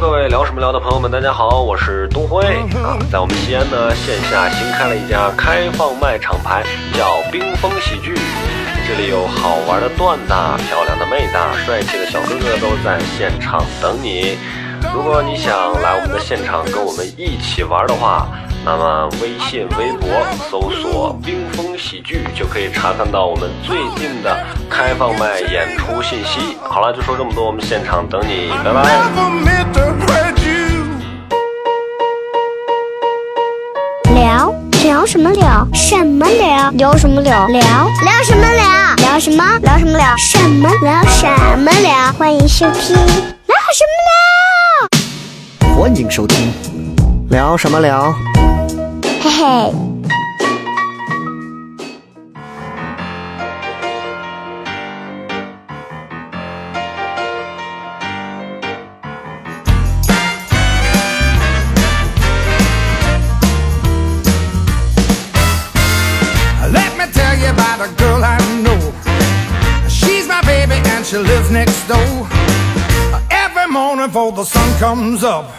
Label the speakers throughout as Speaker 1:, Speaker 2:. Speaker 1: 各位聊什么聊的朋友们，大家好，我是东辉啊，在我们西安呢，线下新开了一家开放麦厂牌，叫冰封喜剧。这里有好玩的段子啊，漂亮的妹子啊，帅气的小哥哥都在现场等你。如果你想来我们的现场跟我们一起玩的话，那么微信、微博搜索“冰封喜剧”就可以查看到我们最近的开放麦演出信息。好了，就说这么多，我们现场等你，拜拜。
Speaker 2: Never meant to hurt you.
Speaker 3: 聊聊什么聊？什么聊？聊什么聊？聊聊什么聊？聊什么？聊什么聊？什么聊？什么聊？欢迎收听聊什么聊？
Speaker 4: 欢迎收听。聊什么聊？
Speaker 3: 嘿嘿。
Speaker 2: Let me tell you about a girl I know. She's my baby and she lives next door. Every morning before the sun comes up,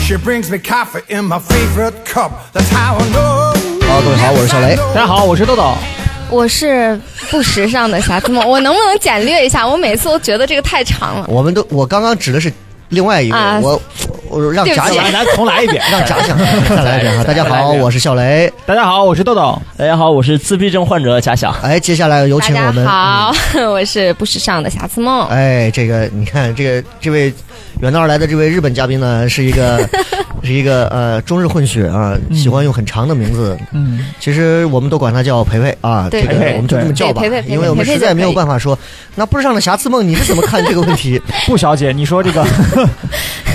Speaker 2: she brings me coffee in my favorite cup. That's how I know.
Speaker 4: 好，各位好，我是小 雷。
Speaker 5: 大家好，我是豆豆。
Speaker 6: 我是不时尚的瑕疵梦，我能不能简略一下？我每次都觉得这个太长了。
Speaker 4: 我们都，我刚刚指的是另外一个，
Speaker 6: 啊
Speaker 4: 我我我让
Speaker 6: 对不
Speaker 4: 炸
Speaker 6: 起
Speaker 4: 讲，
Speaker 5: 咱重来一遍，
Speaker 4: 让炸讲，再来一遍哈。啊大家
Speaker 5: 再来
Speaker 4: 好，
Speaker 5: 一遍
Speaker 4: 我是小雷。
Speaker 5: 大家好，我是豆豆。
Speaker 7: 大家好，我是自闭症患者贾想。
Speaker 4: 哎，接下来有
Speaker 6: 大
Speaker 4: 请
Speaker 6: 家
Speaker 4: 我们，嗯
Speaker 6: 好， 我是不时尚的瑕疵梦。
Speaker 4: 哎，这个你看，这个这位远道而来的这位日本嘉宾呢，是一 个是一个呃中日混血啊，
Speaker 6: 嗯
Speaker 4: 喜欢用很长的名字。
Speaker 5: 嗯，
Speaker 4: 其实我们都管他叫培培啊，
Speaker 6: 对
Speaker 4: 这个
Speaker 5: 培培
Speaker 4: 我们就这么叫吧
Speaker 6: 对培，培
Speaker 4: 因为我们
Speaker 6: 培培
Speaker 4: 实
Speaker 6: 就
Speaker 4: 在没有
Speaker 6: 可以
Speaker 4: 办法说。那不是上的瑕疵梦，你是怎么看这个问 题？
Speaker 5: 顾小姐，你说这个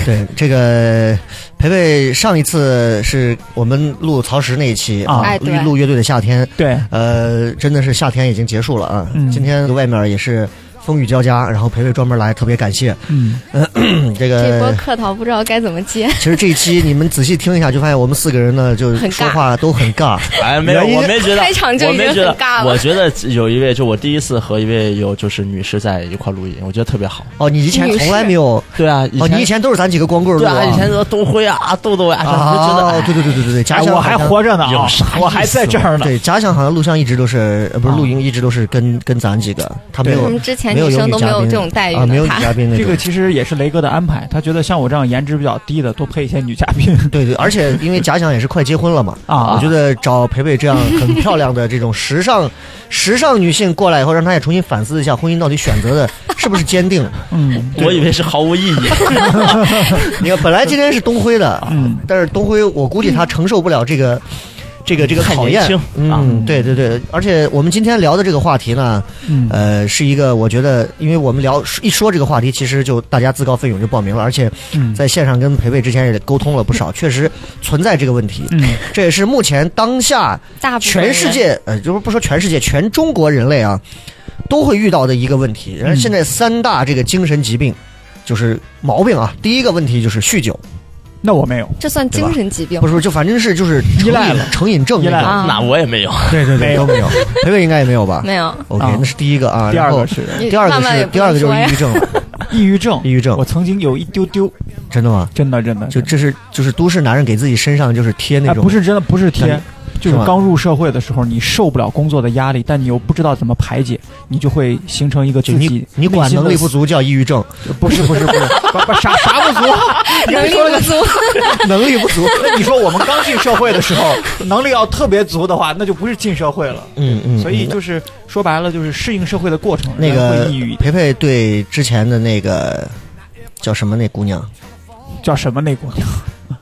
Speaker 4: 对，这个培培上一次是我们录曹石那一期
Speaker 5: 啊
Speaker 4: 啊
Speaker 6: 哎，对
Speaker 4: 录乐队的夏天，
Speaker 5: 对，
Speaker 4: 呃，真的是夏天已经结束了啊。
Speaker 5: 嗯
Speaker 4: 今天外面也是风雨交加，然后培培专门来，特别感谢。
Speaker 5: 嗯，
Speaker 4: 嗯 这
Speaker 6: 这波
Speaker 4: 个
Speaker 6: 客套不知道该怎 么接，
Speaker 4: 其实这一期你们仔细听一下，就发现我们四个人呢，就
Speaker 6: 很尬
Speaker 4: 说话都很尬。
Speaker 7: 哎，没有，
Speaker 5: 原因
Speaker 7: 我没觉得，
Speaker 6: 开场就
Speaker 7: 我
Speaker 6: 已经
Speaker 7: 没觉
Speaker 6: 很
Speaker 7: 得
Speaker 6: 尬。了
Speaker 7: 我觉得有一位，就我第一次和一位有就是女士在一块录音，我觉得特别好。
Speaker 4: 哦，你以前从来没有
Speaker 7: 对啊，以
Speaker 4: 哦，你以前都是咱几个光棍儿录
Speaker 7: 对啊，以前都东辉啊、豆豆啊，就觉
Speaker 4: 啊，
Speaker 7: 得
Speaker 4: 对对对对对对，
Speaker 5: 哎
Speaker 4: 家乡
Speaker 5: 我
Speaker 4: 好
Speaker 5: 还
Speaker 4: 像
Speaker 5: 活着呢啊
Speaker 7: 有啥，
Speaker 5: 我还在这儿呢。
Speaker 4: 对，假想好像录像一直都是，呃，不是
Speaker 5: 啊
Speaker 4: 录音一直都是跟跟咱几个，他没
Speaker 5: 对
Speaker 4: 有，
Speaker 6: 我们之前
Speaker 4: 没有
Speaker 6: 女生
Speaker 4: 女
Speaker 6: 都
Speaker 4: 嘉
Speaker 6: 没有
Speaker 4: 宾
Speaker 6: 这种待遇
Speaker 4: 啊，
Speaker 6: 的
Speaker 4: 没有女
Speaker 6: 她
Speaker 4: 嘉宾那
Speaker 5: 这
Speaker 4: 种
Speaker 5: 个。其实也是雷哥的安排，他觉得像我这样颜值比较低的，多配一些女嘉 宾。
Speaker 4: 对对，而且因为假想也是快结婚了嘛，
Speaker 5: 啊
Speaker 4: 我觉得找培培这样很漂亮的这种时尚、时尚女性过来以后，让她也重新反思一下婚姻到底选择的是不是坚定。
Speaker 5: 嗯，
Speaker 7: 我以为是毫无意义。
Speaker 4: 你看，本来今天是东辉的，
Speaker 5: 嗯，
Speaker 4: 但是东辉我估计他承受不了这个。这个这个
Speaker 7: 太
Speaker 4: 考
Speaker 7: 年
Speaker 4: 验
Speaker 7: 轻，啊
Speaker 4: 嗯，对对对，而且我们今天聊的这个话题呢，
Speaker 5: 嗯
Speaker 4: 呃，是一个我觉得，因为我们聊一说这个话题，其实就大家自告奋勇就报名了，而且
Speaker 5: 嗯
Speaker 4: 在线上跟培培之前也沟通了不 少，确实存在这个问题。
Speaker 5: 嗯，
Speaker 4: 这也是目前当下
Speaker 6: 大部分
Speaker 4: 全世界，呃，就是不说全世界，全中国人类啊，都会遇到的一个问题。然后
Speaker 5: 嗯
Speaker 4: 现在三大这个精神疾病，就是毛病啊。第一个问题就是酗酒，
Speaker 5: 那我没有，
Speaker 6: 这算精神疾病
Speaker 4: 不。是，就反正是就是成
Speaker 5: 依赖
Speaker 4: 瘾
Speaker 5: 了
Speaker 4: 成瘾症
Speaker 5: 依赖
Speaker 4: 那种。
Speaker 6: 啊
Speaker 7: 那我也没有，
Speaker 4: 对对
Speaker 5: 没有
Speaker 4: 都没有。培培应该也没有吧
Speaker 6: 没 有，
Speaker 4: ？OK，
Speaker 5: 啊
Speaker 4: 那是第一个啊。
Speaker 5: 第二
Speaker 4: 然后
Speaker 5: 个是
Speaker 6: 你
Speaker 4: 第二个
Speaker 6: 慢慢
Speaker 4: 是
Speaker 6: 也
Speaker 4: 第
Speaker 6: 不
Speaker 4: 二
Speaker 6: 能
Speaker 4: 个就
Speaker 6: 说
Speaker 4: 是
Speaker 6: 呀
Speaker 4: 抑郁症 了，
Speaker 5: 抑郁症。
Speaker 4: 抑郁症
Speaker 5: 我曾经有一丢丢，
Speaker 4: 真的吗？
Speaker 5: 真的真的，
Speaker 4: 就
Speaker 5: 真
Speaker 4: 这是就是都市男人给自己身上就是贴
Speaker 5: 的
Speaker 4: 那
Speaker 5: 哎，
Speaker 4: 种
Speaker 5: 不是真的，不是贴
Speaker 4: 那。
Speaker 5: 就是
Speaker 4: 是吗
Speaker 5: 刚入社会的时候，你受不了工作的压力，但你又不知道怎么排解，你就会形成一个
Speaker 4: 就
Speaker 5: 自
Speaker 4: 你
Speaker 5: 己
Speaker 4: 你管
Speaker 5: 内心的
Speaker 4: 能力不足叫抑郁症，
Speaker 5: 不是不是不 是，不不啥啥不足，
Speaker 6: 能力不 足，
Speaker 4: 能力不足。
Speaker 5: 那你说我们刚进社会的时候，能力要特别足的话，那就不是进社会了。
Speaker 4: 嗯嗯。
Speaker 5: 所以就是说白了，就是适应社会的过程，
Speaker 4: 那
Speaker 5: 人
Speaker 4: 个
Speaker 5: 会抑郁
Speaker 4: 培培对之前的那个叫什么那姑娘，
Speaker 5: 叫什么那姑 娘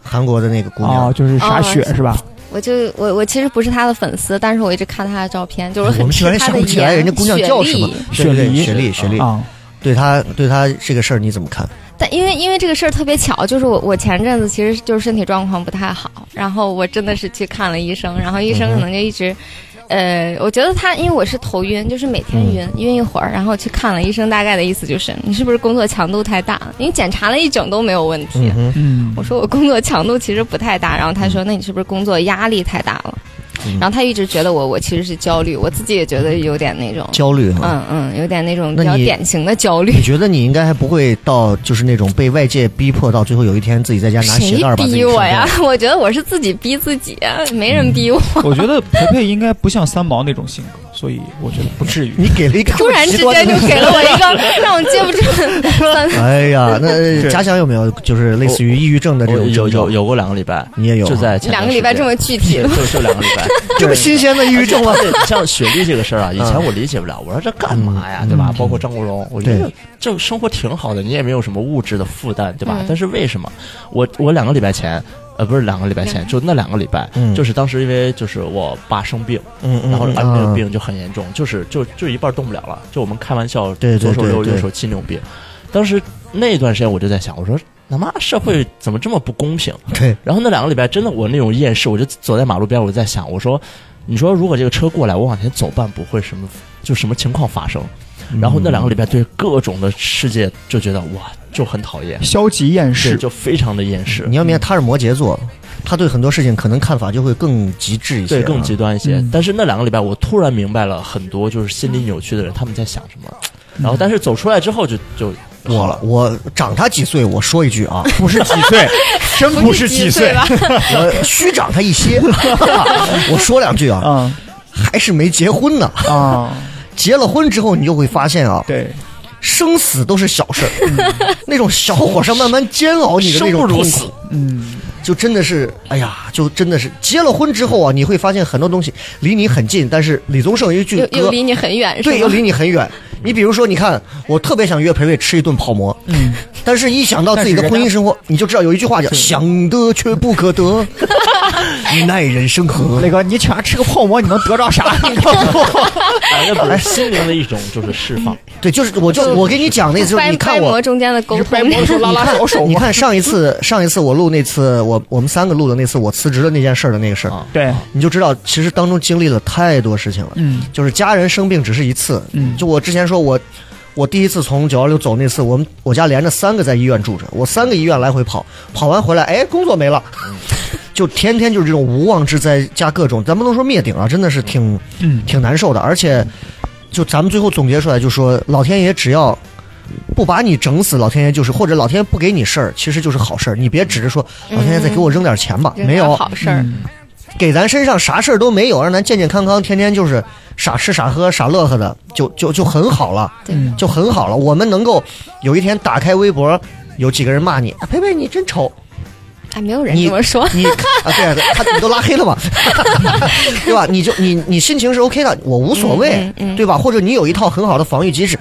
Speaker 4: 韩国的那个姑娘，
Speaker 5: 哦，就是傻雪是吧？
Speaker 6: 我就我我其实不是他的粉丝，但是我一直看他的照片，就是
Speaker 4: 我
Speaker 6: 很
Speaker 4: 们
Speaker 6: 吃
Speaker 4: 居然
Speaker 6: 他
Speaker 4: 想
Speaker 6: 的
Speaker 4: 不起来
Speaker 6: 颜
Speaker 4: 人家姑娘
Speaker 6: 雪
Speaker 4: 叫什么
Speaker 6: 莉。
Speaker 4: 对
Speaker 5: 雪
Speaker 4: 对对雪
Speaker 5: 梨
Speaker 4: 莉，雪莉，
Speaker 5: 啊，
Speaker 4: 对她对她这个事儿你怎么看？
Speaker 6: 但因为因为这个事儿特别巧，就是我我前阵子其实就是身体状况不太好，然后我真的是去看了医生，然后医生
Speaker 4: 嗯
Speaker 6: 可能就一直，呃，我觉得他因为我是头晕，就是每天
Speaker 4: 嗯
Speaker 6: 晕、晕一会儿，然后去看了医生，大概的意思就是你是不是工作强度太大了？你检查了一整都没有问题。
Speaker 4: 嗯哼，嗯
Speaker 5: 嗯
Speaker 6: 我，说我工作强度其实不太大，然后他说那你是不是工作压力太大了？然后他一直觉得我我其实是焦虑，我自己也觉得有点那种，
Speaker 4: 焦虑哈、
Speaker 6: 嗯嗯，有点那种
Speaker 4: 那
Speaker 6: 比较
Speaker 4: 你
Speaker 6: 典型的焦虑
Speaker 4: 你。觉得你应该还不会到就是那种被外界逼迫到最后有一天自己在家拿鞋
Speaker 6: 谁
Speaker 4: 带儿把自己嗯
Speaker 6: 逼
Speaker 4: 撑
Speaker 6: 我
Speaker 4: 开
Speaker 6: 呀？？ 我觉得我是自己逼自己，啊没人逼我。
Speaker 5: 我觉得培培应该不像三毛那种性格，所以我觉得不至于。
Speaker 4: 你给了一个
Speaker 6: 突然之间就给了我一 个让我接不住。
Speaker 4: 哎呀，那家乡有没有就是类似于抑郁症的这
Speaker 7: 我
Speaker 4: 种
Speaker 7: 哦有
Speaker 4: 症状
Speaker 7: 有，有过两个礼拜，
Speaker 4: 你也有啊
Speaker 7: 就在前段
Speaker 6: 两个礼拜
Speaker 7: 时
Speaker 6: 这
Speaker 7: 间
Speaker 6: 么具体
Speaker 7: 就就两个礼拜，
Speaker 4: 这么新鲜的抑 郁症吗？
Speaker 7: 而且你像雪莉这个事儿啊，
Speaker 4: 嗯
Speaker 7: 以前我理解不了，我说这干嘛呀，对吧？包括张国荣，我觉得
Speaker 4: 对
Speaker 7: 这生活挺好的，你也没有什么物质的负担，对吧？但是为什么我我两个礼拜前？呃，不是两个礼拜前，就那两个礼拜，
Speaker 4: 嗯
Speaker 7: 就是当时因为就是我爸生病，
Speaker 4: 嗯嗯
Speaker 7: 然后
Speaker 4: 嗯
Speaker 7: 而且那
Speaker 4: 啊
Speaker 7: 个病就很严重，就是就就一半动不了了，就我们开玩笑，
Speaker 4: 对对
Speaker 7: 左手
Speaker 4: 对
Speaker 7: 六
Speaker 4: 对
Speaker 7: 右手七那种病。当时那段时间我就在想，我说他妈社会怎么这么不公平？
Speaker 4: 对，
Speaker 7: 然后那两个礼拜真的我那种厌世，我就走在马路边，我就在想，我说，你说如果这个车过来，我往前走半步会什么，就什么情况发生？然后那两个礼拜对各种的世界就觉得哇，就很讨厌，
Speaker 5: 消极厌
Speaker 7: 是
Speaker 5: 世，
Speaker 7: 就非常的厌世
Speaker 4: 你，要明白他是摩羯座，他对很多事情可能看法就会更极致一些，啊
Speaker 7: 对更极。端一些
Speaker 5: 嗯。
Speaker 7: 但是那两个礼拜，我突然明白了很多就是心理扭曲的人他们在想什么，然后但是走出来之后就就好
Speaker 4: 我
Speaker 7: 了。
Speaker 4: 我长他几岁，我说一句 啊，
Speaker 8: 不是几岁，真不是几岁，
Speaker 6: 吧？
Speaker 4: 我虚长他一 些，我说两句啊，
Speaker 5: 啊
Speaker 4: 还是没结婚呢。
Speaker 5: 啊，
Speaker 4: 结了婚之后，你就会发现啊，
Speaker 5: 对，
Speaker 4: 生死都是小事儿，那种小火上慢慢煎熬你的那种
Speaker 7: 生不如
Speaker 4: 痛
Speaker 7: 死
Speaker 4: 苦，
Speaker 5: 嗯，
Speaker 4: 就真的是，哎呀，就真的是结了婚之后啊，你会发现很多东西离你很近，但是李宗盛有一句
Speaker 6: 又又
Speaker 4: 歌，
Speaker 6: 离你很远，是
Speaker 4: 对，
Speaker 6: 吗
Speaker 4: 又？离你很远。你比如说，你看，我特别想约培培吃一顿泡馍，嗯，但是一想到自己的婚姻生活，你就知道有一句话叫“想得却不可得，奈人生何
Speaker 5: 那个你请他吃个泡馍，你能得着啥？你告诉我，
Speaker 7: 哎，那不是心灵的一种就是释放，”。
Speaker 4: 对，就是我就我跟你讲的意思就是，
Speaker 6: 掰
Speaker 4: 你看
Speaker 6: 掰
Speaker 4: 我
Speaker 6: 馍中间的沟
Speaker 5: 你是
Speaker 6: 通
Speaker 5: 掰，馍的时候拉拉小手
Speaker 4: 你
Speaker 5: 吗？
Speaker 4: 看上一 次，上一次我录那次，我我们三个录的那次，我辞职的那件事儿的那个事儿，
Speaker 7: 啊
Speaker 5: 对，
Speaker 4: 你就知道，其实当中经历了太多事情了。
Speaker 5: 嗯，
Speaker 4: 就是家人生病只是一次，
Speaker 5: 嗯
Speaker 4: 就我之前说我，我第一次从九幺六走那次，我们我家连着三个在医院住着，我三个医院来回跑，跑完回来，哎，工作没了，
Speaker 5: 嗯
Speaker 4: 就天天就是这种无妄之灾加各种，咱不能说灭顶啊，真的是挺
Speaker 5: 嗯
Speaker 4: 挺难受的，而且就咱们最后总结出来，就说老天爷只要。不把你整死，老天爷就是，或者老天爷不给你事儿，其实就是好事儿。你别指着说老天爷再给我扔点钱吧，
Speaker 6: 人
Speaker 4: 没
Speaker 6: 家
Speaker 4: 有，嗯
Speaker 6: 好事儿，
Speaker 4: 给咱身上啥事儿都没有，让咱健健康康，天天就是傻吃傻喝傻乐呵的，就就就很好了，
Speaker 6: 对
Speaker 4: 就很好了。我们能够有一天打开微博，有几个人骂你，啊、佩佩你真丑，
Speaker 6: 哎，没有人
Speaker 4: 你
Speaker 6: 这么说。
Speaker 4: 你啊对啊，他你都拉黑了 嘛，对吧？你就你你心情是 OK 的，我无所谓，
Speaker 6: 嗯嗯嗯嗯
Speaker 4: 对吧？或者你有一套很好的防御机制，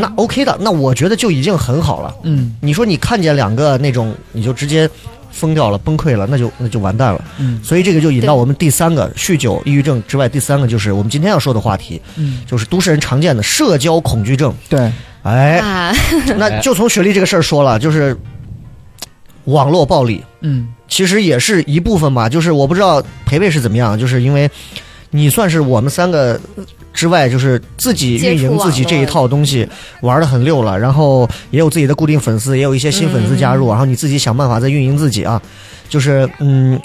Speaker 4: 那 OK 的，那我觉得就已经很好了。
Speaker 5: 嗯
Speaker 4: 你说你看见两个那种，你就直接疯掉了、崩溃了，那就那就完蛋了。
Speaker 5: 嗯
Speaker 4: 所以这个就引到我们第三个酗酒、抑郁症之外，第三个就是我们今天要说的话题，
Speaker 5: 嗯，
Speaker 4: 就是都市人常见的社交恐惧症。
Speaker 5: 对，
Speaker 4: 哎，
Speaker 6: 啊，
Speaker 4: 那就从学历这个事儿说了，就是网络暴力，
Speaker 5: 嗯
Speaker 4: 其实也是一部分吧。就是我不知道培培是怎么样，就是因为你算是我们三个之外，就是自己运
Speaker 6: 接触
Speaker 4: 营
Speaker 6: 网
Speaker 4: 自己这一套东西玩的很溜了，然后也有自己的固定粉丝，也有一些新粉丝加入，
Speaker 6: 嗯
Speaker 4: 然后你自己想办法在运营自己啊。就是嗯，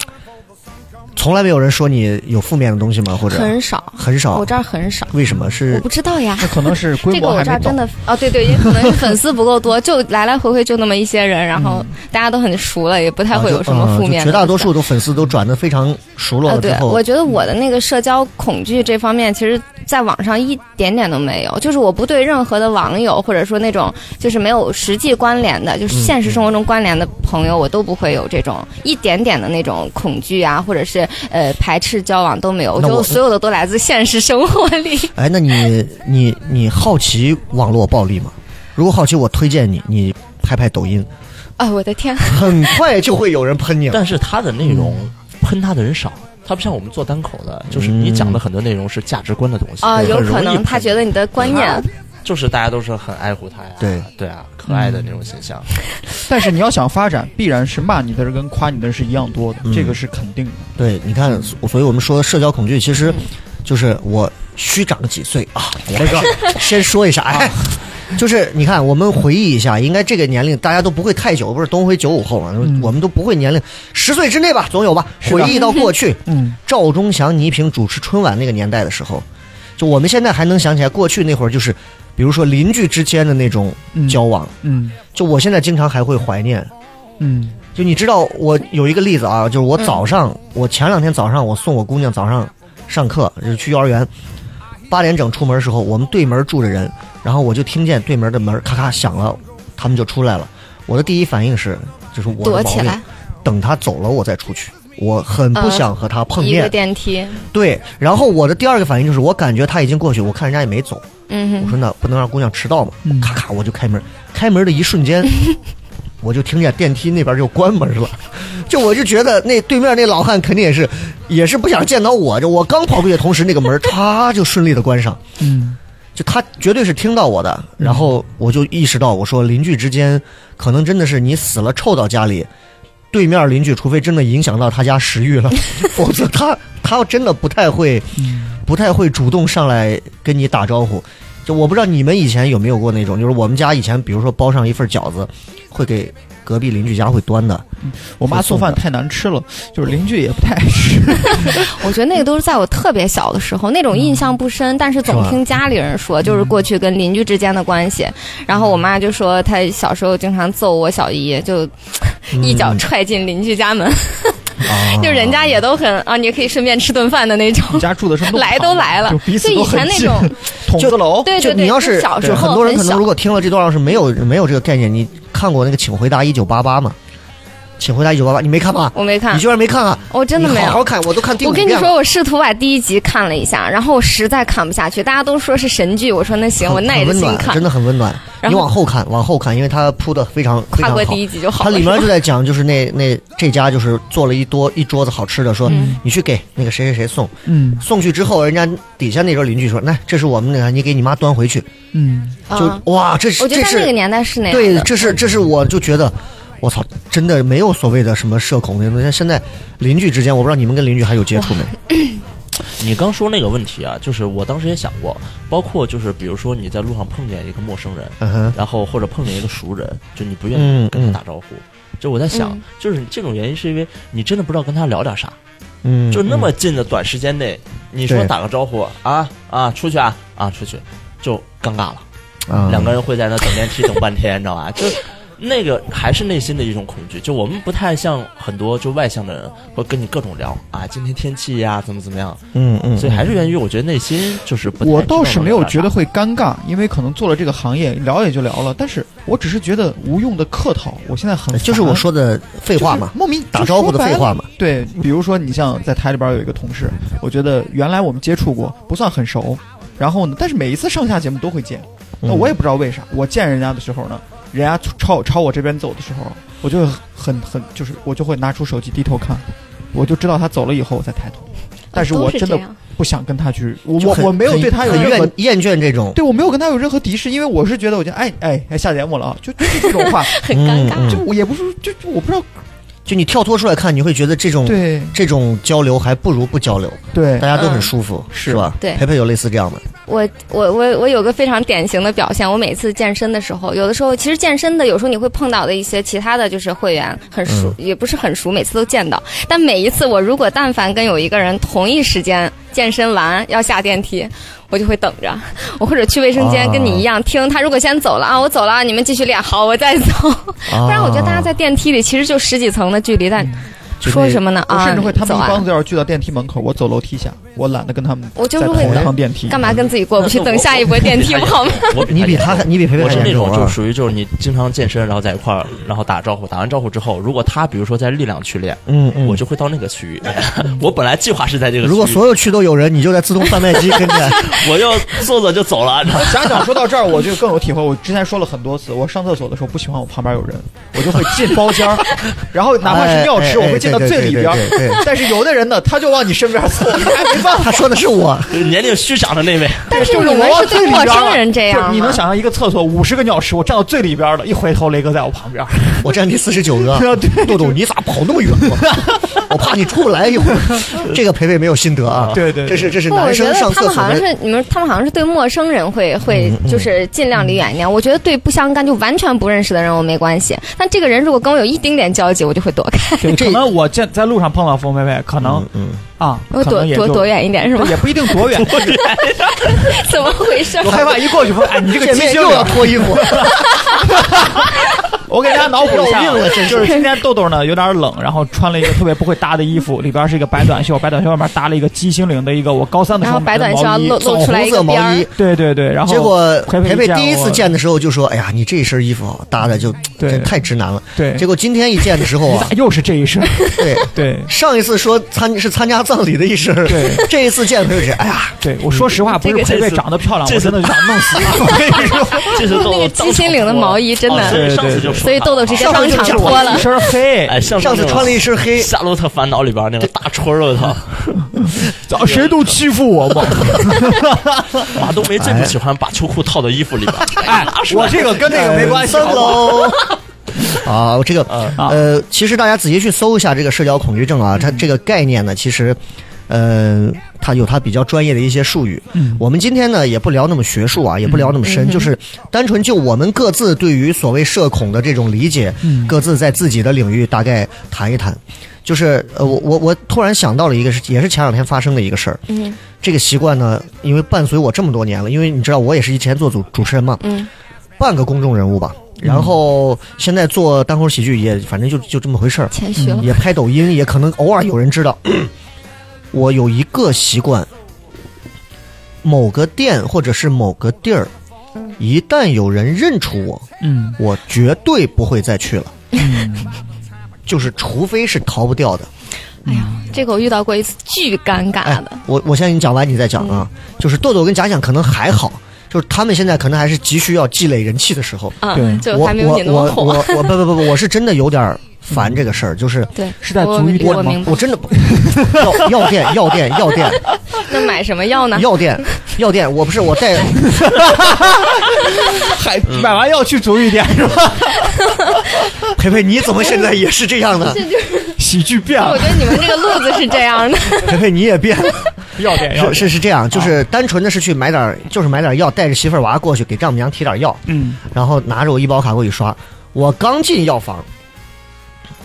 Speaker 4: 从来没有人说你有负面的东西吗？或者
Speaker 6: 很少，
Speaker 4: 啊很少
Speaker 6: 我？这儿很少，
Speaker 4: 为什么
Speaker 6: 我
Speaker 4: 是
Speaker 6: 不？知道呀。
Speaker 5: 那可能是规
Speaker 6: 这个
Speaker 5: 模
Speaker 6: 我
Speaker 5: 还
Speaker 6: 这儿
Speaker 5: 没
Speaker 6: 真
Speaker 5: 到。
Speaker 6: 的哦，对对，也可能 是粉丝不够多，就来来回回就那么一些人，然后大家都很熟了，也不太
Speaker 4: 嗯啊
Speaker 6: 会有
Speaker 4: 就
Speaker 6: 什么
Speaker 4: 嗯
Speaker 6: 负
Speaker 4: 就
Speaker 6: 面的。
Speaker 4: 绝大多数都粉丝都转的非常熟络
Speaker 6: 啊，
Speaker 4: 了之
Speaker 6: 对，
Speaker 4: 后，
Speaker 6: 我觉得我的那个社交恐惧这方面，其实在网上一点点都没有，就是我不对任何的网友，或者说那种就是没有实际关联的，
Speaker 4: 嗯
Speaker 6: 就是现实生活中关联的朋友，我都不会有这种一点点的那种恐惧啊，或者是呃排斥交往都没有。我
Speaker 4: 那
Speaker 6: 觉
Speaker 4: 我
Speaker 6: 得所有的都来自现实生活里。
Speaker 4: 哎，那你你你好奇网络暴力吗？如果好奇，我推荐你，你拍拍抖音，
Speaker 6: 啊、我的天，
Speaker 4: 很快就会有人喷你了。
Speaker 7: 但是他的内容
Speaker 4: 嗯
Speaker 7: 喷他的人少，他不像我们做单口的，就是你讲的很多内容是价值观的东西
Speaker 4: 哎
Speaker 6: 啊、
Speaker 7: 很
Speaker 6: 有可
Speaker 7: 容易
Speaker 6: 能
Speaker 7: 喷啊
Speaker 6: 他觉得你的观念
Speaker 7: 就是大家都是很爱护他呀，
Speaker 4: 对
Speaker 7: 对啊，可爱的那种形象。
Speaker 5: 但是你要想发展，必然是骂你的人跟夸你的人是一样多的，这个是肯定的。
Speaker 4: 对，你看，所以我们说社交恐惧，
Speaker 9: 嗯
Speaker 4: 其实就是我虚长几岁啊。我这个先说一下，哎，就是你看，我们回忆一下，应该这个年龄大家都不会太久，不是东辉九五后嘛，
Speaker 9: 嗯
Speaker 4: 我们都不会年龄十岁之内吧，总有吧。
Speaker 9: 是
Speaker 4: 回
Speaker 9: 的
Speaker 4: 忆到过 去，
Speaker 9: 嗯，
Speaker 4: 赵忠祥、倪萍主持春晚那个年代的时候，就我们现在还能想起来，过去那会儿就是，比如说邻居之间的那种
Speaker 9: 嗯
Speaker 4: 交往，
Speaker 9: 嗯
Speaker 4: 就我现在经常还会怀念。
Speaker 9: 嗯
Speaker 4: 就你知道，我有一个例子啊，就是我早上，我前两天早上我送我姑娘早上上课，就是去幼儿园，八点整出门的时候，我们对门住着人，然后我就听见对门的门咔咔响了，他们就出来了。我的第一反应是，就是我的
Speaker 6: 躲
Speaker 4: 毛
Speaker 6: 起
Speaker 4: 病
Speaker 6: 来，
Speaker 4: 等他走了我再出去。我很不
Speaker 6: 嗯
Speaker 4: 想和他碰
Speaker 6: 一
Speaker 4: 面
Speaker 6: 个，电梯，
Speaker 4: 对。然后我的第二个反应就是，我感觉他已经过去，我看人家也没走，
Speaker 6: 嗯
Speaker 4: 我
Speaker 6: 哼，
Speaker 4: 说那不能让姑娘迟到嘛，
Speaker 9: 嗯
Speaker 4: 咔咔我就开门，开门的一瞬 间，我就听见电梯那边就关门了，就我就觉得那对面那老汉肯定也是，也是不想见到我，就我刚跑过去的同时，那个门唰就顺利的关上，
Speaker 9: 嗯
Speaker 4: 就他绝对是听到我的，
Speaker 6: 嗯
Speaker 4: 然后我就意识到，我说邻居之间可能真的是你死了臭到家里，对面邻居除非真的影响到他家食 欲了，否则他他真的不太会。
Speaker 9: 嗯，
Speaker 4: 不太会主动上来跟你打招呼。就我不知道你们以前有没有过那种，就是我们家以前，比如说包上一份饺子，会给隔壁邻居家会端的。
Speaker 9: 我妈做饭太难吃了，就是邻居也 不太爱吃。
Speaker 6: 我觉得那个都是在我特别小的时候，那种印象不深，但是总
Speaker 4: 是吧嗯
Speaker 6: 听家里人说，就是过去跟邻居之间的关系。然后我妈就说，她小时候经常揍我小姨，就一脚踹进邻居家门，
Speaker 4: 嗯啊、
Speaker 6: 就人家也都很啊，你也可以顺便吃顿饭的那种
Speaker 9: 我。家住的是弄堂
Speaker 6: 来都来了
Speaker 9: 就彼此
Speaker 6: 就
Speaker 9: 都
Speaker 6: 以前
Speaker 9: 很
Speaker 6: 那
Speaker 9: 近
Speaker 6: 种
Speaker 9: 筒子楼，
Speaker 6: 对
Speaker 4: 就
Speaker 6: 对对，
Speaker 4: 你要是
Speaker 6: 小时
Speaker 4: 就
Speaker 6: 候
Speaker 4: 很多人可
Speaker 6: 小
Speaker 4: 能如果听了这段要是没有没有这个概念，你看过那个《请回答一九八八》吗？《请回答一九八八》，你没看吗？
Speaker 6: 我没看
Speaker 4: 你，居然没看啊！
Speaker 6: 我真的没
Speaker 4: 你好
Speaker 6: 有
Speaker 4: 好。看，我都看第五
Speaker 6: 我跟
Speaker 4: 遍
Speaker 6: 你
Speaker 4: 了。
Speaker 6: 说，我试图把第一集看了一下，然后我实在看不下去，大家都说是神剧，我说那行，
Speaker 4: 很
Speaker 6: 我耐着
Speaker 4: 很温
Speaker 6: 心
Speaker 4: 暖，
Speaker 6: 看
Speaker 4: 真，的很温暖。
Speaker 6: 然
Speaker 4: 你
Speaker 6: 后
Speaker 4: 往后看，往后看，因为它铺的非常非
Speaker 6: 跨
Speaker 4: 常好
Speaker 6: 过。第一集就好
Speaker 4: 它
Speaker 6: 了。
Speaker 4: 里面
Speaker 6: 是吧
Speaker 4: 就在讲，就是那那这家就是做了一桌一桌子好吃的，说、
Speaker 6: 嗯
Speaker 4: 你去给那个谁谁谁送，
Speaker 9: 嗯
Speaker 4: 送去之后，人家底下那桌邻居说，那这是我们的，你给你妈端回去，
Speaker 9: 嗯，
Speaker 4: 就、
Speaker 6: 啊，
Speaker 4: 哇，这是
Speaker 6: 我觉得
Speaker 4: 这
Speaker 6: 在那个
Speaker 4: 是
Speaker 6: 年代是那样
Speaker 4: 对，
Speaker 6: 的。
Speaker 4: 这是这是我就觉得。我操，真的没有所谓的什么社恐那种。像现在邻居之间，我不知道你们跟邻居还有接触没？
Speaker 7: 你刚说那个问题啊，就是我当时也想过，包括就是比如说你在路上碰见一个陌生人，
Speaker 4: 嗯哼，
Speaker 7: 然后或者碰见一个熟人，就你不愿
Speaker 4: 嗯
Speaker 7: 意跟他打招呼。就我在想
Speaker 6: 嗯，
Speaker 7: 就是这种原因是因为你真的不知道跟他聊点啥，
Speaker 4: 嗯，
Speaker 7: 就那么
Speaker 4: 嗯
Speaker 7: 近的短时间内，你说
Speaker 4: 对
Speaker 7: 打个招呼啊啊出去啊啊出去，就尴尬了。
Speaker 4: 啊
Speaker 7: 两个人会在那等电梯等半天，你知道吧？就那个还是内心的一种恐惧。就我们不太像很多就外向的人会跟你各种聊啊，今天天气呀、怎么怎么样。
Speaker 4: 嗯嗯，
Speaker 7: 所以还是源于我觉得内心就是不太
Speaker 9: 我
Speaker 7: 知道
Speaker 9: 倒是没有觉得
Speaker 7: 能
Speaker 9: 会尴尬，因为可能做了这个行业，聊也就聊了。但是我只是觉得无用的客套，我现在很
Speaker 4: 就是我
Speaker 9: 烦
Speaker 4: 说的废话嘛
Speaker 9: 就，是莫名就
Speaker 4: 打招呼的
Speaker 9: 说白
Speaker 4: 废
Speaker 9: 了
Speaker 4: 话嘛。
Speaker 9: 对，比如说你像在台里边有一个同事，我觉得原来我们接触过，不算很熟，然后呢，但是每一次上下节目都会见，那
Speaker 4: 嗯
Speaker 9: 我也不知道为啥，我见人家的时候呢，人家朝朝我这边走的时候，我就会很很就是我就会拿出手机低头看，我就知道他走了以后我再抬头，但是
Speaker 6: 哦都
Speaker 9: 我
Speaker 6: 是
Speaker 9: 真
Speaker 6: 这
Speaker 9: 的
Speaker 6: 样
Speaker 9: 不想跟他去，我
Speaker 4: 就
Speaker 9: 我
Speaker 4: 很
Speaker 9: 我没有
Speaker 4: 很
Speaker 9: 对他有
Speaker 4: 很
Speaker 9: 任何
Speaker 4: 厌厌倦这种，
Speaker 9: 对我没有跟他有任何敌视，因为我是觉得我就哎哎哎下节目了啊，就就是这种话，
Speaker 6: 很尴尬。
Speaker 4: 嗯嗯
Speaker 9: 就我也不是就就我不知道
Speaker 4: 就你跳脱出来看，你会觉得这种
Speaker 9: 对
Speaker 4: 这种交流还不如不交流，
Speaker 9: 对
Speaker 4: 大家都很舒服，
Speaker 9: 是
Speaker 4: 吧？
Speaker 6: 嗯对
Speaker 4: 培培有类似这样的，
Speaker 6: 我我我我有个非常典型的表现，我每次健身的时候，有的时候其实健身的，有时候你会碰到的一些其他的就是会员很熟，
Speaker 9: 嗯
Speaker 6: 也不是很熟，每次都见到。但每一次我如果但凡跟有一个人同一时间健身完要下电梯，我就会等着，我或者去卫生间
Speaker 4: 啊
Speaker 6: 跟你一样、听他如果先走了啊，我走了啊，你们继续练，好，我再走。
Speaker 9: 啊
Speaker 4: 不
Speaker 6: 不然我觉得大家在电梯里其实就十几层的距离，但
Speaker 4: 就
Speaker 6: 说
Speaker 4: 那
Speaker 6: 什么呢
Speaker 9: 嗯我
Speaker 6: 啊？
Speaker 9: 甚至会他们
Speaker 6: 走
Speaker 9: 一
Speaker 6: 啊
Speaker 9: 帮子要是聚到电梯门口，我走楼梯下，我懒得跟他们
Speaker 6: 我就
Speaker 9: 在
Speaker 6: 是
Speaker 9: 同
Speaker 6: 会
Speaker 9: 一
Speaker 6: 等
Speaker 9: 趟电梯。嗯
Speaker 6: 干嘛跟自己过不去？等下一波电梯不好吗？
Speaker 7: 打 我
Speaker 4: 你比他还你比培培
Speaker 7: 我
Speaker 4: 还
Speaker 7: 是那
Speaker 4: 严重
Speaker 7: 种
Speaker 4: 啊
Speaker 7: 就属于就是你经常健身，然后在一块儿，然后打招呼，打完招呼之后，如果他比如说在力量区练，
Speaker 4: 嗯嗯，
Speaker 7: 我就会到那个区域。我本来计划是在这个区域，
Speaker 4: 如果所有区都有人，你就在自动贩卖机跟 前，
Speaker 7: 我要坐坐就走了，你知道吗
Speaker 9: 想想说到这儿，我就更有体会。我之前说了很多次，我上厕所的时候不喜欢我旁边有人，我就会进包 间儿，然后哪怕是尿池，
Speaker 4: 哎哎哎
Speaker 9: 我会进到最里边儿
Speaker 4: 对对对对对。
Speaker 9: 但是有的人呢，他就往你身边凑，你还没办法。
Speaker 4: 他说的是我，
Speaker 7: 就是年龄虚长的 那位。
Speaker 6: 但是
Speaker 9: 就是
Speaker 6: 你
Speaker 9: 我
Speaker 6: 们
Speaker 9: 往
Speaker 6: 是
Speaker 9: 最
Speaker 6: 对
Speaker 9: 里边
Speaker 6: 陌
Speaker 9: 儿
Speaker 6: 生
Speaker 9: 了
Speaker 6: 人这
Speaker 9: 就是
Speaker 6: 样
Speaker 9: 你
Speaker 6: 吗
Speaker 9: 能？想象一个厕所五十个尿池，我站到最里边儿了，一回头雷哥在我旁边儿，
Speaker 6: 啊
Speaker 4: 我占第四十九个，
Speaker 9: 对
Speaker 4: 豆豆你咋跑那么远嘛？我怕你出不 来一会儿。这个培培没有心得啊，
Speaker 5: 对对对
Speaker 4: 这是这是
Speaker 6: 不，我
Speaker 4: 男
Speaker 6: 觉
Speaker 4: 生
Speaker 6: 得
Speaker 4: 上
Speaker 6: 他
Speaker 4: 厕
Speaker 6: 们
Speaker 4: 所嗯
Speaker 6: 好像
Speaker 4: 的。
Speaker 6: 是你们，他们好像是对陌生人会会就是尽量离远一点。我觉得对不相干就完全不认识的人我没关系，但这个人如果跟我有一丁点交集，我就会躲开，
Speaker 4: 对
Speaker 9: 对，
Speaker 4: 这嗯
Speaker 9: 可能我见在路上碰到冯佩佩，可能啊，
Speaker 6: 我
Speaker 9: 可
Speaker 6: 躲
Speaker 9: 能也
Speaker 6: 躲
Speaker 9: 就
Speaker 6: 躲远一点是吗？
Speaker 5: 也不一定多远，
Speaker 6: 怎么回事？
Speaker 5: 我害怕一过去说，哎，你这个
Speaker 4: 见
Speaker 5: 鸡
Speaker 4: 面
Speaker 5: 精
Speaker 4: 又要
Speaker 5: 灵，
Speaker 4: 脱衣服，
Speaker 9: 啊我给大 家脑补一下
Speaker 4: 要
Speaker 9: 啊
Speaker 4: 命了，真是
Speaker 9: 就是今天豆豆呢有点冷，然后穿了一个特别不会搭的衣服，里边是一个白短袖，白短袖外面搭了一个鸡心领的一个我高三的时
Speaker 6: 然
Speaker 9: 候
Speaker 6: 后白
Speaker 9: 买的
Speaker 6: 短袖
Speaker 9: 毛
Speaker 6: 要
Speaker 9: 衣
Speaker 6: 露，露
Speaker 4: 红
Speaker 6: 出来一
Speaker 4: 色
Speaker 6: 个边
Speaker 4: 毛
Speaker 6: 儿
Speaker 4: 衣。。
Speaker 9: 对对对，然后
Speaker 4: 结果
Speaker 9: 培
Speaker 4: 培培
Speaker 9: 就
Speaker 4: 第一次
Speaker 9: 我
Speaker 4: 见的时候就说：“哎呀，你这身衣服搭的就
Speaker 9: 对
Speaker 4: 真太直男了。”
Speaker 9: 对
Speaker 4: 结果今天一见的时候
Speaker 9: 你
Speaker 4: 啊
Speaker 9: 咋，又是这 一身？
Speaker 4: 对，
Speaker 9: 对
Speaker 4: 上一次说参是参加葬礼的一身，
Speaker 9: 对，
Speaker 4: 这一次见的时候是哎呀，
Speaker 9: 对，我说实话，不是
Speaker 7: 这个
Speaker 9: 佩
Speaker 7: 这
Speaker 9: 佩
Speaker 7: 次
Speaker 9: 长得漂亮，
Speaker 7: 这
Speaker 9: 我
Speaker 7: 次
Speaker 9: 真的就想弄死你。我跟你说，
Speaker 7: 这是
Speaker 6: 那个鸡心领的毛衣真的
Speaker 7: 对哦上次就说
Speaker 6: 所以豆豆直接
Speaker 4: 上
Speaker 6: 当
Speaker 4: 回就
Speaker 6: 场
Speaker 4: 讲
Speaker 6: 脱
Speaker 4: 过
Speaker 6: 了
Speaker 9: 一。身黑，
Speaker 7: 哎，像
Speaker 4: 上次穿了一身黑
Speaker 7: 《夏洛特烦恼》里边那个大戳肉 头，
Speaker 9: 早啊谁都欺负我 嘛。
Speaker 7: 马冬梅最
Speaker 4: 哎
Speaker 7: 不喜欢把秋裤套到衣服里边。
Speaker 9: 哎，我这个跟那个没关 系。
Speaker 4: 三
Speaker 9: 好不好
Speaker 4: 楼。 啊，这个呃，其实大家仔细去搜一下这个社交恐惧症啊，它这个概念呢，其实，呃，它有它比较专业的一些术语。我们今天呢也不聊那么学术啊，也不聊那么深，就是单纯就我们各自对于所谓社恐的这种理解，各自在自己的领域大概谈一谈。就是呃，我我我突然想到了一个是，也是前两天发生的一个事儿。
Speaker 6: 嗯
Speaker 4: 这个习惯呢，因为伴随我这么多年了，因为你知道我也是以前做主主持人嘛，
Speaker 6: 嗯，
Speaker 4: 半个公众人物吧。然后现在做单口喜剧也，反正就就这么回事儿，
Speaker 6: 谦虚了。
Speaker 4: 也拍抖音，也可能偶尔有人知道。 我有一个习惯，某个店或者是某个地儿，
Speaker 6: 嗯
Speaker 4: 一旦有人认出我，
Speaker 9: 嗯
Speaker 4: 我绝对不会再去了。 就是除非是逃不掉的。
Speaker 6: 哎呀，这个我遇到过一次巨尴尬的。
Speaker 4: 哎
Speaker 6: 嗯
Speaker 4: 我我先给你讲完，你再讲啊。就是豆豆跟假想可能还好，就是他们现在可能还是急需要积累人气的时候。
Speaker 6: 啊
Speaker 9: 对，
Speaker 6: 就
Speaker 4: 哎我
Speaker 6: 还没有你那么
Speaker 4: 我我
Speaker 6: 火。嗯
Speaker 4: 我我不不不不，我是真的有点儿烦这个事儿，就是
Speaker 6: 对，
Speaker 9: 是在
Speaker 6: 我
Speaker 9: 足浴
Speaker 6: 我
Speaker 9: 店吗
Speaker 6: 明白
Speaker 4: 我真的不药药店药店药店
Speaker 6: 那买什么药呢？
Speaker 4: 药店药店，我不是我 带
Speaker 9: 还买完药去足浴店是吧？
Speaker 4: 培培，你怎么现在也是这样的？
Speaker 9: 喜剧变
Speaker 6: 我
Speaker 9: 了，
Speaker 6: 觉得你们这个路子是这样的。
Speaker 4: 培培你也变了，
Speaker 7: 嗯
Speaker 9: 要点要
Speaker 4: 是
Speaker 9: 点。
Speaker 4: 是是这样，就是单纯的是去买点儿，就是买点儿药，带着媳妇儿娃过去给丈母娘提点儿药，
Speaker 9: 嗯，
Speaker 4: 然后拿着我医保卡过去刷。我刚进药房，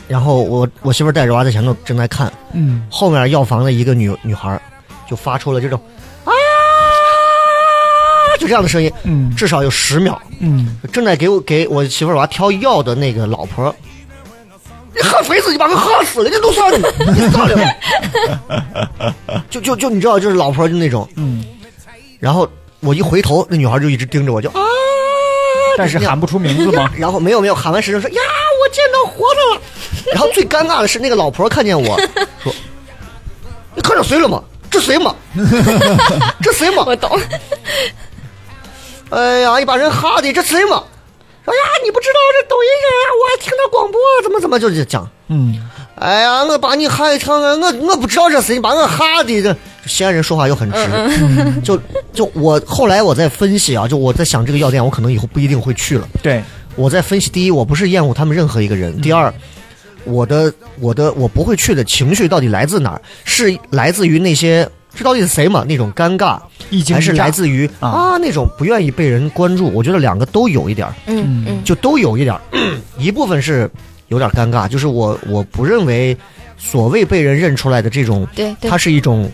Speaker 4: 然后我我媳妇儿带着娃在前头正在看，
Speaker 9: 嗯，
Speaker 4: 后面药房的一个女女孩儿就发出了这种啊，就这样的声音，
Speaker 9: 嗯
Speaker 4: 至少有十秒。
Speaker 9: 嗯，
Speaker 4: 正在给我给我媳妇儿娃挑药的那个老婆，你喝肥死你妈，给喝死了，这都算你， 你算了。就就就你知道，就是老婆就那种，嗯。然后我一回头，那女孩就一直盯着我，就啊，
Speaker 9: 但是喊不出名字吗？
Speaker 4: 然后没有没有，喊完十声说呀，我见到活的了。然后最尴尬的是，那个老婆看见我说：“你看着谁了吗？这谁吗？这谁吗？
Speaker 6: 我 懂，
Speaker 4: 哎呀，一把人哈的，这谁嘛？说呀，你不知道这抖音上啊，我还听到广播，怎么怎么就就讲。
Speaker 9: 嗯，
Speaker 4: 哎呀，我把你害成啊，我我不知道这谁，把我哈的这。西安人说话又很直，就就我后来我在分析啊，就我在想这个药店，我可能以后不一定会去了。
Speaker 9: 对，
Speaker 4: 我在分析，第一，我不是厌恶他们任何一个
Speaker 6: 嗯
Speaker 4: 人；第二，我的我的我不会去的情绪到底来自哪儿？是来自于那些这到底是谁嘛？那种尴尬，
Speaker 9: 一惊
Speaker 4: 还
Speaker 9: 一
Speaker 4: 是
Speaker 9: 乍
Speaker 4: 来自于
Speaker 9: 啊
Speaker 4: 啊那种不愿意被人关注？我觉得两个都有一点儿，
Speaker 6: 嗯嗯，
Speaker 4: 就都有一点儿， 一部分是有点尴尬，就是我我不认为所谓被人认出来的这种，
Speaker 6: 对对
Speaker 4: 它，是一种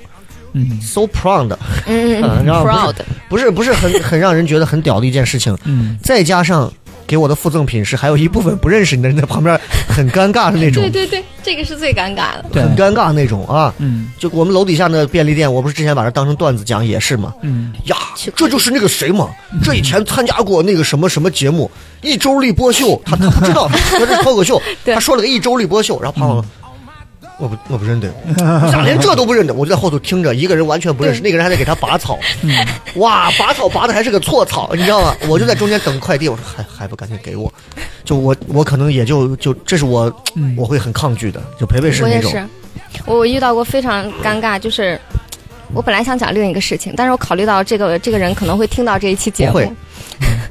Speaker 9: 嗯
Speaker 4: so proud 的，
Speaker 6: 嗯
Speaker 4: 嗯
Speaker 6: 嗯
Speaker 4: 然后不是
Speaker 6: ，proud，
Speaker 4: 不是不是很很让人觉得很屌的一件事情。
Speaker 9: 嗯，
Speaker 4: 再加上给我的附赠品是还有一部分不认识你的人在旁边很尴尬的那种
Speaker 6: 对，对对，这个是最尴尬的。
Speaker 9: 对，
Speaker 4: 很尴尬那种啊。
Speaker 9: 嗯
Speaker 4: 就我们楼底下那便利店，我不是之前把它当成段子讲也是嘛。
Speaker 9: 嗯，
Speaker 4: 呀，这就是那个谁嘛，这以前参加过那个什么什么节目，一周立波 秀，他他不知道，他这是脱口秀，
Speaker 6: 对
Speaker 4: 他说了个一周立波秀，然后胖
Speaker 9: 嗯
Speaker 4: 胖。我不我不 认得，你咋连这都不认得？我就在后头听着，一个人完全不认识，那个人还在给他拔草，
Speaker 9: 嗯
Speaker 4: 哇，拔草拔的还是个错草，你知道吗？我就在中间等快递，我说还还不赶紧给我，就我我可能也就就这是我
Speaker 9: 嗯
Speaker 4: 我会很抗拒的，就培培是
Speaker 6: 我
Speaker 4: 那
Speaker 6: 也
Speaker 4: 种，
Speaker 6: 是，我我遇到过非常尴尬，就是我本来想讲另一个事情，但是我考虑到这个这个人可能会听到这一期节
Speaker 4: 不
Speaker 6: 目，
Speaker 4: 会，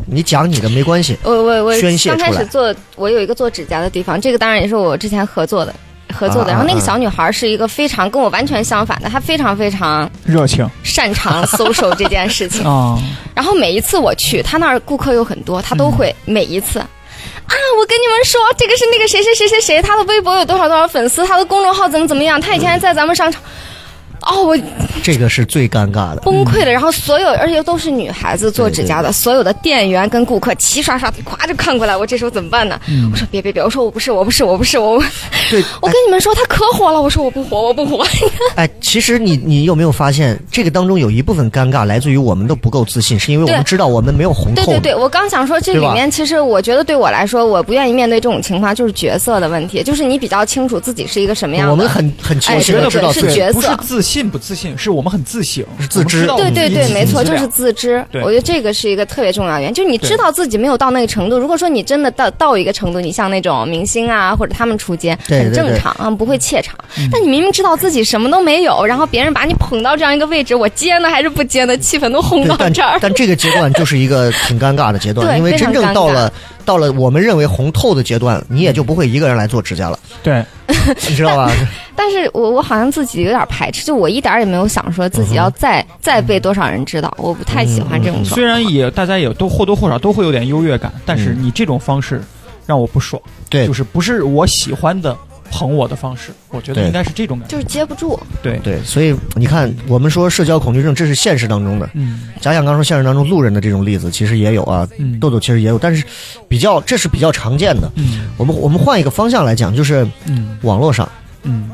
Speaker 4: 你讲你的没关系，
Speaker 6: 我我我
Speaker 4: 宣泄
Speaker 6: 刚开
Speaker 4: 出来
Speaker 6: 始做，我有一个做指甲的地方，这个当然也是我之前合作的。合作的。然
Speaker 7: 啊
Speaker 6: 后那个
Speaker 7: 啊
Speaker 6: 小女孩是一个非常跟我完全相反的，她非常非常
Speaker 9: 热情
Speaker 6: 擅长 social 这件事情。
Speaker 9: 啊，
Speaker 6: 然后每一次我去，她那儿顾客有很多，她都会每一次。啊！我跟你们说，这个是那个谁谁谁谁谁，他的微博有多少多少粉丝，他的公众号怎么怎么样，他以前还在咱们商场。哦，我
Speaker 4: 这个是最尴尬的。
Speaker 6: 崩溃了，然后所有，而且都是女孩子做指甲的，所有的店员跟顾客齐刷刷的，咵就看过来，我这时候怎么办呢？我说别别别，我说我不是，我不是，我不是，我
Speaker 4: 对，
Speaker 6: 我跟你们说，他可火了，我说我不火，我不火。
Speaker 4: 哎，其实你你有没有发现，这个当中有一部分尴尬来自于我们都不够自信，是因为我们
Speaker 6: 对
Speaker 4: 知道我们没有红
Speaker 6: 对
Speaker 4: 透。
Speaker 6: 对对，我刚想说这里面，其实我觉得对我来说，我不愿意面对这种情况，就是角色的问题，就是你比较清楚自己是一个什么样的。
Speaker 4: 我们很很
Speaker 6: 哎
Speaker 4: 清晰
Speaker 6: 对
Speaker 4: 的
Speaker 6: 对
Speaker 4: 知道
Speaker 6: 是
Speaker 4: 自己
Speaker 6: 觉角色
Speaker 5: 不是自信不自信，是我们很自省，
Speaker 4: 自知
Speaker 5: 我们知道
Speaker 6: 对
Speaker 5: 我们自
Speaker 6: 对
Speaker 5: 己
Speaker 6: 对，没错，
Speaker 5: 自己质
Speaker 6: 就是
Speaker 5: 量
Speaker 6: 自知。
Speaker 5: 对
Speaker 6: 我觉得这个是一个特别重要的原因，就是你知道自己没有到那个程度。如果说你真的到到一个程度，你像那种明星啊或者他们出街，
Speaker 4: 对
Speaker 6: 很
Speaker 4: 对
Speaker 6: 正
Speaker 4: 对嗯
Speaker 6: 常啊，不会怯场。但你明明知道自己什么都没有，然后别人把你捧到这样一个位置，我接呢还是不接呢？气氛都烘
Speaker 4: 对，
Speaker 6: 到
Speaker 4: 但
Speaker 6: 这儿。
Speaker 4: 但这个阶段就是一个挺尴尬的阶段，
Speaker 6: 对
Speaker 4: 因为真
Speaker 6: 非
Speaker 4: 正
Speaker 6: 常
Speaker 4: 到
Speaker 6: 尴尬
Speaker 4: 了到了我们认为红透的阶段，你也就不会一个人来做指甲了，
Speaker 9: 对，
Speaker 4: 你知道吧？
Speaker 6: 但是我我好像自己有点排斥，就我一点儿也没有想说自
Speaker 4: 嗯
Speaker 6: 己要再、再被多少人知道，我不太喜欢这种状态。
Speaker 9: 虽然也大家也都或多或少都会有点优越感，但是你这种方式让我不爽，
Speaker 4: 对
Speaker 9: 就是不是我喜欢的捧我的方式，我觉得
Speaker 4: 对
Speaker 9: 应该是这种感觉，
Speaker 6: 就是接不住，
Speaker 9: 对，
Speaker 4: 对，所以你看，我们说社交恐惧症，这是现实当中的。
Speaker 9: 嗯，
Speaker 4: 假想刚说现实当中路人的这种例子，其实也有啊，
Speaker 9: 嗯
Speaker 4: 豆豆其实也有，但是比较这是比较常见的。
Speaker 9: 嗯
Speaker 4: 我们我们换一个方向来讲，就是
Speaker 9: 嗯
Speaker 4: 网络上。
Speaker 9: 嗯，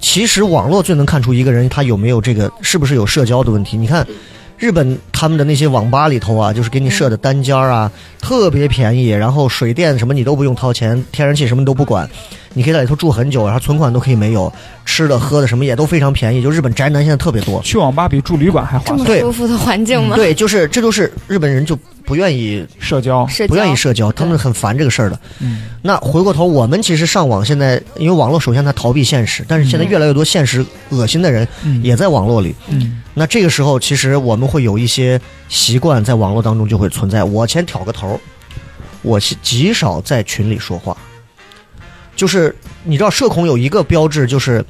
Speaker 4: 其实网络最能看出一个人他有没有这个是不是有社交的问题。你看，日本他们的那些网吧里头啊，就是给你设的单间儿啊，特别便宜，然后水电什么你都不用掏钱，天然气什么都不管，你可以在里头住很久，然后存款都可以没有，吃的喝的什么也都非常便宜。就日本宅男现在特别多，
Speaker 9: 去网吧比住旅馆还划
Speaker 6: 这么
Speaker 9: 算，
Speaker 4: 对嗯
Speaker 6: 舒服的环境吗？
Speaker 4: 对，就是这都是日本人就不愿意
Speaker 9: 社交，
Speaker 6: 社交
Speaker 4: 不愿意社交，他们很烦这个事儿的。
Speaker 9: 嗯，
Speaker 4: 那回过头，我们其实上网现在，因为网络首先它逃避现实，但是现在越来越多现实恶心的人
Speaker 9: 嗯
Speaker 4: 也在网络里。
Speaker 9: 嗯
Speaker 4: 那这个时候，其实我们会有一些习惯在网络当中就会存在。我先挑个头儿，我是极少在群里说话。就是你知道，社恐有一个标志，就是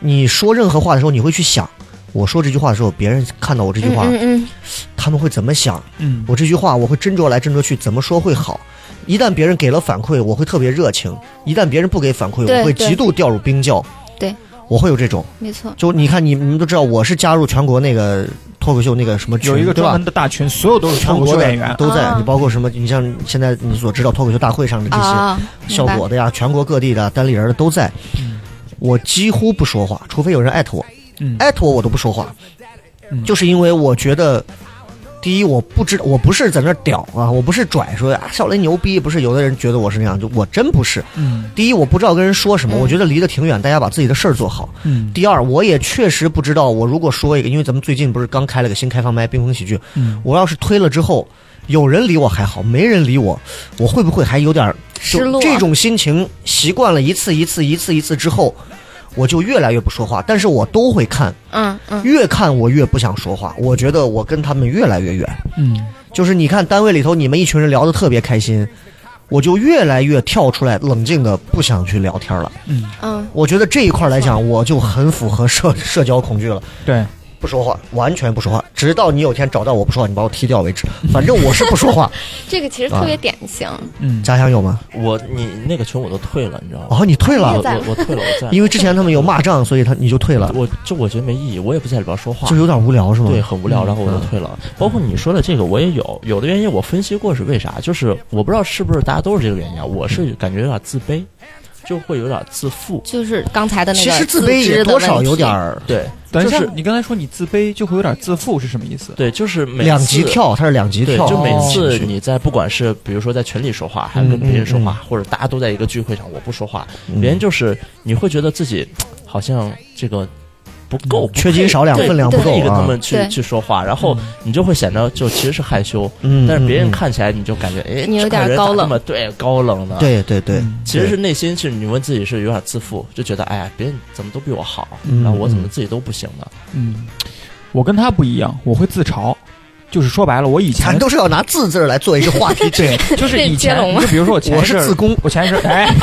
Speaker 4: 你说任何话的时候，你会去想，我说这句话的时候，别人看到我这句话，
Speaker 6: 嗯嗯
Speaker 4: 他们会怎么想？
Speaker 9: 嗯
Speaker 4: 我这句话我会斟酌来斟酌去，怎么说会好？一旦别人给了反馈，我会特别热情；一旦别人不给反馈，
Speaker 6: 对
Speaker 4: 我会
Speaker 6: 对
Speaker 4: 极度掉入冰窖。
Speaker 6: 对，
Speaker 4: 我会有这种。
Speaker 6: 嗯，没错。
Speaker 4: 就你看，你你们都知道，我是加入全国那个脱口秀那个什么群，
Speaker 9: 有一个
Speaker 4: 对
Speaker 9: 专
Speaker 4: 吧
Speaker 9: 门？的大群，所有都是
Speaker 4: 全
Speaker 9: 全国
Speaker 4: 国
Speaker 9: 秀
Speaker 4: 的
Speaker 9: 演员，
Speaker 4: 都在，
Speaker 6: 啊
Speaker 4: 你包括什么？你像现在你所知道脱口秀大会上的这些
Speaker 6: 啊，
Speaker 4: 效
Speaker 6: 明白
Speaker 4: 果的呀，全国各地的单立人的都在。我几乎不说话，除非有人艾特我，
Speaker 9: 嗯
Speaker 4: 艾特我我都不啊说话，
Speaker 9: 嗯
Speaker 4: 就是因为我觉得，第一我不知我不是在那儿屌啊，我不是拽说啊小雷牛逼，不是有的人觉得我是那样，就我真不是。
Speaker 9: 嗯
Speaker 4: 第一我不知道跟人说什么，
Speaker 6: 嗯
Speaker 4: 我觉得离得挺远，大家把自己的事儿做好。
Speaker 9: 嗯
Speaker 4: 第二，我也确实不知道，我如果说一个，因为咱们最近不是刚开了个新开放麦冰封喜剧，
Speaker 9: 嗯，
Speaker 4: 我要是推了之后，有人理我还好，没人理我，我会不会还有点儿
Speaker 6: 失落
Speaker 4: 就这种心情习惯了一次一次一次一次之后，我就越来越不说话，但是我都会看，
Speaker 6: 嗯嗯
Speaker 4: 越看我越不想说话，我觉得我跟他们越来越远。
Speaker 9: 嗯
Speaker 4: 就是你看单位里头，你们一群人聊得特别开心，我就越来越跳出来，冷静的不想去聊天了。
Speaker 9: 嗯，
Speaker 6: 嗯，
Speaker 4: 我觉得这一块来讲，我就很符合社社交恐惧了。
Speaker 9: 对，
Speaker 4: 不说话，完全不说话，直到你有天找到我不说话，你把我踢掉为止。反正我是不说 话。
Speaker 6: 这个其实特别典型。
Speaker 4: 啊
Speaker 9: 嗯
Speaker 4: 家乡有吗？
Speaker 7: 我你那个群我都退了，你知道吗？
Speaker 4: 哦，你退
Speaker 7: 我
Speaker 4: 了，
Speaker 7: 我我退了，我在，
Speaker 4: 因为之前他们有骂仗，所以他你就退了，
Speaker 7: 我就我觉得没意义，我也不在里边说话
Speaker 4: 就。有点无聊是吗？
Speaker 7: 对，很无聊，然后我就
Speaker 4: 嗯
Speaker 7: 退了。包括你说的这个，我也有，有的原因我分析过是为啥，就是我不知道是不是大家都是这个原因啊，我是
Speaker 4: 嗯
Speaker 7: 感觉有点自卑，就会有点自负。
Speaker 6: 就是刚才的那
Speaker 4: 其
Speaker 6: 个
Speaker 4: 实自
Speaker 6: 自
Speaker 4: 卑
Speaker 6: 知
Speaker 4: 也
Speaker 6: 的
Speaker 4: 多少
Speaker 6: 问题
Speaker 4: 有点儿
Speaker 7: 对，
Speaker 9: 等一
Speaker 7: 就
Speaker 9: 下
Speaker 7: 是，
Speaker 9: 你刚才说你自卑就会有点自负是什么意思？
Speaker 7: 对，就是每
Speaker 4: 两
Speaker 7: 次
Speaker 4: 级跳，他是两级
Speaker 7: 对，
Speaker 4: 跳，
Speaker 7: 就每
Speaker 9: 哦
Speaker 7: 次你在不管是比如说在群里说话，还
Speaker 4: 嗯
Speaker 7: 是跟别人说话，或者大家都在一个聚会上，我不说话，别人就是你会觉得自己好像这个不够，
Speaker 4: 嗯缺斤少两，
Speaker 7: 对
Speaker 4: 分量不
Speaker 7: 不
Speaker 4: 够
Speaker 7: 配跟他
Speaker 4: 啊。
Speaker 7: 们去
Speaker 6: 对
Speaker 7: 去说话，然后你就会显得就其实是害羞，
Speaker 4: 嗯
Speaker 7: 但是别人
Speaker 4: 嗯嗯
Speaker 7: 看起来你就感觉哎，
Speaker 6: 你有
Speaker 7: 这
Speaker 6: 点
Speaker 7: 个人
Speaker 6: 高
Speaker 7: 咋
Speaker 6: 冷
Speaker 7: 这么对高冷的，，
Speaker 4: 对对对，
Speaker 9: 嗯
Speaker 7: 其实是内心是你问自己是有点自负，就觉得哎呀，别人怎么都比我好，
Speaker 4: 嗯
Speaker 7: 然后我怎么自己都不行呢？
Speaker 9: 嗯，我跟他不一样，我会自嘲，就是说白了，我以前
Speaker 4: 咱都是要拿字字儿来做一个话题。
Speaker 9: 对，就是以前
Speaker 6: 接龙，吗
Speaker 9: 就比如说我前
Speaker 4: 我
Speaker 9: 一
Speaker 4: 是
Speaker 9: 阵儿
Speaker 4: 自宫
Speaker 9: 我前一阵儿哎，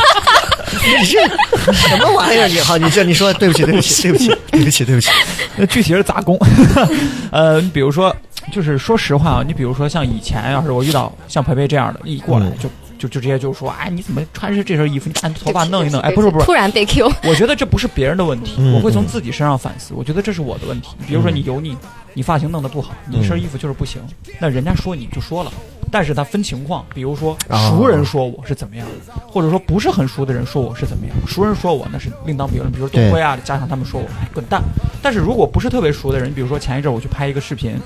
Speaker 4: 你这什么玩意儿？你好，你这你说对不起，对不起，对不起，对不起，对不起。
Speaker 9: 那具体是咋攻？ 呃，你比如说，就是说实话啊，你比如说像以前，要是我遇到像培培这样的，一过来
Speaker 4: 嗯
Speaker 9: 就、就就直接就说，哎，你怎么穿是这身衣服？你把头发弄一弄。哎，不是不是
Speaker 6: 突，然被 Q，
Speaker 9: 我觉得这不是别人的问题，
Speaker 4: 嗯
Speaker 9: 我会从自己身上反思。我觉得这是我的问题。比如说你油腻，你发型弄得不好，
Speaker 4: 嗯
Speaker 9: 你一身衣服就是不行，那人家说你就说了。但是他分情况，比如说
Speaker 4: 啊
Speaker 9: 熟人说我是怎么样，或者说不是很熟的人说我是怎么样，熟人说我那是另当别论。比如说
Speaker 4: 对
Speaker 9: 东辉啊、家长他们说我，哎，滚蛋。但是如果不是特别熟的人，比如说前一阵我去拍一个视频，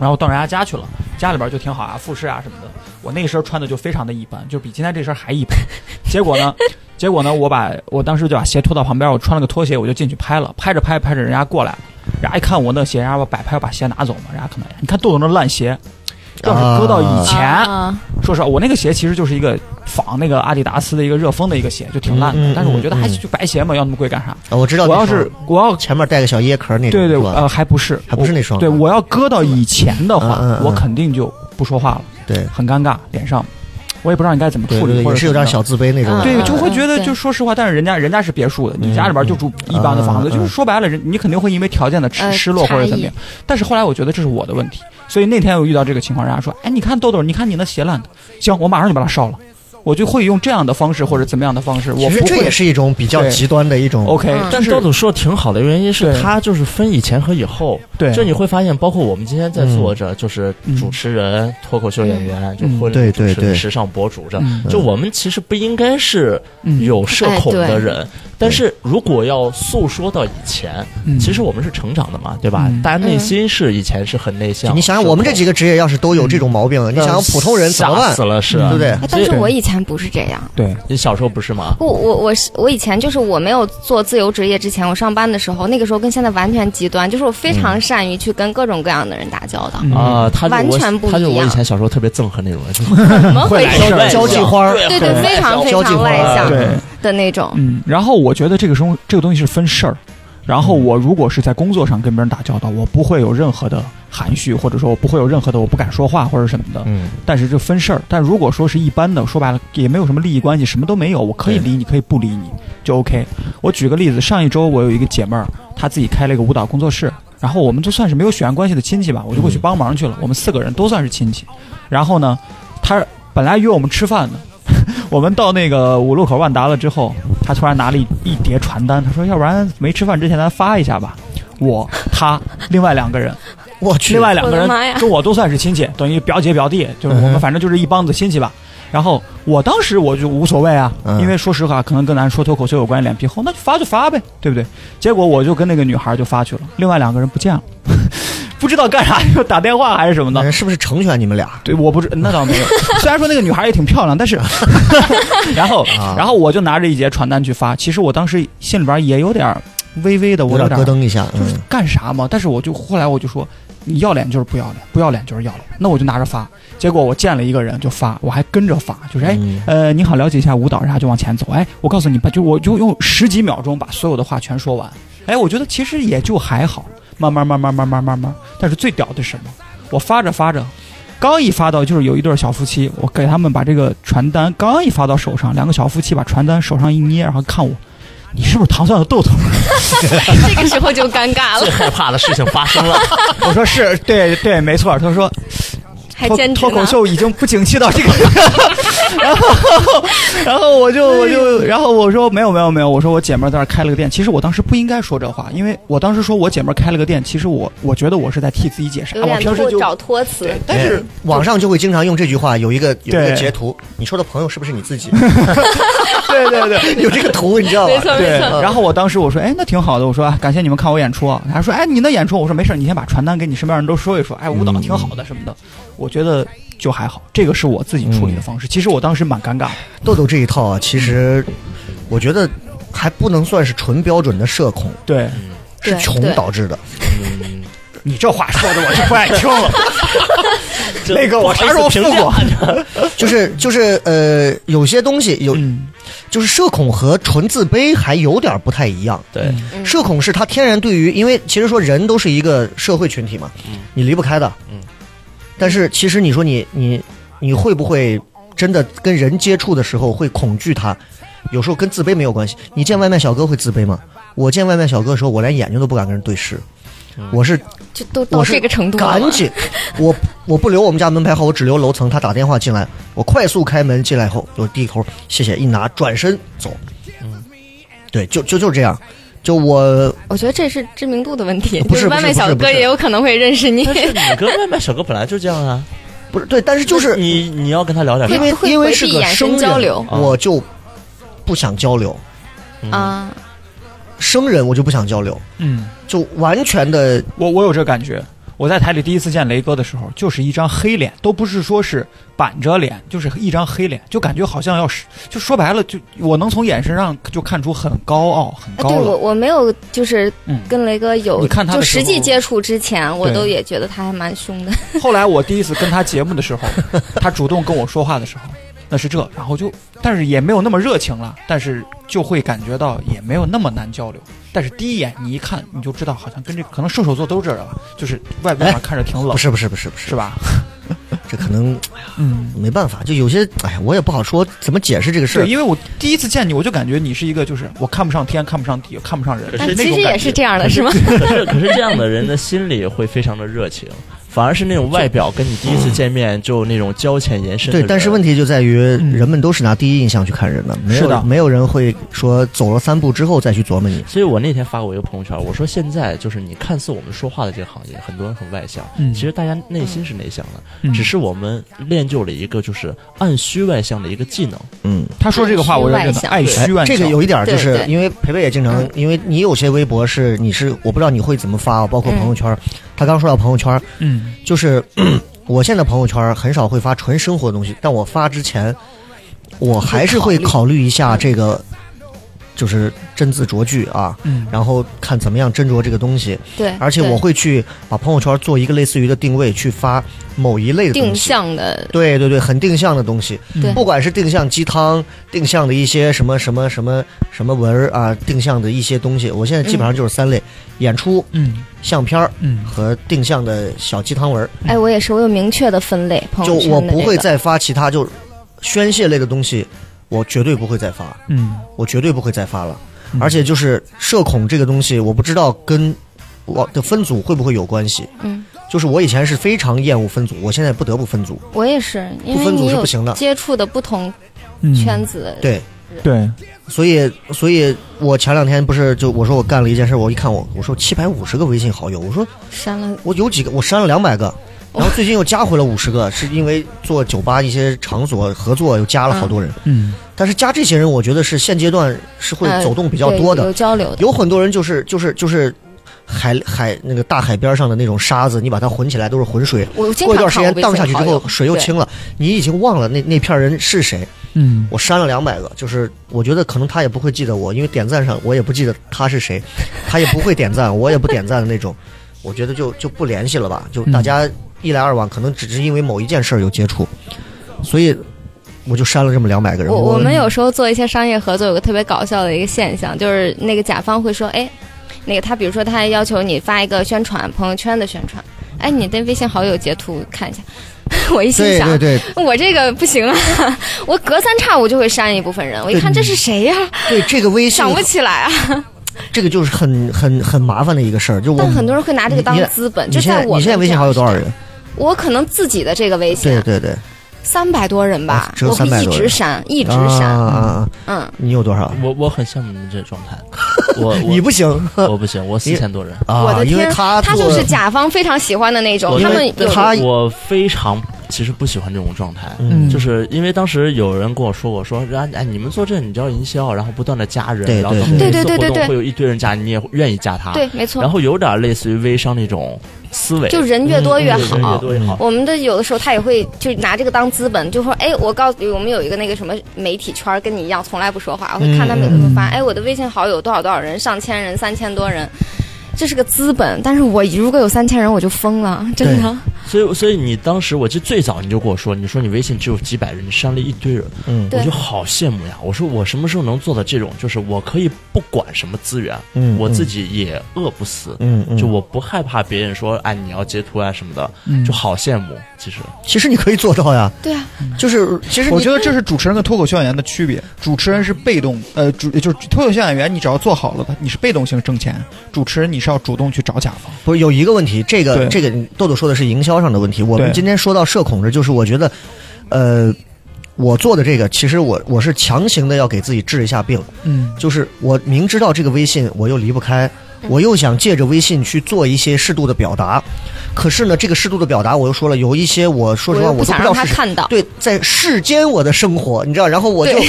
Speaker 9: 然后到人家家去了，家里边就挺好啊，复试啊什么的。我那身穿的就非常的一般，就比今天这身还一般。结果呢， 结果呢，我把我当时就把鞋拖到旁边，我穿了个拖鞋，我就进去拍了。拍着拍着拍着，人家过来了，人家一看我那鞋，人家我摆拍，我把鞋拿走嘛。人家可能，你看豆豆那烂鞋，要是搁到以前，
Speaker 6: 啊
Speaker 9: 说实话，我那个鞋其实就是一个仿那个阿迪达斯的一个热风的一个鞋，就挺烂的。
Speaker 4: 嗯嗯
Speaker 9: 但是我觉得还
Speaker 4: 嗯
Speaker 9: 是就白鞋嘛，要那么贵干啥？
Speaker 4: 啊我知道
Speaker 9: 我
Speaker 4: 那
Speaker 9: 要
Speaker 4: 双，
Speaker 9: 是我要
Speaker 4: 前面带个小椰壳那种，
Speaker 9: 对对
Speaker 4: 是吧
Speaker 9: 呃还不是
Speaker 4: 还不是那双嗯
Speaker 9: 对我要搁到以前的话，
Speaker 4: 嗯嗯嗯
Speaker 9: 我肯定就不说话了，
Speaker 4: 对
Speaker 9: 很尴尬，脸上我也不知道应该怎么
Speaker 4: 对
Speaker 9: 处理，
Speaker 4: 对，
Speaker 9: 或
Speaker 4: 也
Speaker 9: 者
Speaker 4: 是有点小自卑那种啊
Speaker 6: 嗯
Speaker 4: 感觉。
Speaker 9: 对，就会觉
Speaker 6: 嗯
Speaker 9: 得
Speaker 6: 对
Speaker 9: 就说实话，但是人家人家是别墅的，你家里边就住一般的房子，
Speaker 4: 嗯嗯
Speaker 9: 就是说白了，人你肯定会因为条件的失
Speaker 6: 呃
Speaker 9: 失落或者
Speaker 6: 差异
Speaker 9: 怎么样。但是后来我觉得这是我的问题，所以那天我遇到这个情况，人家说，哎，你看豆豆，你看你那鞋烂的，行，我马上就把它烧了，我就会用这样的方式或者怎么样的方式，我
Speaker 4: 其实
Speaker 9: 不
Speaker 4: 这也
Speaker 9: 会。
Speaker 4: 是一种比较
Speaker 9: 对
Speaker 4: 极端的一种
Speaker 9: OK，
Speaker 6: 嗯
Speaker 9: 但是
Speaker 7: 豆豆说的挺好的原因是
Speaker 9: 对
Speaker 7: 他就是分以前和以后，
Speaker 9: 对
Speaker 7: 就你会发现，包括我们今天
Speaker 4: 嗯
Speaker 7: 在做着，就是主持人、脱口秀演员，就婚
Speaker 4: 嗯对
Speaker 7: 礼主
Speaker 4: 对
Speaker 7: 持
Speaker 4: 对
Speaker 7: 人、时尚博主这
Speaker 9: 嗯
Speaker 7: 样，就我们其实不应该是
Speaker 4: 嗯
Speaker 7: 有社恐
Speaker 6: 哎
Speaker 7: 的人，但是如果要诉说到以前，
Speaker 9: 嗯
Speaker 7: 其实我们是成长的嘛，对吧
Speaker 9: 嗯？
Speaker 7: 大家内心是以前是很内向，
Speaker 4: 你想想，我们这几
Speaker 7: 个，
Speaker 4: 个职业要是都有这
Speaker 9: 嗯
Speaker 4: 种毛病，你想想普通人怎么
Speaker 7: 吓
Speaker 4: 办
Speaker 7: 死？了，是
Speaker 4: 对不对？
Speaker 6: 哎但是
Speaker 7: 所以
Speaker 6: 我以前不是这样。
Speaker 9: 对，
Speaker 7: 你小时候不是吗？
Speaker 6: 不，我我是我以前就是我没有做自由职业之前，我上班的时候，那个时候跟现在完全极端，就是我非常善于去跟各种各样的人打交道，
Speaker 4: 嗯
Speaker 7: 啊，他就
Speaker 6: 完
Speaker 7: 我
Speaker 6: 全不一样
Speaker 7: 他就我以前小时候特别憎恨那种人，
Speaker 6: 怎么回事？
Speaker 4: 交际花儿，嗯
Speaker 6: 对对，非常非
Speaker 4: 交际
Speaker 6: 常
Speaker 4: 花
Speaker 6: 外
Speaker 4: 儿
Speaker 6: 向
Speaker 9: 对
Speaker 6: 的那种。
Speaker 9: 嗯，然后我觉得这个东这个东西是分事儿。然
Speaker 4: 嗯
Speaker 9: 后我如果是在工作上跟别人打交道，我不会有任何的含蓄，或者说我不会有任何的我不敢说话或者什么的。
Speaker 7: 嗯，
Speaker 9: 但是这分事儿。但如果说是一般的，说白了也没有什么利益关系，什么都没有，我可以
Speaker 7: 对
Speaker 9: 理你，可以不理你，就 OK。我举个例子，上一周我有一个姐妹儿，她自己开了一个舞蹈工作室，然后我们就算是没有血缘关系的亲戚吧，我就会去帮忙去了。我们四个人都算是亲戚。然后呢，她本来约我们吃饭的。 我们到那个五路口万达了之后，她突然拿了一一叠传单，她说：“要不然没吃饭之前咱发一下吧。”我、她、另外两个人，
Speaker 4: 我去，
Speaker 9: 另外两个
Speaker 6: 我
Speaker 9: 人
Speaker 6: 的妈呀
Speaker 9: 跟我都算是亲戚，等于表姐表弟，就是我
Speaker 4: 嗯
Speaker 9: 们
Speaker 4: 哼
Speaker 9: 反正就是一帮子亲戚吧。然后我当时我就无所谓啊，
Speaker 4: 嗯
Speaker 9: 因为说实话，可能跟咱说脱口秀有关，脸皮厚，那就发就发呗，对不对？结果我就跟那个女孩就发去了，另外两个人不见了， 不知道干啥，又打电话还是什么的。
Speaker 4: 人是不是成全你们俩？
Speaker 9: 对，我不知那倒 没有。虽然说那个女孩也挺漂亮，但是，然后，
Speaker 4: 啊
Speaker 9: 然后我就拿着一叠传单去发。其实我当时心里边也有点儿微微的，我
Speaker 4: 有
Speaker 9: 有
Speaker 4: 点
Speaker 9: 点
Speaker 4: 咯噔一下，
Speaker 9: 就是
Speaker 4: 嗯，
Speaker 9: 干啥嘛？但是我就后来我就说，你要脸就是不要脸，不要脸就是要脸。那我就拿着发，结果我见了一个人就发，我还跟着发，就是哎，
Speaker 4: 嗯
Speaker 9: 呃，你好，了解一下舞蹈，然后就往前走。哎，我告诉你吧，就我就用十几秒钟把所有的话全说完。哎，我觉得其实也就还好，慢慢慢慢慢慢慢慢。但是最屌的是什么？我发着发着。刚一发到，就是有一对小夫妻，我给他们把这个传单刚一发到手上，两个小夫妻把传单手上一捏，然后看我，你是不是糖蒜的豆豆？
Speaker 6: 这个时候就尴尬
Speaker 7: 最
Speaker 6: 了，
Speaker 7: 害怕的事情发生了，
Speaker 9: 我说是对对，没错。他说
Speaker 6: 还
Speaker 9: 脱
Speaker 6: 兼职
Speaker 9: 脱口
Speaker 6: 呢。
Speaker 9: 秀已经不景气到这个， 然后然后我就我
Speaker 6: 哎
Speaker 9: 就然后我说没有没有没有，我说我姐妹儿在那儿开了个店，其实我当时不应该说这话，因为我当时说我姐妹儿开了个店，其实我我觉得我是在替自己解释，
Speaker 6: 有
Speaker 9: 啊我
Speaker 6: 点
Speaker 9: 平时
Speaker 6: 托
Speaker 9: 就
Speaker 6: 找托词，
Speaker 9: 但是
Speaker 4: 哎网上就会经常用这句话，有一个有一个
Speaker 9: 对
Speaker 4: 截图，你说的朋友是不是你自己？
Speaker 9: 对对 对。
Speaker 4: 有这个图，你知道吧？
Speaker 6: 没错
Speaker 9: 对
Speaker 6: 没，错。
Speaker 9: 然后我当时我说，哎，那挺好的。我说啊感谢你们看我演出啊。他说，哎，你那演出，我说没事儿，你先把传单给你身边人都说一说。哎，舞蹈挺好的什么的，我觉得就还好。这个是我自己处理的方式。其实我当时蛮尴尬的。
Speaker 4: 豆豆这一套啊，其实我觉得还不能算是纯标准的社恐，
Speaker 9: 对，
Speaker 4: 是
Speaker 6: 对
Speaker 4: 穷
Speaker 6: 对
Speaker 4: 导致的。
Speaker 9: 你这话说的我就不爱听了。那个我啥时候付 过？
Speaker 4: 就是就是呃，有些东西有，就是社恐和纯自卑还有点不太一样。
Speaker 7: 对，
Speaker 6: 嗯
Speaker 4: 社恐是他天然对于，因为其实说人都是一个社会群体嘛，你离不开的。
Speaker 7: 嗯，
Speaker 4: 但是其实你说你你你会不会真的跟人接触的时候会恐惧他？有时候跟自卑没有关系。你见外卖小哥会自卑吗？我见外卖小哥的时候，我连眼睛都不敢跟人对视，我是
Speaker 6: 就都到
Speaker 4: 我是
Speaker 6: 这个程度了吗
Speaker 4: 赶紧，我 我不留我们家门牌号，我只留楼层。他打电话进来，我快速开门进来后，我低头谢谢，一拿转身走。嗯对，就就就是这样。就我
Speaker 6: 我觉得这是知名度的问题，
Speaker 4: 不是
Speaker 6: 就外卖小
Speaker 4: 不是不
Speaker 6: 哥
Speaker 4: 是
Speaker 6: 也有可能会认识你，
Speaker 7: 但是你跟外卖小哥本来就这样啊，
Speaker 4: 不是对，但是 就是
Speaker 7: 你你要跟他聊点
Speaker 6: 会
Speaker 4: 因
Speaker 7: 啥？
Speaker 4: 为
Speaker 6: 会
Speaker 4: 因为
Speaker 6: 回
Speaker 4: 是
Speaker 6: 避
Speaker 4: 个
Speaker 6: 眼
Speaker 4: 生
Speaker 6: 神
Speaker 4: 人
Speaker 6: 交流
Speaker 4: 我就不想交流。
Speaker 6: 啊。
Speaker 4: 生人我就不想交流，
Speaker 9: 嗯，
Speaker 4: 就完全的
Speaker 9: 我我有这感觉。我在台里第一次见雷哥的时候，就是一张黑脸，都不是说是板着脸，就是一张黑脸，就感觉好像要是，就说白了，就我能从眼神上就看出很高傲，很
Speaker 6: 哎
Speaker 9: 高
Speaker 6: 对我
Speaker 9: 冷。
Speaker 6: 我没有就是
Speaker 9: 嗯，
Speaker 6: 跟雷哥有
Speaker 9: 你看他的
Speaker 6: 就
Speaker 9: 时
Speaker 6: 实际
Speaker 9: 候
Speaker 6: 接触之前，我
Speaker 9: 对
Speaker 6: 都也觉得他还蛮凶的。
Speaker 9: 后来我第一次跟他节目的时 候，他主动跟我说话的时候，那是这，然后就，但是也没有那么热情了，但是就会感觉到也没有那么难交流。但是第一眼你一看，你就知道，好像跟这可能射手座都这样吧，就是外边看着挺冷，
Speaker 4: 不是不是不是不是
Speaker 9: 是吧？
Speaker 4: 这可能
Speaker 9: 嗯，
Speaker 4: 没办法，就有些哎，我也不好说怎么解释这个事
Speaker 9: 对，
Speaker 4: 儿。
Speaker 9: 因为我第一次见你，我就感觉你是一个就是我看不上天，看不上地，看不上人，
Speaker 6: 但
Speaker 9: 是那
Speaker 6: 其
Speaker 9: 种
Speaker 6: 实
Speaker 9: 感觉
Speaker 6: 也是这样的，是吗？
Speaker 7: 可是 可是这样的人的心里会非常的热情，反而是那种外表跟你第一次见面就那种交浅言深的
Speaker 4: 对，
Speaker 7: 人。
Speaker 4: 但是问题就在于人们都是拿第一印象去看人的，没
Speaker 9: 是的
Speaker 4: 有没有人会说走了三步之后再去琢磨你。
Speaker 7: 所以我那天发过一个朋友圈，我说现在就是你看似我们说话的这个行业，很多人很外向，
Speaker 9: 嗯
Speaker 7: 其实大家内心是内向的，
Speaker 9: 嗯
Speaker 7: 只是我们练就了一个就是按需外向的一个技能。
Speaker 4: 嗯，
Speaker 9: 他说这个话，我认真的爱
Speaker 6: 爱
Speaker 9: 虚万
Speaker 4: 哎这个有一点儿就是
Speaker 6: 对对
Speaker 4: 因为培培也经常
Speaker 6: 嗯，
Speaker 4: 因为你有些微博是你是我不知道你会怎么发啊，
Speaker 6: 嗯
Speaker 4: 包括朋友圈儿。他刚说到朋友圈儿，
Speaker 9: 嗯
Speaker 4: 就是 咳我现在朋友圈儿很少会发纯生活的东西，但我发之前，我还是会考虑一下这个，就是斟字酌句啊，
Speaker 9: 嗯，
Speaker 4: 然后看怎么样斟酌这个东西，
Speaker 6: 对，
Speaker 4: 而且
Speaker 6: 对
Speaker 4: 我会去把朋友圈做一个类似于的定位，去发某一类的
Speaker 6: 定
Speaker 4: 东西。
Speaker 6: 向的
Speaker 4: 对对对，很定向的东西，
Speaker 6: 对
Speaker 4: 不管是定向鸡汤、定向的一些什么什么什么什么文儿啊，定向的一些东西，我现在基本
Speaker 6: 嗯
Speaker 4: 上就是三类：演出、
Speaker 9: 嗯
Speaker 4: 相片儿
Speaker 9: 嗯
Speaker 4: 和定向的小鸡汤文儿。
Speaker 6: 哎，我也是，我有明确的分类，朋
Speaker 4: 就
Speaker 6: 友圈
Speaker 4: 我
Speaker 6: 的
Speaker 4: 不
Speaker 6: 这
Speaker 4: 会
Speaker 6: 个
Speaker 4: 再发其他就宣泄类的东西，我绝对不会再发，
Speaker 9: 嗯，
Speaker 4: 我绝对不会再发了。而且就是社恐这个东西，我不知道跟我的分组会不会有关系。
Speaker 6: 嗯，
Speaker 4: 就是我以前是非常厌恶分组，我现在不得不分组。
Speaker 6: 我也是，因
Speaker 4: 不
Speaker 6: 为
Speaker 4: 分组
Speaker 6: 你
Speaker 4: 是
Speaker 6: 有
Speaker 4: 不行的嗯
Speaker 6: 接触的不同圈子，
Speaker 4: 对，
Speaker 9: 嗯对，
Speaker 4: 所以所以我前两天不是就我说我干了一件事，我一看我我说七百五十个微信好友，我说
Speaker 6: 删了
Speaker 4: 我有几个我删了两百个。然后最近又加回了五十个，是因为做酒吧一些场所合作，又加了好多人。
Speaker 9: 嗯
Speaker 4: 但是加这些人，我觉得是现阶段是会
Speaker 6: 呃
Speaker 4: 走动比较
Speaker 6: 对
Speaker 4: 多的，
Speaker 6: 有交流的，
Speaker 4: 有很多人就是就是就是海海那个大海边上的那种沙子，你把它混起来都是浑水，
Speaker 6: 我经
Speaker 4: 过
Speaker 6: 常
Speaker 4: 一段时
Speaker 6: 看我
Speaker 4: 间
Speaker 6: 微
Speaker 4: 荡
Speaker 6: 信
Speaker 4: 下去之
Speaker 6: 好友
Speaker 4: 后水又
Speaker 6: 对
Speaker 4: 清了，你已经忘了那那片人是谁。
Speaker 9: 嗯，
Speaker 4: 我删了两百个，就是我觉得可能他也不会记得我，因为点赞上我也不记得他是 谁，他也不会点赞，我也不点赞的那种。我觉得就就不联系了吧，
Speaker 6: 嗯
Speaker 4: 就大家一来二往，可能只是因为某一件事儿有接触，所以我就删了这么两百个人。
Speaker 6: 我
Speaker 4: 我
Speaker 6: 我们有时候做一些商业合作，有个特别搞笑的一个现象，就是那个甲方会说，哎，那个他比如说他要求你发一个宣传朋友圈的宣传，哎，你的微信好友截图看一下。 我一心
Speaker 4: 对
Speaker 6: 想，
Speaker 4: 对对，
Speaker 6: 我这个不行啊， 我隔三差五就会删一部分人，我一看这是谁呀、
Speaker 4: 对这个微信
Speaker 6: 想不起来啊。
Speaker 4: 这个就是很很很麻烦的一个事儿，就我
Speaker 6: 但很多人会拿这个当
Speaker 4: 嗯你你
Speaker 6: 资本，
Speaker 4: 你
Speaker 6: 就
Speaker 4: 现在
Speaker 6: 我
Speaker 4: 你现在
Speaker 6: 们
Speaker 4: 微信
Speaker 6: 这
Speaker 4: 好友
Speaker 6: 样
Speaker 4: 多少人？
Speaker 6: 我可能自己的这个微信
Speaker 4: 对对对，
Speaker 6: 三百多人吧
Speaker 4: 啊，只有
Speaker 6: 我会
Speaker 4: 300
Speaker 6: 一
Speaker 4: 多
Speaker 6: 直
Speaker 4: 人
Speaker 6: 删，一直
Speaker 4: 啊
Speaker 6: 删，
Speaker 4: 啊啊！
Speaker 6: 嗯，
Speaker 4: 你有多少？
Speaker 7: 我我很羡慕你们 这状态，我我
Speaker 4: 你不行
Speaker 6: 呃
Speaker 7: 我不行，我四千多人。
Speaker 4: 啊！
Speaker 6: 我的
Speaker 4: 因为
Speaker 6: 天，
Speaker 4: 他
Speaker 6: 他
Speaker 4: 做
Speaker 6: 就是甲方非常喜欢的那种
Speaker 7: 我，
Speaker 6: 他们
Speaker 4: 对
Speaker 6: 有
Speaker 4: 他
Speaker 7: 我非常其实不喜欢这种状态，
Speaker 4: 嗯
Speaker 7: 就是因为当时有人跟我说过，说啊哎你们做这你就要营销，然后不断的加人，
Speaker 4: 对
Speaker 7: 然后
Speaker 4: 对
Speaker 7: 等每
Speaker 6: 对对
Speaker 7: 次
Speaker 6: 对
Speaker 7: 活
Speaker 6: 对对
Speaker 7: 动会有一堆人加，你也愿意加他，
Speaker 6: 对，没错
Speaker 7: 然，后有点类似于微商那种思维，
Speaker 6: 就人越多越
Speaker 7: 对人越
Speaker 6: 好。
Speaker 7: 多越好。
Speaker 6: 我们的有的时候他也会就拿这个当资本，就说
Speaker 4: 嗯
Speaker 6: 哎，我告诉我们有一个那个什么媒体圈儿跟你一样，从来不说话，我会看他每个都发，哎，我的微信好友多少多少人，上千人，三千多人。这是个资本，但是我如果有三千人，我就疯了，真的。
Speaker 7: 所以，所以你当时，我记得最早你就跟我说，你说你微信只有几百人，你删了一堆人，
Speaker 4: 嗯
Speaker 6: 对啊
Speaker 7: 我就好羡慕呀。我说我什么时候能做到这种，就是我可以不管什么资源，
Speaker 4: 嗯
Speaker 7: 我自己也饿不死，
Speaker 4: 嗯嗯
Speaker 7: 就我不害怕别人说，哎，你要截图啊什么的，就好羡慕。其实，
Speaker 4: 其实你可以做到呀，
Speaker 6: 对啊，
Speaker 4: 就是其实
Speaker 9: 我
Speaker 4: 你
Speaker 9: 觉得这是主持人跟脱口秀演员的区别。主持人是被动，呃，主就是脱口秀演员，你只要做好了吧，你是被动性挣钱；主持人你是要主动去找甲方。
Speaker 4: 不是有一个问题，这个
Speaker 9: 对
Speaker 4: 这个豆豆说的是营销上的问题。我们
Speaker 9: 对
Speaker 4: 今天说到社恐这，就是我觉得，呃，我做的这个，其实我我是强行的要给自己治一下病，
Speaker 9: 嗯，
Speaker 4: 就是我明知道这个微信我又离不开，
Speaker 6: 嗯
Speaker 4: 我又想借着微信去做一些适度的表达，可是呢，这个适度的表达我又说了，有一些我说实话
Speaker 6: 我又
Speaker 4: 我都
Speaker 6: 不想
Speaker 4: 知道
Speaker 6: 让他
Speaker 4: 是
Speaker 6: 看到
Speaker 4: 对，在世间我的生活，你知道，然后我就
Speaker 6: 对。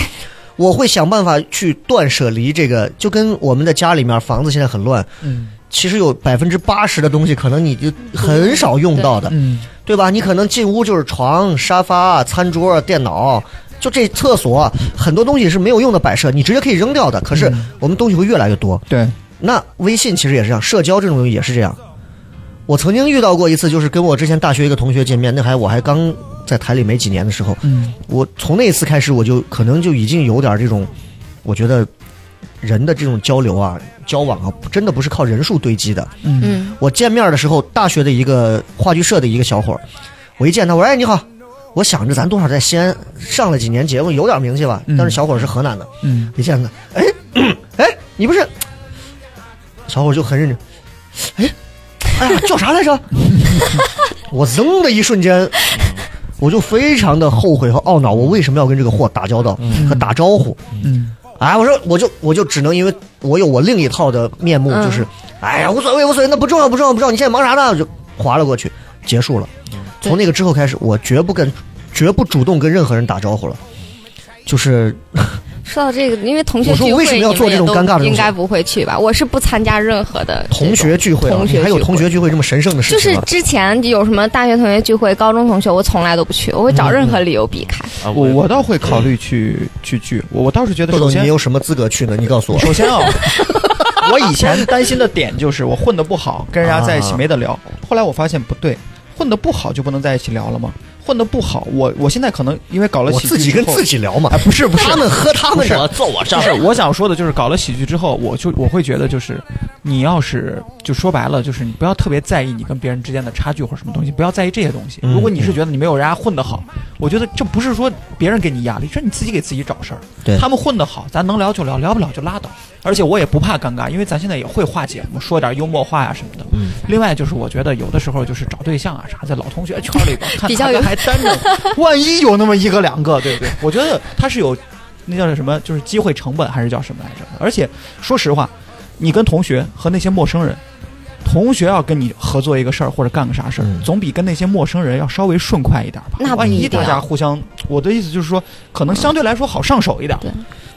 Speaker 4: 我会想办法去断舍离这个，就跟我们的家里面房子现在很乱，
Speaker 9: 嗯，
Speaker 4: 其实有百分之八十的东西可能你
Speaker 6: 嗯
Speaker 4: 就很少用到的，
Speaker 9: 嗯，
Speaker 4: 对吧？你可能进屋就是床、沙发、餐桌、电脑，就这厕所很多东西是没有用的摆设，你直接可以扔掉的。可是我们东西会越来越多。
Speaker 9: 对，
Speaker 4: 那微信其实也是这样，社交这种东西也是这样。我曾经遇到过一次，就是跟我之前大学一个同学见面，那还我还刚在台里没几年的时候，
Speaker 9: 嗯，
Speaker 4: 我从那一次开始，我就可能就已经有点这种，我觉得人的这种交流啊、交往啊，真的不是靠人数堆积的。
Speaker 6: 嗯，
Speaker 4: 我见面的时候，大学的一个话剧社的一个小伙儿，我一见他，我说：“哎，你好。”我想着咱多少在西安上了几年节目，有点名气吧。
Speaker 9: 嗯
Speaker 4: 但是小伙儿是河南的，
Speaker 9: 嗯，
Speaker 4: 一见他，哎， 哎，你不是？小伙儿就很认真，哎， 哎呀，叫啥来着？ 我噌的一瞬间，我就非常的后悔和懊恼，我为什么要跟这个货打交道和打招呼？
Speaker 9: 嗯，
Speaker 4: 哎，我说我就我就只能因为我有我另一套的面目，
Speaker 6: 嗯
Speaker 4: 就是，哎呀，无所谓无所谓，那不重要不重要不重要，你现在忙啥呢？我就划了过去，结束了。
Speaker 9: 嗯
Speaker 4: 从那个之后开始，我绝不跟，绝不主动跟任何人打招呼了。就是
Speaker 6: 说到这个，因为同学
Speaker 4: 我说
Speaker 6: 聚
Speaker 4: 我为什
Speaker 6: 会，
Speaker 4: 么要
Speaker 6: 你
Speaker 4: 做
Speaker 6: 们
Speaker 4: 这种
Speaker 6: 也都
Speaker 4: 尴尬的东西
Speaker 6: 应该不会去吧？我是不参加任何的这种
Speaker 4: 同学聚会、啊，
Speaker 6: 同
Speaker 4: 你
Speaker 6: 学
Speaker 4: 还有
Speaker 6: 聚会
Speaker 4: 同学聚会这么神圣的事
Speaker 6: 就
Speaker 4: 情啊
Speaker 6: 是
Speaker 4: 吗？
Speaker 6: 之前有什么大学同学聚会、高中同学，我从来都不去，我会找任何理由避开。
Speaker 4: 嗯
Speaker 7: 啊，
Speaker 9: 我
Speaker 7: 也
Speaker 9: 我倒会考虑去去聚，我我倒是觉得
Speaker 4: 豆
Speaker 9: 首
Speaker 4: 豆，你
Speaker 9: 先
Speaker 4: 有什么资格去呢？你告诉我。
Speaker 9: 首 先啊、我以前担心的点就是我混得不好，跟人家在一
Speaker 4: 啊
Speaker 9: 起没得聊。后来我发现不对，混得不好就不能在一起聊了吗？混得不好，我我现在可能因为搞了
Speaker 4: 我
Speaker 9: 喜剧
Speaker 4: 自己跟
Speaker 9: 之后
Speaker 4: 自己聊嘛
Speaker 9: 哎，，不是不是
Speaker 4: 他，们喝他们的，
Speaker 7: 做我这
Speaker 9: 就是我想说的，就是搞了喜剧之后，我就我会觉得，就是你要是就说白了，就是你不要特别在意你跟别人之间的差距或者什么东西，不要在意这些东西。
Speaker 4: 嗯
Speaker 9: 如果你是觉得你没有人家混得好，我觉得这不是说别人给你压力，这是你自己给自己找事儿。
Speaker 4: 对
Speaker 9: 他们混得好，咱能聊就聊，聊不了就拉倒。而且我也不怕尴尬，因为咱现在也会化解，我们说点幽默话呀、什么的。
Speaker 7: 嗯
Speaker 9: 另外就是我觉得有的时候就是找对象啊啥，在老同学圈里边看
Speaker 6: 比较
Speaker 9: 大家
Speaker 6: 有
Speaker 9: 还单着，万一有那么一个两个，对不对？我觉得他是有那叫什么，就是机会成本还是叫什么来着？而且说实话，你跟同学和那些陌生人，同学要跟你合作一个事儿或者干个啥事儿，
Speaker 4: 嗯
Speaker 9: 总比跟那些陌生人要稍微顺快一点吧。
Speaker 6: 那不
Speaker 9: 万
Speaker 6: 一
Speaker 9: 一
Speaker 6: 定
Speaker 9: 大家互相，我的意思就是说，可能相对来说好上手一点。
Speaker 6: 对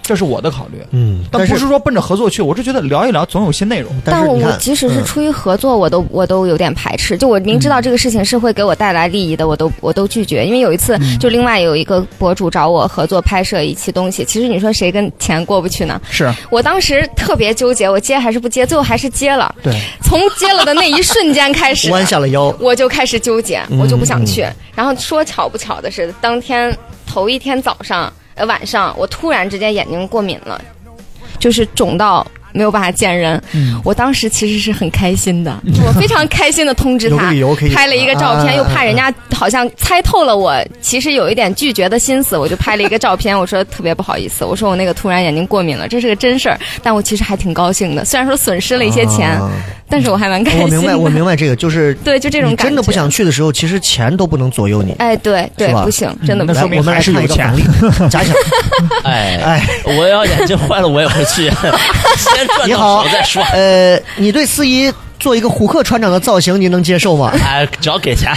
Speaker 9: 这是我的考虑。
Speaker 4: 嗯，
Speaker 9: 但
Speaker 4: 但
Speaker 9: 不是说奔着合作去，我是觉得聊一聊总有些内容。
Speaker 4: 但是
Speaker 6: 我
Speaker 4: 你
Speaker 6: 我
Speaker 4: 看
Speaker 6: 即使是
Speaker 4: 嗯
Speaker 6: 出于合作，我都我都有点排斥。就我明知道这个事情是会给我带来利益的，我都我都拒绝。因为有一次，
Speaker 4: 嗯
Speaker 6: 就另外有一个博主找我合作拍摄一期东西，其实你说谁跟钱过不去呢？
Speaker 9: 是
Speaker 6: 我当时特别纠结，我接还是不接，最后还是接了。
Speaker 9: 对，
Speaker 6: 从接了的那一瞬间开始，
Speaker 4: 弯下了腰，
Speaker 6: 我就开始纠结，
Speaker 4: 嗯
Speaker 6: 我就不想去。然后说巧不巧的是，当天头一天早上呃晚上，我突然之间眼睛过敏了，就是肿到。没有办法见人，
Speaker 4: 嗯
Speaker 6: 我当时其实是很开心的，我非常开心的通知
Speaker 4: 有个
Speaker 6: 他
Speaker 4: 理由可以，
Speaker 6: 拍了一个照
Speaker 4: 啊啊
Speaker 6: 片，又
Speaker 4: 啊
Speaker 6: 怕人家好像猜透了我，其实有一点拒绝的心思，我就拍了一个照片， 我说特别不好意思，我说我那个突然眼睛过敏了，这是个真事儿，但我其实还挺高兴的，虽然说损失了一些钱，
Speaker 4: 啊哦
Speaker 6: 但是我还蛮 开心的。
Speaker 4: 我明白，我明白这个，就是
Speaker 6: 对，就这种
Speaker 4: 你
Speaker 6: 感觉。
Speaker 4: 真的不想去的时候，其实钱都不能左右你。
Speaker 6: 哎，对对
Speaker 4: 是吧，嗯
Speaker 6: 不行，真的不
Speaker 9: 嗯那
Speaker 4: 来，
Speaker 9: 说
Speaker 6: 行。
Speaker 9: 明
Speaker 4: 我们
Speaker 9: 还
Speaker 4: 来
Speaker 9: 是
Speaker 4: 看一
Speaker 9: 有
Speaker 4: 个
Speaker 9: 钱
Speaker 4: 反例， 假想，
Speaker 7: 哎
Speaker 4: 哎，
Speaker 7: 我要眼睛坏了我也会 去，先赚
Speaker 4: 你
Speaker 7: 到
Speaker 4: 好
Speaker 7: 手再说。，
Speaker 4: 呃，你对司仪做一个虎克船长的造型，您能接受吗？
Speaker 7: 哎，只 要给钱，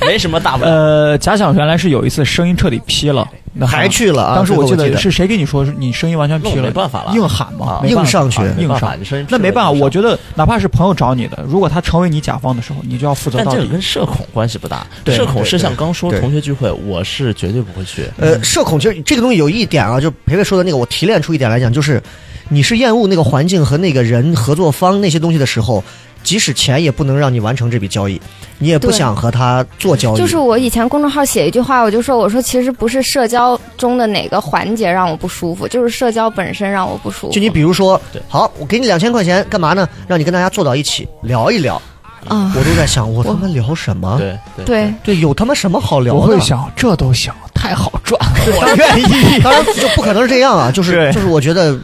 Speaker 7: 没什么大不了。
Speaker 9: 呃，假想原来是有一次声音彻底劈了，那
Speaker 4: 还去了啊
Speaker 9: 当时我
Speaker 4: 这
Speaker 9: 记
Speaker 4: 个我记
Speaker 9: 得
Speaker 4: 得
Speaker 9: 是谁给你说是你声音完全劈
Speaker 7: 那
Speaker 9: 了？
Speaker 7: 我没办法了
Speaker 9: 硬喊嘛
Speaker 7: 啊，
Speaker 9: 没办法
Speaker 4: 硬上去
Speaker 9: 啊硬
Speaker 7: 没办法
Speaker 9: 上
Speaker 7: 你声音劈了
Speaker 9: 那没办法，
Speaker 7: 硬上
Speaker 9: 我觉得哪怕是朋友找你的，如果他成为你甲方的时候，你就要负责
Speaker 7: 但
Speaker 9: 到
Speaker 7: 这个
Speaker 9: 底。
Speaker 7: 跟社恐关系不大，
Speaker 9: 对
Speaker 7: 社恐是像刚说
Speaker 4: 对对
Speaker 7: 同学聚会，我是绝对不会去。
Speaker 4: 呃，社恐其实这个东西有一点啊，就培培说的那个，我提炼出一点来讲，就是你是厌恶那个环境和那个人合作方那些东西的时候，即使钱也不能让你完成这笔交易，你也不
Speaker 6: 对
Speaker 4: 想和他做
Speaker 9: 哦
Speaker 4: 交易。
Speaker 6: 就是我以前公众号写一句话，我就说我说其实不是社交中的哪个环节让我不舒服，就是社交本身让我不舒服。
Speaker 4: 就你比如说
Speaker 9: 对，
Speaker 4: 好，我给你两千块钱，干嘛呢？让你跟大家坐到一起聊一聊。
Speaker 6: 啊，
Speaker 4: 我都在想，我他妈聊什么？
Speaker 7: 对对
Speaker 6: 对，
Speaker 4: 对，有他妈什么好聊的？
Speaker 9: 想，这都行，太好赚了。
Speaker 4: 我愿 意。当然就不可能是这样啊，就是
Speaker 9: 对
Speaker 4: 就是我觉得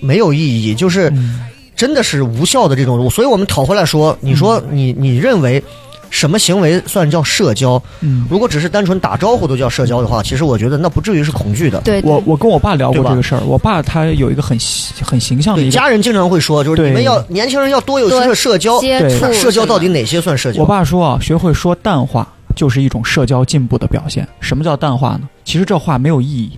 Speaker 4: 没有意义，就是
Speaker 9: 嗯
Speaker 4: 真的是无效的这种。所以我们讨回来说，你说你你认为什么行为算叫社交？
Speaker 9: 嗯，
Speaker 4: 如果只是单纯打招呼都叫社交的话，其实我觉得那不至于是恐惧的。
Speaker 6: 对，
Speaker 9: 我我跟我爸聊
Speaker 4: 对
Speaker 9: 过
Speaker 4: 吧
Speaker 9: 这个事儿，我爸他有一个很很形象的
Speaker 4: 对，
Speaker 9: 一个
Speaker 4: 家人经常会说，就是你
Speaker 9: 对
Speaker 4: 们要年轻人要多有些
Speaker 6: 多
Speaker 4: 社交。
Speaker 6: 接
Speaker 9: 对
Speaker 6: 触
Speaker 4: 那社交
Speaker 6: 什么
Speaker 4: 到底哪些算社
Speaker 9: 我
Speaker 4: 交？
Speaker 9: 爸说啊，学会说淡话就是一种社交进步的表现。什么叫淡化呢？其实这话没有意义。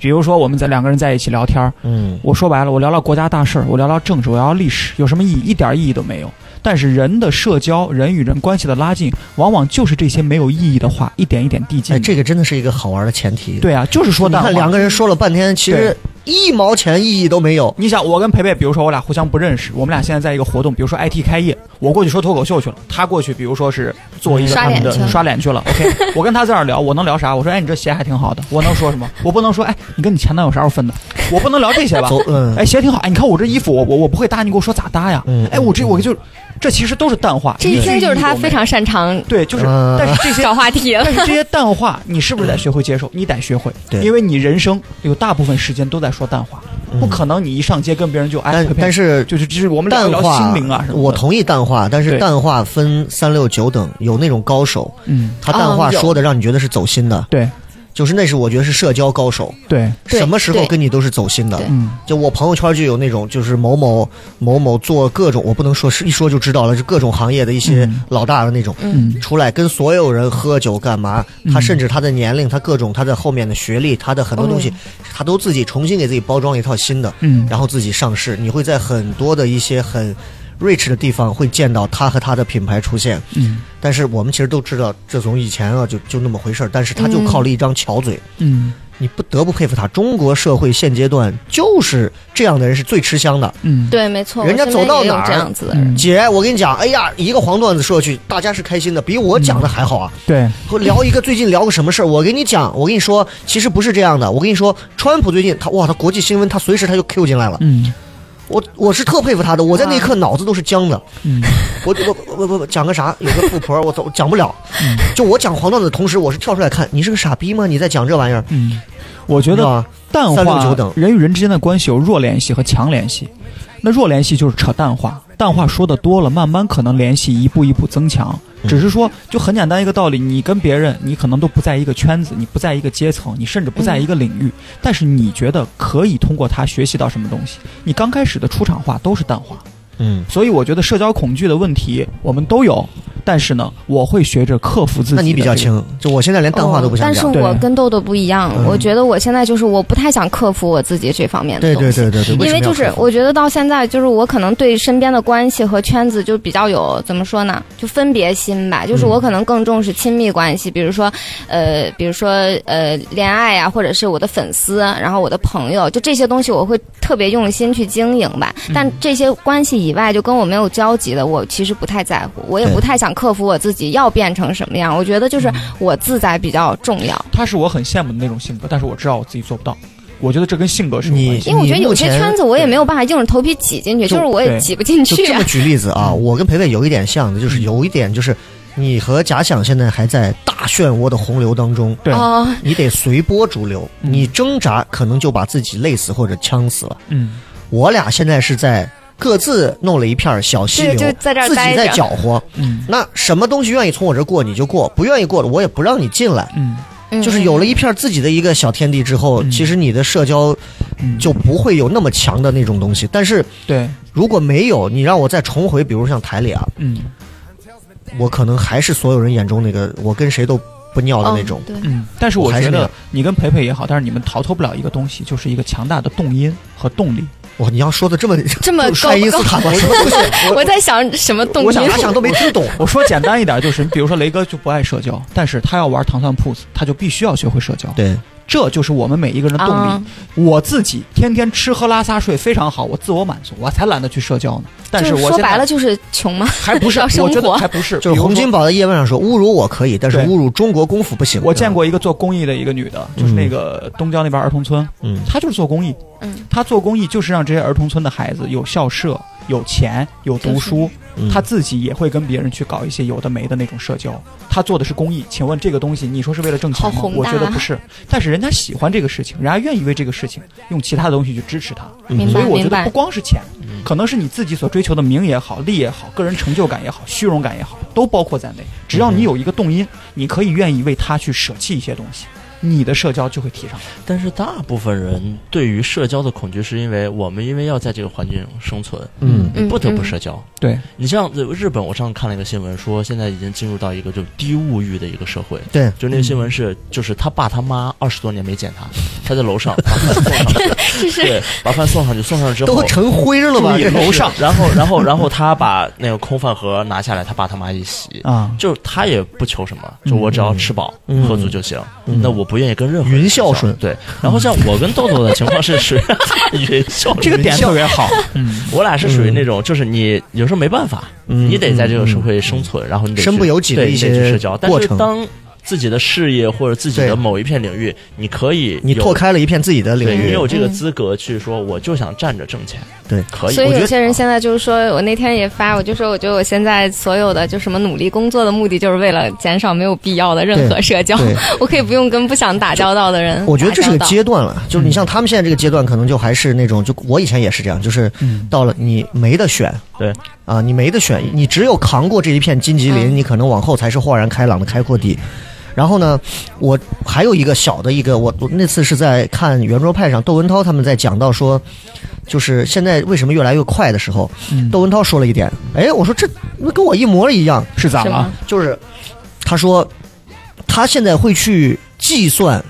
Speaker 9: 比如说，我们在两个人在一起聊天儿，
Speaker 4: 嗯，
Speaker 9: 我说白了，我聊聊国家大事儿，我聊聊政治，我聊聊历史，有什么意义？一点意义都没有。但是人的社交，人与人关系的拉近，往往就是这些没有意义的话，一点一点递进
Speaker 4: 哎，
Speaker 9: 的。
Speaker 4: 这个真的是一个好玩的前提。，
Speaker 9: 对啊，就是说
Speaker 4: 你
Speaker 9: 淡化。
Speaker 4: 看两个人说了半天，其实一毛钱意义都没有。
Speaker 9: 你想，我跟培培，比如说我俩互相不认识，我们俩现在在一个活动，比如说 IT 开业，我过去说脱口秀去了，他过去比如说是做一个
Speaker 6: 嗯刷
Speaker 9: 他们的
Speaker 6: 脸去了
Speaker 9: 刷脸去了。OK，我跟 他在那儿聊，我能聊啥？我说，哎，你这鞋还挺好的，我能说什么？我不能说，哎，你跟你前男友啥时候分的？我不能聊这些吧
Speaker 4: 走？，嗯，
Speaker 9: 哎，鞋挺好，哎，你看我这衣服，我我我不会搭，你给我说咋搭呀
Speaker 4: 嗯？
Speaker 9: 哎，我这我就这其实都是淡化，
Speaker 6: 这
Speaker 9: 一
Speaker 6: 一
Speaker 9: 句
Speaker 6: 听就是
Speaker 9: 意义
Speaker 6: 他
Speaker 9: 都没
Speaker 6: 非
Speaker 9: 有
Speaker 6: 常擅长
Speaker 9: 对，就是，
Speaker 4: 嗯
Speaker 9: 但是这些
Speaker 6: 找话题了
Speaker 9: 但。是这些淡化，你是不是得学会接受？你得学会，
Speaker 4: 对嗯
Speaker 9: 因为你人生有大部分时间都在说淡化，不可能你一上街跟别人就哎，
Speaker 4: 但
Speaker 9: 呸呸
Speaker 4: 但是
Speaker 9: 就是就是我们聊
Speaker 4: 淡
Speaker 9: 一聊
Speaker 4: 化
Speaker 9: 心灵啊什么的。
Speaker 4: 我同意淡化，但是
Speaker 9: 对
Speaker 4: 淡化分三六九等，有那种高手，
Speaker 9: 嗯，
Speaker 4: 他淡化
Speaker 6: 嗯有
Speaker 4: 说的让你觉得是走心的，
Speaker 9: 对
Speaker 4: 就是那是我觉得是社交高手，
Speaker 9: 对，
Speaker 6: 对
Speaker 4: 什么时候
Speaker 6: 对
Speaker 4: 跟你都是走心的
Speaker 6: 对。
Speaker 9: 嗯，
Speaker 4: 就我朋友圈就有那种，就是某某某某做各种，我不能说是一说就知道了，就各种行业的一些
Speaker 9: 嗯
Speaker 4: 老大的那种，
Speaker 9: 嗯
Speaker 4: 出来跟所有人喝酒干嘛？他
Speaker 9: 嗯
Speaker 4: 甚至他的年龄，他各种他的后面的学历，他的很多东
Speaker 6: 哦
Speaker 4: 西，他都自己重新给自己包装一套新的，
Speaker 9: 嗯
Speaker 4: 然后自己上市。你会在很多的一些很 rich 的地方会见到他和他的品牌出现。
Speaker 9: 嗯
Speaker 4: 但是我们其实都知道，这从以前啊就就那么回事儿，但是他就
Speaker 6: 嗯
Speaker 4: 靠了一张巧嘴。
Speaker 9: 嗯
Speaker 4: 你不得不佩服他，中国社会现阶段就是这样的人是最吃香的。
Speaker 9: 嗯，
Speaker 6: 对，没错，
Speaker 4: 人家
Speaker 6: 我身边
Speaker 4: 走到
Speaker 6: 也有
Speaker 4: 哪儿
Speaker 6: 这样子的
Speaker 9: 嗯
Speaker 6: 人，
Speaker 4: 姐，我跟你讲，哎呀，一个黄段子说下去，大家是开心的，比我讲的还好啊。
Speaker 9: 对，
Speaker 4: 我聊一个最近聊个什么事儿，我跟你讲，我跟你说，其实不是这样的。我跟你说，川普最近他哇，他国际新闻他随时他就 Q 进来了，
Speaker 9: 嗯
Speaker 4: 我我是特佩服他的。我在那
Speaker 6: 啊
Speaker 4: 一刻脑子都是僵的，
Speaker 9: 嗯
Speaker 4: 我我我我我讲个啥？有个富婆，我我讲不了。
Speaker 6: 嗯
Speaker 4: 就我讲黄段子的同时，我是跳出来看，你是个傻逼吗？你在讲这玩意儿？
Speaker 9: 嗯，我觉
Speaker 4: 知
Speaker 9: 得
Speaker 4: 道吗？
Speaker 9: 淡
Speaker 4: 三六九等
Speaker 9: 化人与人之间的关系有弱联系和强联系，那弱联系就是扯淡化，淡化说的多了，慢慢可能联系一步一步增强。
Speaker 4: 嗯
Speaker 9: 只是说，就很简单一个道理，你跟别人，你可能都不在一个圈子，你不在一个阶层，你甚至不在一个领域，但是你觉得可以通过他学习到什么东西？你刚开始的出场话都是淡化，
Speaker 4: 嗯，
Speaker 9: 所以我觉得社交恐惧的问题我们都有，但是呢，我会学着克服自己。
Speaker 4: 那你比较，轻，就我现在连淡化都不想
Speaker 6: 哦但是
Speaker 4: 讲。嗯
Speaker 6: 我
Speaker 9: 对
Speaker 6: 跟豆豆不一样，我觉得我现在就是我不太想克服我自己这方面的
Speaker 4: 对
Speaker 6: 东
Speaker 4: 对
Speaker 6: 西。
Speaker 4: 对对对，
Speaker 6: 因
Speaker 4: 什么
Speaker 6: 为
Speaker 4: 要
Speaker 6: 就是
Speaker 4: 克服
Speaker 6: 我觉得到现在，就是我可能对身边的关系和圈子就比较有怎么说呢，就分别心吧。就是
Speaker 4: 嗯
Speaker 6: 我可能更重视亲密关系，比如说，呃，比如说呃恋爱呀、或者是我的粉丝，然后我的朋友，就这些东西我会特别用心去经营吧。
Speaker 4: 嗯
Speaker 6: 但这些关系以外，就跟我没有交集的，我其实不太在乎，我也
Speaker 4: 对嗯
Speaker 6: 不太想克服我自己要变成什么样。我觉得就是我自在比较重要。
Speaker 9: 他是我很羡慕的那种性格，但是我知道我自己做不到。我觉得这跟性格是有
Speaker 4: 你
Speaker 9: 关系的。
Speaker 6: 因为我觉得
Speaker 4: 你目
Speaker 6: 有些
Speaker 4: 前
Speaker 6: 圈子我也没有办法硬着头皮挤进去，
Speaker 4: 就
Speaker 6: 就是我也
Speaker 9: 对
Speaker 6: 挤不进
Speaker 4: 就
Speaker 6: 去
Speaker 4: 这
Speaker 6: 啊、嗯
Speaker 4: 么举例子啊，我跟培培有一点像的，就是有一点就是，你和假想现在还在大漩涡的洪流当中，
Speaker 9: 对
Speaker 6: 哦
Speaker 4: 你得随波逐流，
Speaker 9: 嗯
Speaker 4: 你挣扎可能就把自己累死或者呛死了。
Speaker 9: 嗯，
Speaker 4: 我俩现在是在各自弄了一片小溪流，
Speaker 6: 对就在这儿
Speaker 4: 自己
Speaker 6: 待着
Speaker 4: 在搅和。
Speaker 9: 嗯
Speaker 4: 那什么东西愿意从我这儿过你就过，不愿意过的我也不让你进来。
Speaker 9: 嗯
Speaker 6: 嗯
Speaker 4: 就是有了一片自己的一个小天地之后，
Speaker 9: 嗯
Speaker 4: 其实你的社交
Speaker 9: 嗯，
Speaker 4: 就不会有那么强的那种东西。但是
Speaker 9: 对，
Speaker 4: 如果没有，你让我再重回，比如像台里啊，
Speaker 9: 嗯
Speaker 4: 我可能还是所有人眼中那个我跟谁都不尿的那种
Speaker 6: 哦。对，
Speaker 9: 嗯。但是
Speaker 4: 我
Speaker 9: 我
Speaker 4: 还是
Speaker 9: 觉
Speaker 4: 那
Speaker 9: 得
Speaker 4: 样
Speaker 9: 你跟培培也好，但是你们逃脱不了一个东西，就是一个强大的动因和动 力。
Speaker 4: 哇，你要说的这么
Speaker 6: 这么
Speaker 4: 爱因斯坦吗？什么东西？
Speaker 6: 我在想什么动
Speaker 4: 我
Speaker 6: 因？
Speaker 4: 想咋想都没听 懂。
Speaker 9: 我说简单一点，就是比如说雷哥就不爱社交，但是他要玩糖蒜铺子，他就必须要学会社交。
Speaker 4: 对，
Speaker 9: 这就是我们每一个人
Speaker 6: 啊
Speaker 9: 的动
Speaker 6: 哦
Speaker 9: 力。我自己天天吃喝拉撒睡非常好，我自我满足，我才懒得去社交呢。但是
Speaker 6: 就
Speaker 9: 我
Speaker 6: 是
Speaker 9: 现
Speaker 6: 说
Speaker 9: 在
Speaker 6: 白了就是穷 嘛，
Speaker 9: 还不是，
Speaker 6: 要生
Speaker 9: 我觉得
Speaker 6: 活
Speaker 9: 还不是，
Speaker 4: 就是洪
Speaker 9: 比如
Speaker 4: 金
Speaker 9: 说。
Speaker 4: 宝在叶问上说，侮辱我可以，但是
Speaker 9: 对
Speaker 4: 侮辱中国功夫不行。
Speaker 9: 我见过一个做公益的一个女的，就是那个东郊那边儿童村，
Speaker 4: 嗯，
Speaker 9: 她就是做公益，
Speaker 6: 嗯，
Speaker 9: 她做公益就是让这些儿童村的孩子有校舍、有钱、有读书，
Speaker 4: 嗯，
Speaker 9: 她自己也会跟别人去搞一些有的没的那种社交。她做的是公益，请问这个东西你说是为了挣钱
Speaker 6: 好
Speaker 9: 吗
Speaker 6: 宏？大啊
Speaker 9: 我觉得不是，但是人家喜欢这个事情，人家愿意为这个事情用其他的东西去支持他，
Speaker 6: 明
Speaker 9: 所
Speaker 6: 白
Speaker 9: 以我觉得
Speaker 6: 明
Speaker 9: 不
Speaker 6: 白。嗯
Speaker 9: 光是钱，可能是你自己所追求的名也好、利也好、个人成就感也好、虚荣感也好，都包括在内。只
Speaker 6: 嗯
Speaker 9: 要你有一个动因，你可以愿意为他去舍弃一些东西，你的社交就会提上来。
Speaker 7: 但是大部分人对于社交的恐惧，是因为我们因为要在这个环境生存，
Speaker 4: 嗯
Speaker 6: 嗯
Speaker 7: 不得不社交。
Speaker 9: 对，
Speaker 7: 你像呃日本，我上次看了一个新闻，说现在已经进入到一个就低物欲的一个社会。
Speaker 4: 对，
Speaker 7: 就那个新闻是，就是他爸他妈二十多年没见 他，他在楼上把饭送上去，对，把饭送上去，送上去之后
Speaker 4: 都成灰了吧？
Speaker 7: 注意
Speaker 4: 这
Speaker 7: 楼上，然后然后然后他把那个空饭盒拿下来，他爸他妈一洗，
Speaker 9: 啊，
Speaker 7: 就是他也不求什么，就我只要吃饱、
Speaker 4: 嗯
Speaker 7: 喝足就行。
Speaker 4: 嗯
Speaker 7: 那我不愿意跟任何人
Speaker 4: 云孝顺
Speaker 7: 对。然后像我跟豆豆的情况 是属于云孝顺，
Speaker 9: 这个点特 别好。
Speaker 7: 我俩是属于那种，就是你有时候没办法，
Speaker 4: 嗯
Speaker 7: 你得在这个社会生存，然后你得去
Speaker 4: 身不由己的
Speaker 7: 对
Speaker 4: 一些
Speaker 7: 你得去社交。但
Speaker 4: 过
Speaker 7: 是
Speaker 4: 程
Speaker 7: 当自己的事业或者自己
Speaker 4: 对
Speaker 7: 的某一片领域，你可以
Speaker 4: 你
Speaker 7: 有
Speaker 4: 拓。开了一片自己的领
Speaker 7: 对你
Speaker 4: 域，
Speaker 7: 有这个
Speaker 6: 嗯
Speaker 7: 资格去说，我就想站着挣钱，
Speaker 4: 对
Speaker 7: 可以。
Speaker 6: 所以
Speaker 7: 我觉
Speaker 6: 有
Speaker 7: 得
Speaker 6: 些人现在就是说，我那天也发，我就说，我觉得我现在所有的就什么努力工作的目的，就是为了减少没有必要的任何社交
Speaker 4: 对，
Speaker 6: 我可以不用跟不想打交道的人打交道。
Speaker 4: 我觉得这是个阶段了，就是你像他们现在这个阶段，可能就还是那种，就我以前也是这样，就是到了你没得选，
Speaker 7: 对
Speaker 4: 啊，你没得选，你只有扛过这一片荆棘林，
Speaker 6: 嗯
Speaker 4: 你可能往后才是豁然开朗的开阔地。然后呢，我还有一个小的一个，我我那次是在看圆桌派上窦文涛他们在讲到说，就是现在为什么越来越快的时候，窦文涛说了一点，哎，我说这跟我一模一样，
Speaker 9: 是啊咋
Speaker 6: 是
Speaker 9: 了
Speaker 6: 吗？？
Speaker 4: 就是他说他现在会去计算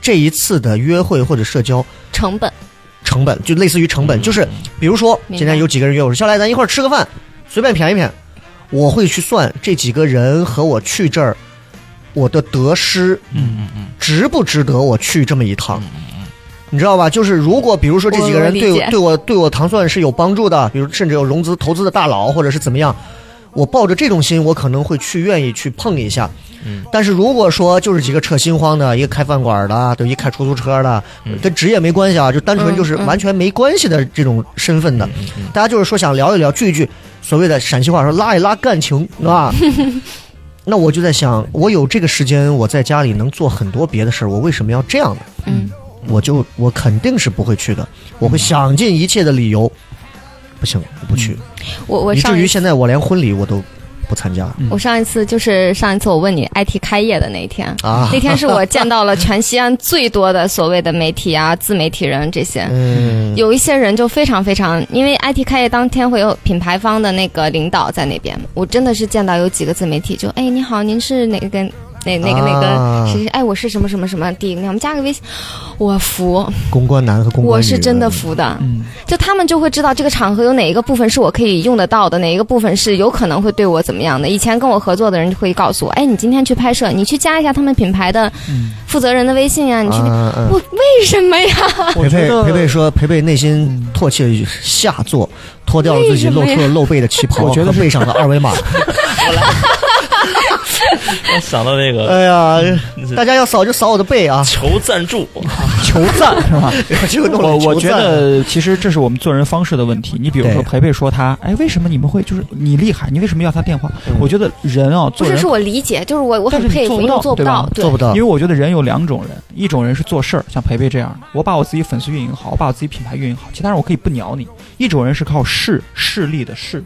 Speaker 4: 这一次的约会或者社交
Speaker 6: 成本，
Speaker 4: 成本，就类似于成本，就是比如说
Speaker 6: 明白
Speaker 4: 今天有几个人约我说下来咱一块儿吃个饭，随便谝一谝，我会去算这几个人和我去这儿我的得失
Speaker 7: 嗯嗯嗯，
Speaker 4: 值不值得我去这么一趟。你知道吧？就是如果比如说这几个人
Speaker 6: 我我理
Speaker 4: 对
Speaker 6: 解
Speaker 4: 对我对我糖蒜是有帮助的，比如甚至有融资投资的大佬或者是怎么样，我抱着这种心，我可能会去愿意去碰一下。
Speaker 7: 嗯
Speaker 4: 但是如果说就是几个扯心荒的，一个开饭馆的，对，一开出租车的，
Speaker 7: 嗯
Speaker 4: 跟职业没关系啊，就单纯就是
Speaker 6: 嗯嗯
Speaker 4: 完全没关系的这种身份
Speaker 7: 嗯
Speaker 4: 的，大家就是说想聊一聊，聚一聚，所谓的陕西话说拉一拉感情，是吧？那我就在想，我有这个时间，我在家里能做很多别的事儿，我为什么要这样呢？
Speaker 6: 嗯，
Speaker 4: 我就我肯定是不会去的，我会想尽一切的理由，不行，我不去，
Speaker 6: 我嗯我
Speaker 4: 以
Speaker 6: 上
Speaker 4: 至
Speaker 6: 一
Speaker 4: 于
Speaker 6: 次嗯
Speaker 4: 现在我连婚礼我都不参加
Speaker 6: 我上一次就是上一次我问你 IT 开业的那一天，
Speaker 4: 啊。
Speaker 6: 那天是我见到 了全西安最多的所谓的媒体啊、自媒体人这些。
Speaker 4: 嗯，
Speaker 6: 有一些人就非常非常，因为 IT 开业当天会有品牌方的那个领导在那边，我真的是见到有几个自媒体就，哎，你好，您是哪个哪哪个哪
Speaker 4: 啊
Speaker 6: 个谁谁？哎，我是什么什么什么第，我们加个微信，我服，
Speaker 4: 公关男和公关
Speaker 6: 我
Speaker 4: 女
Speaker 6: 是真的服的。
Speaker 9: 嗯，
Speaker 6: 就他们就会知道这个场合有哪一个部分是我可以用得到的，哪一个部分是有可能会对我怎么样的。以前跟我合作的人就会告诉我，哎，你今天去拍摄，你去加一下他们品牌的负责人的微信呀、你去那。
Speaker 4: 啊嗯
Speaker 6: 我为什么呀？
Speaker 9: 我
Speaker 4: 培
Speaker 9: 觉
Speaker 4: 培
Speaker 9: 得
Speaker 4: 培培说，培培内心唾弃了一句下作，脱掉了自己露
Speaker 6: 嗯
Speaker 4: 出
Speaker 6: 为什
Speaker 4: 了
Speaker 6: 么
Speaker 4: 露背的旗袍
Speaker 9: 我觉
Speaker 4: 和
Speaker 9: 得是
Speaker 4: 背上的二维 码。
Speaker 7: 我 想到那
Speaker 9: 呃
Speaker 7: 个
Speaker 4: 哎呀，
Speaker 6: 嗯
Speaker 4: 大家要扫就扫我的背 啊！
Speaker 7: 求赞助，
Speaker 9: 求赞是吧？
Speaker 4: 我就弄了
Speaker 9: 我我
Speaker 4: 求
Speaker 9: 觉
Speaker 4: 赞
Speaker 9: 得其实这是我们做人方式的问题。你比如
Speaker 4: 对
Speaker 9: 说培培说他，哎，为什么你们会就是你厉害，你为什么要他电话？我觉得人啊，
Speaker 6: 不
Speaker 9: 做
Speaker 6: 是，
Speaker 9: 人
Speaker 6: 是我理解，就是我我
Speaker 9: 但
Speaker 6: 很
Speaker 9: 是你
Speaker 6: 佩
Speaker 9: 做不
Speaker 6: 服，因为
Speaker 9: 到
Speaker 6: 我做不
Speaker 9: 对吧
Speaker 6: 到，对
Speaker 4: 做不到
Speaker 9: 因为，我觉得人有两种人，一种人是做事儿，像培培这样的，我把我自己粉丝运营好，我把我自己品牌运营好，其他人我可以不鸟你。一种人是靠势势力的势，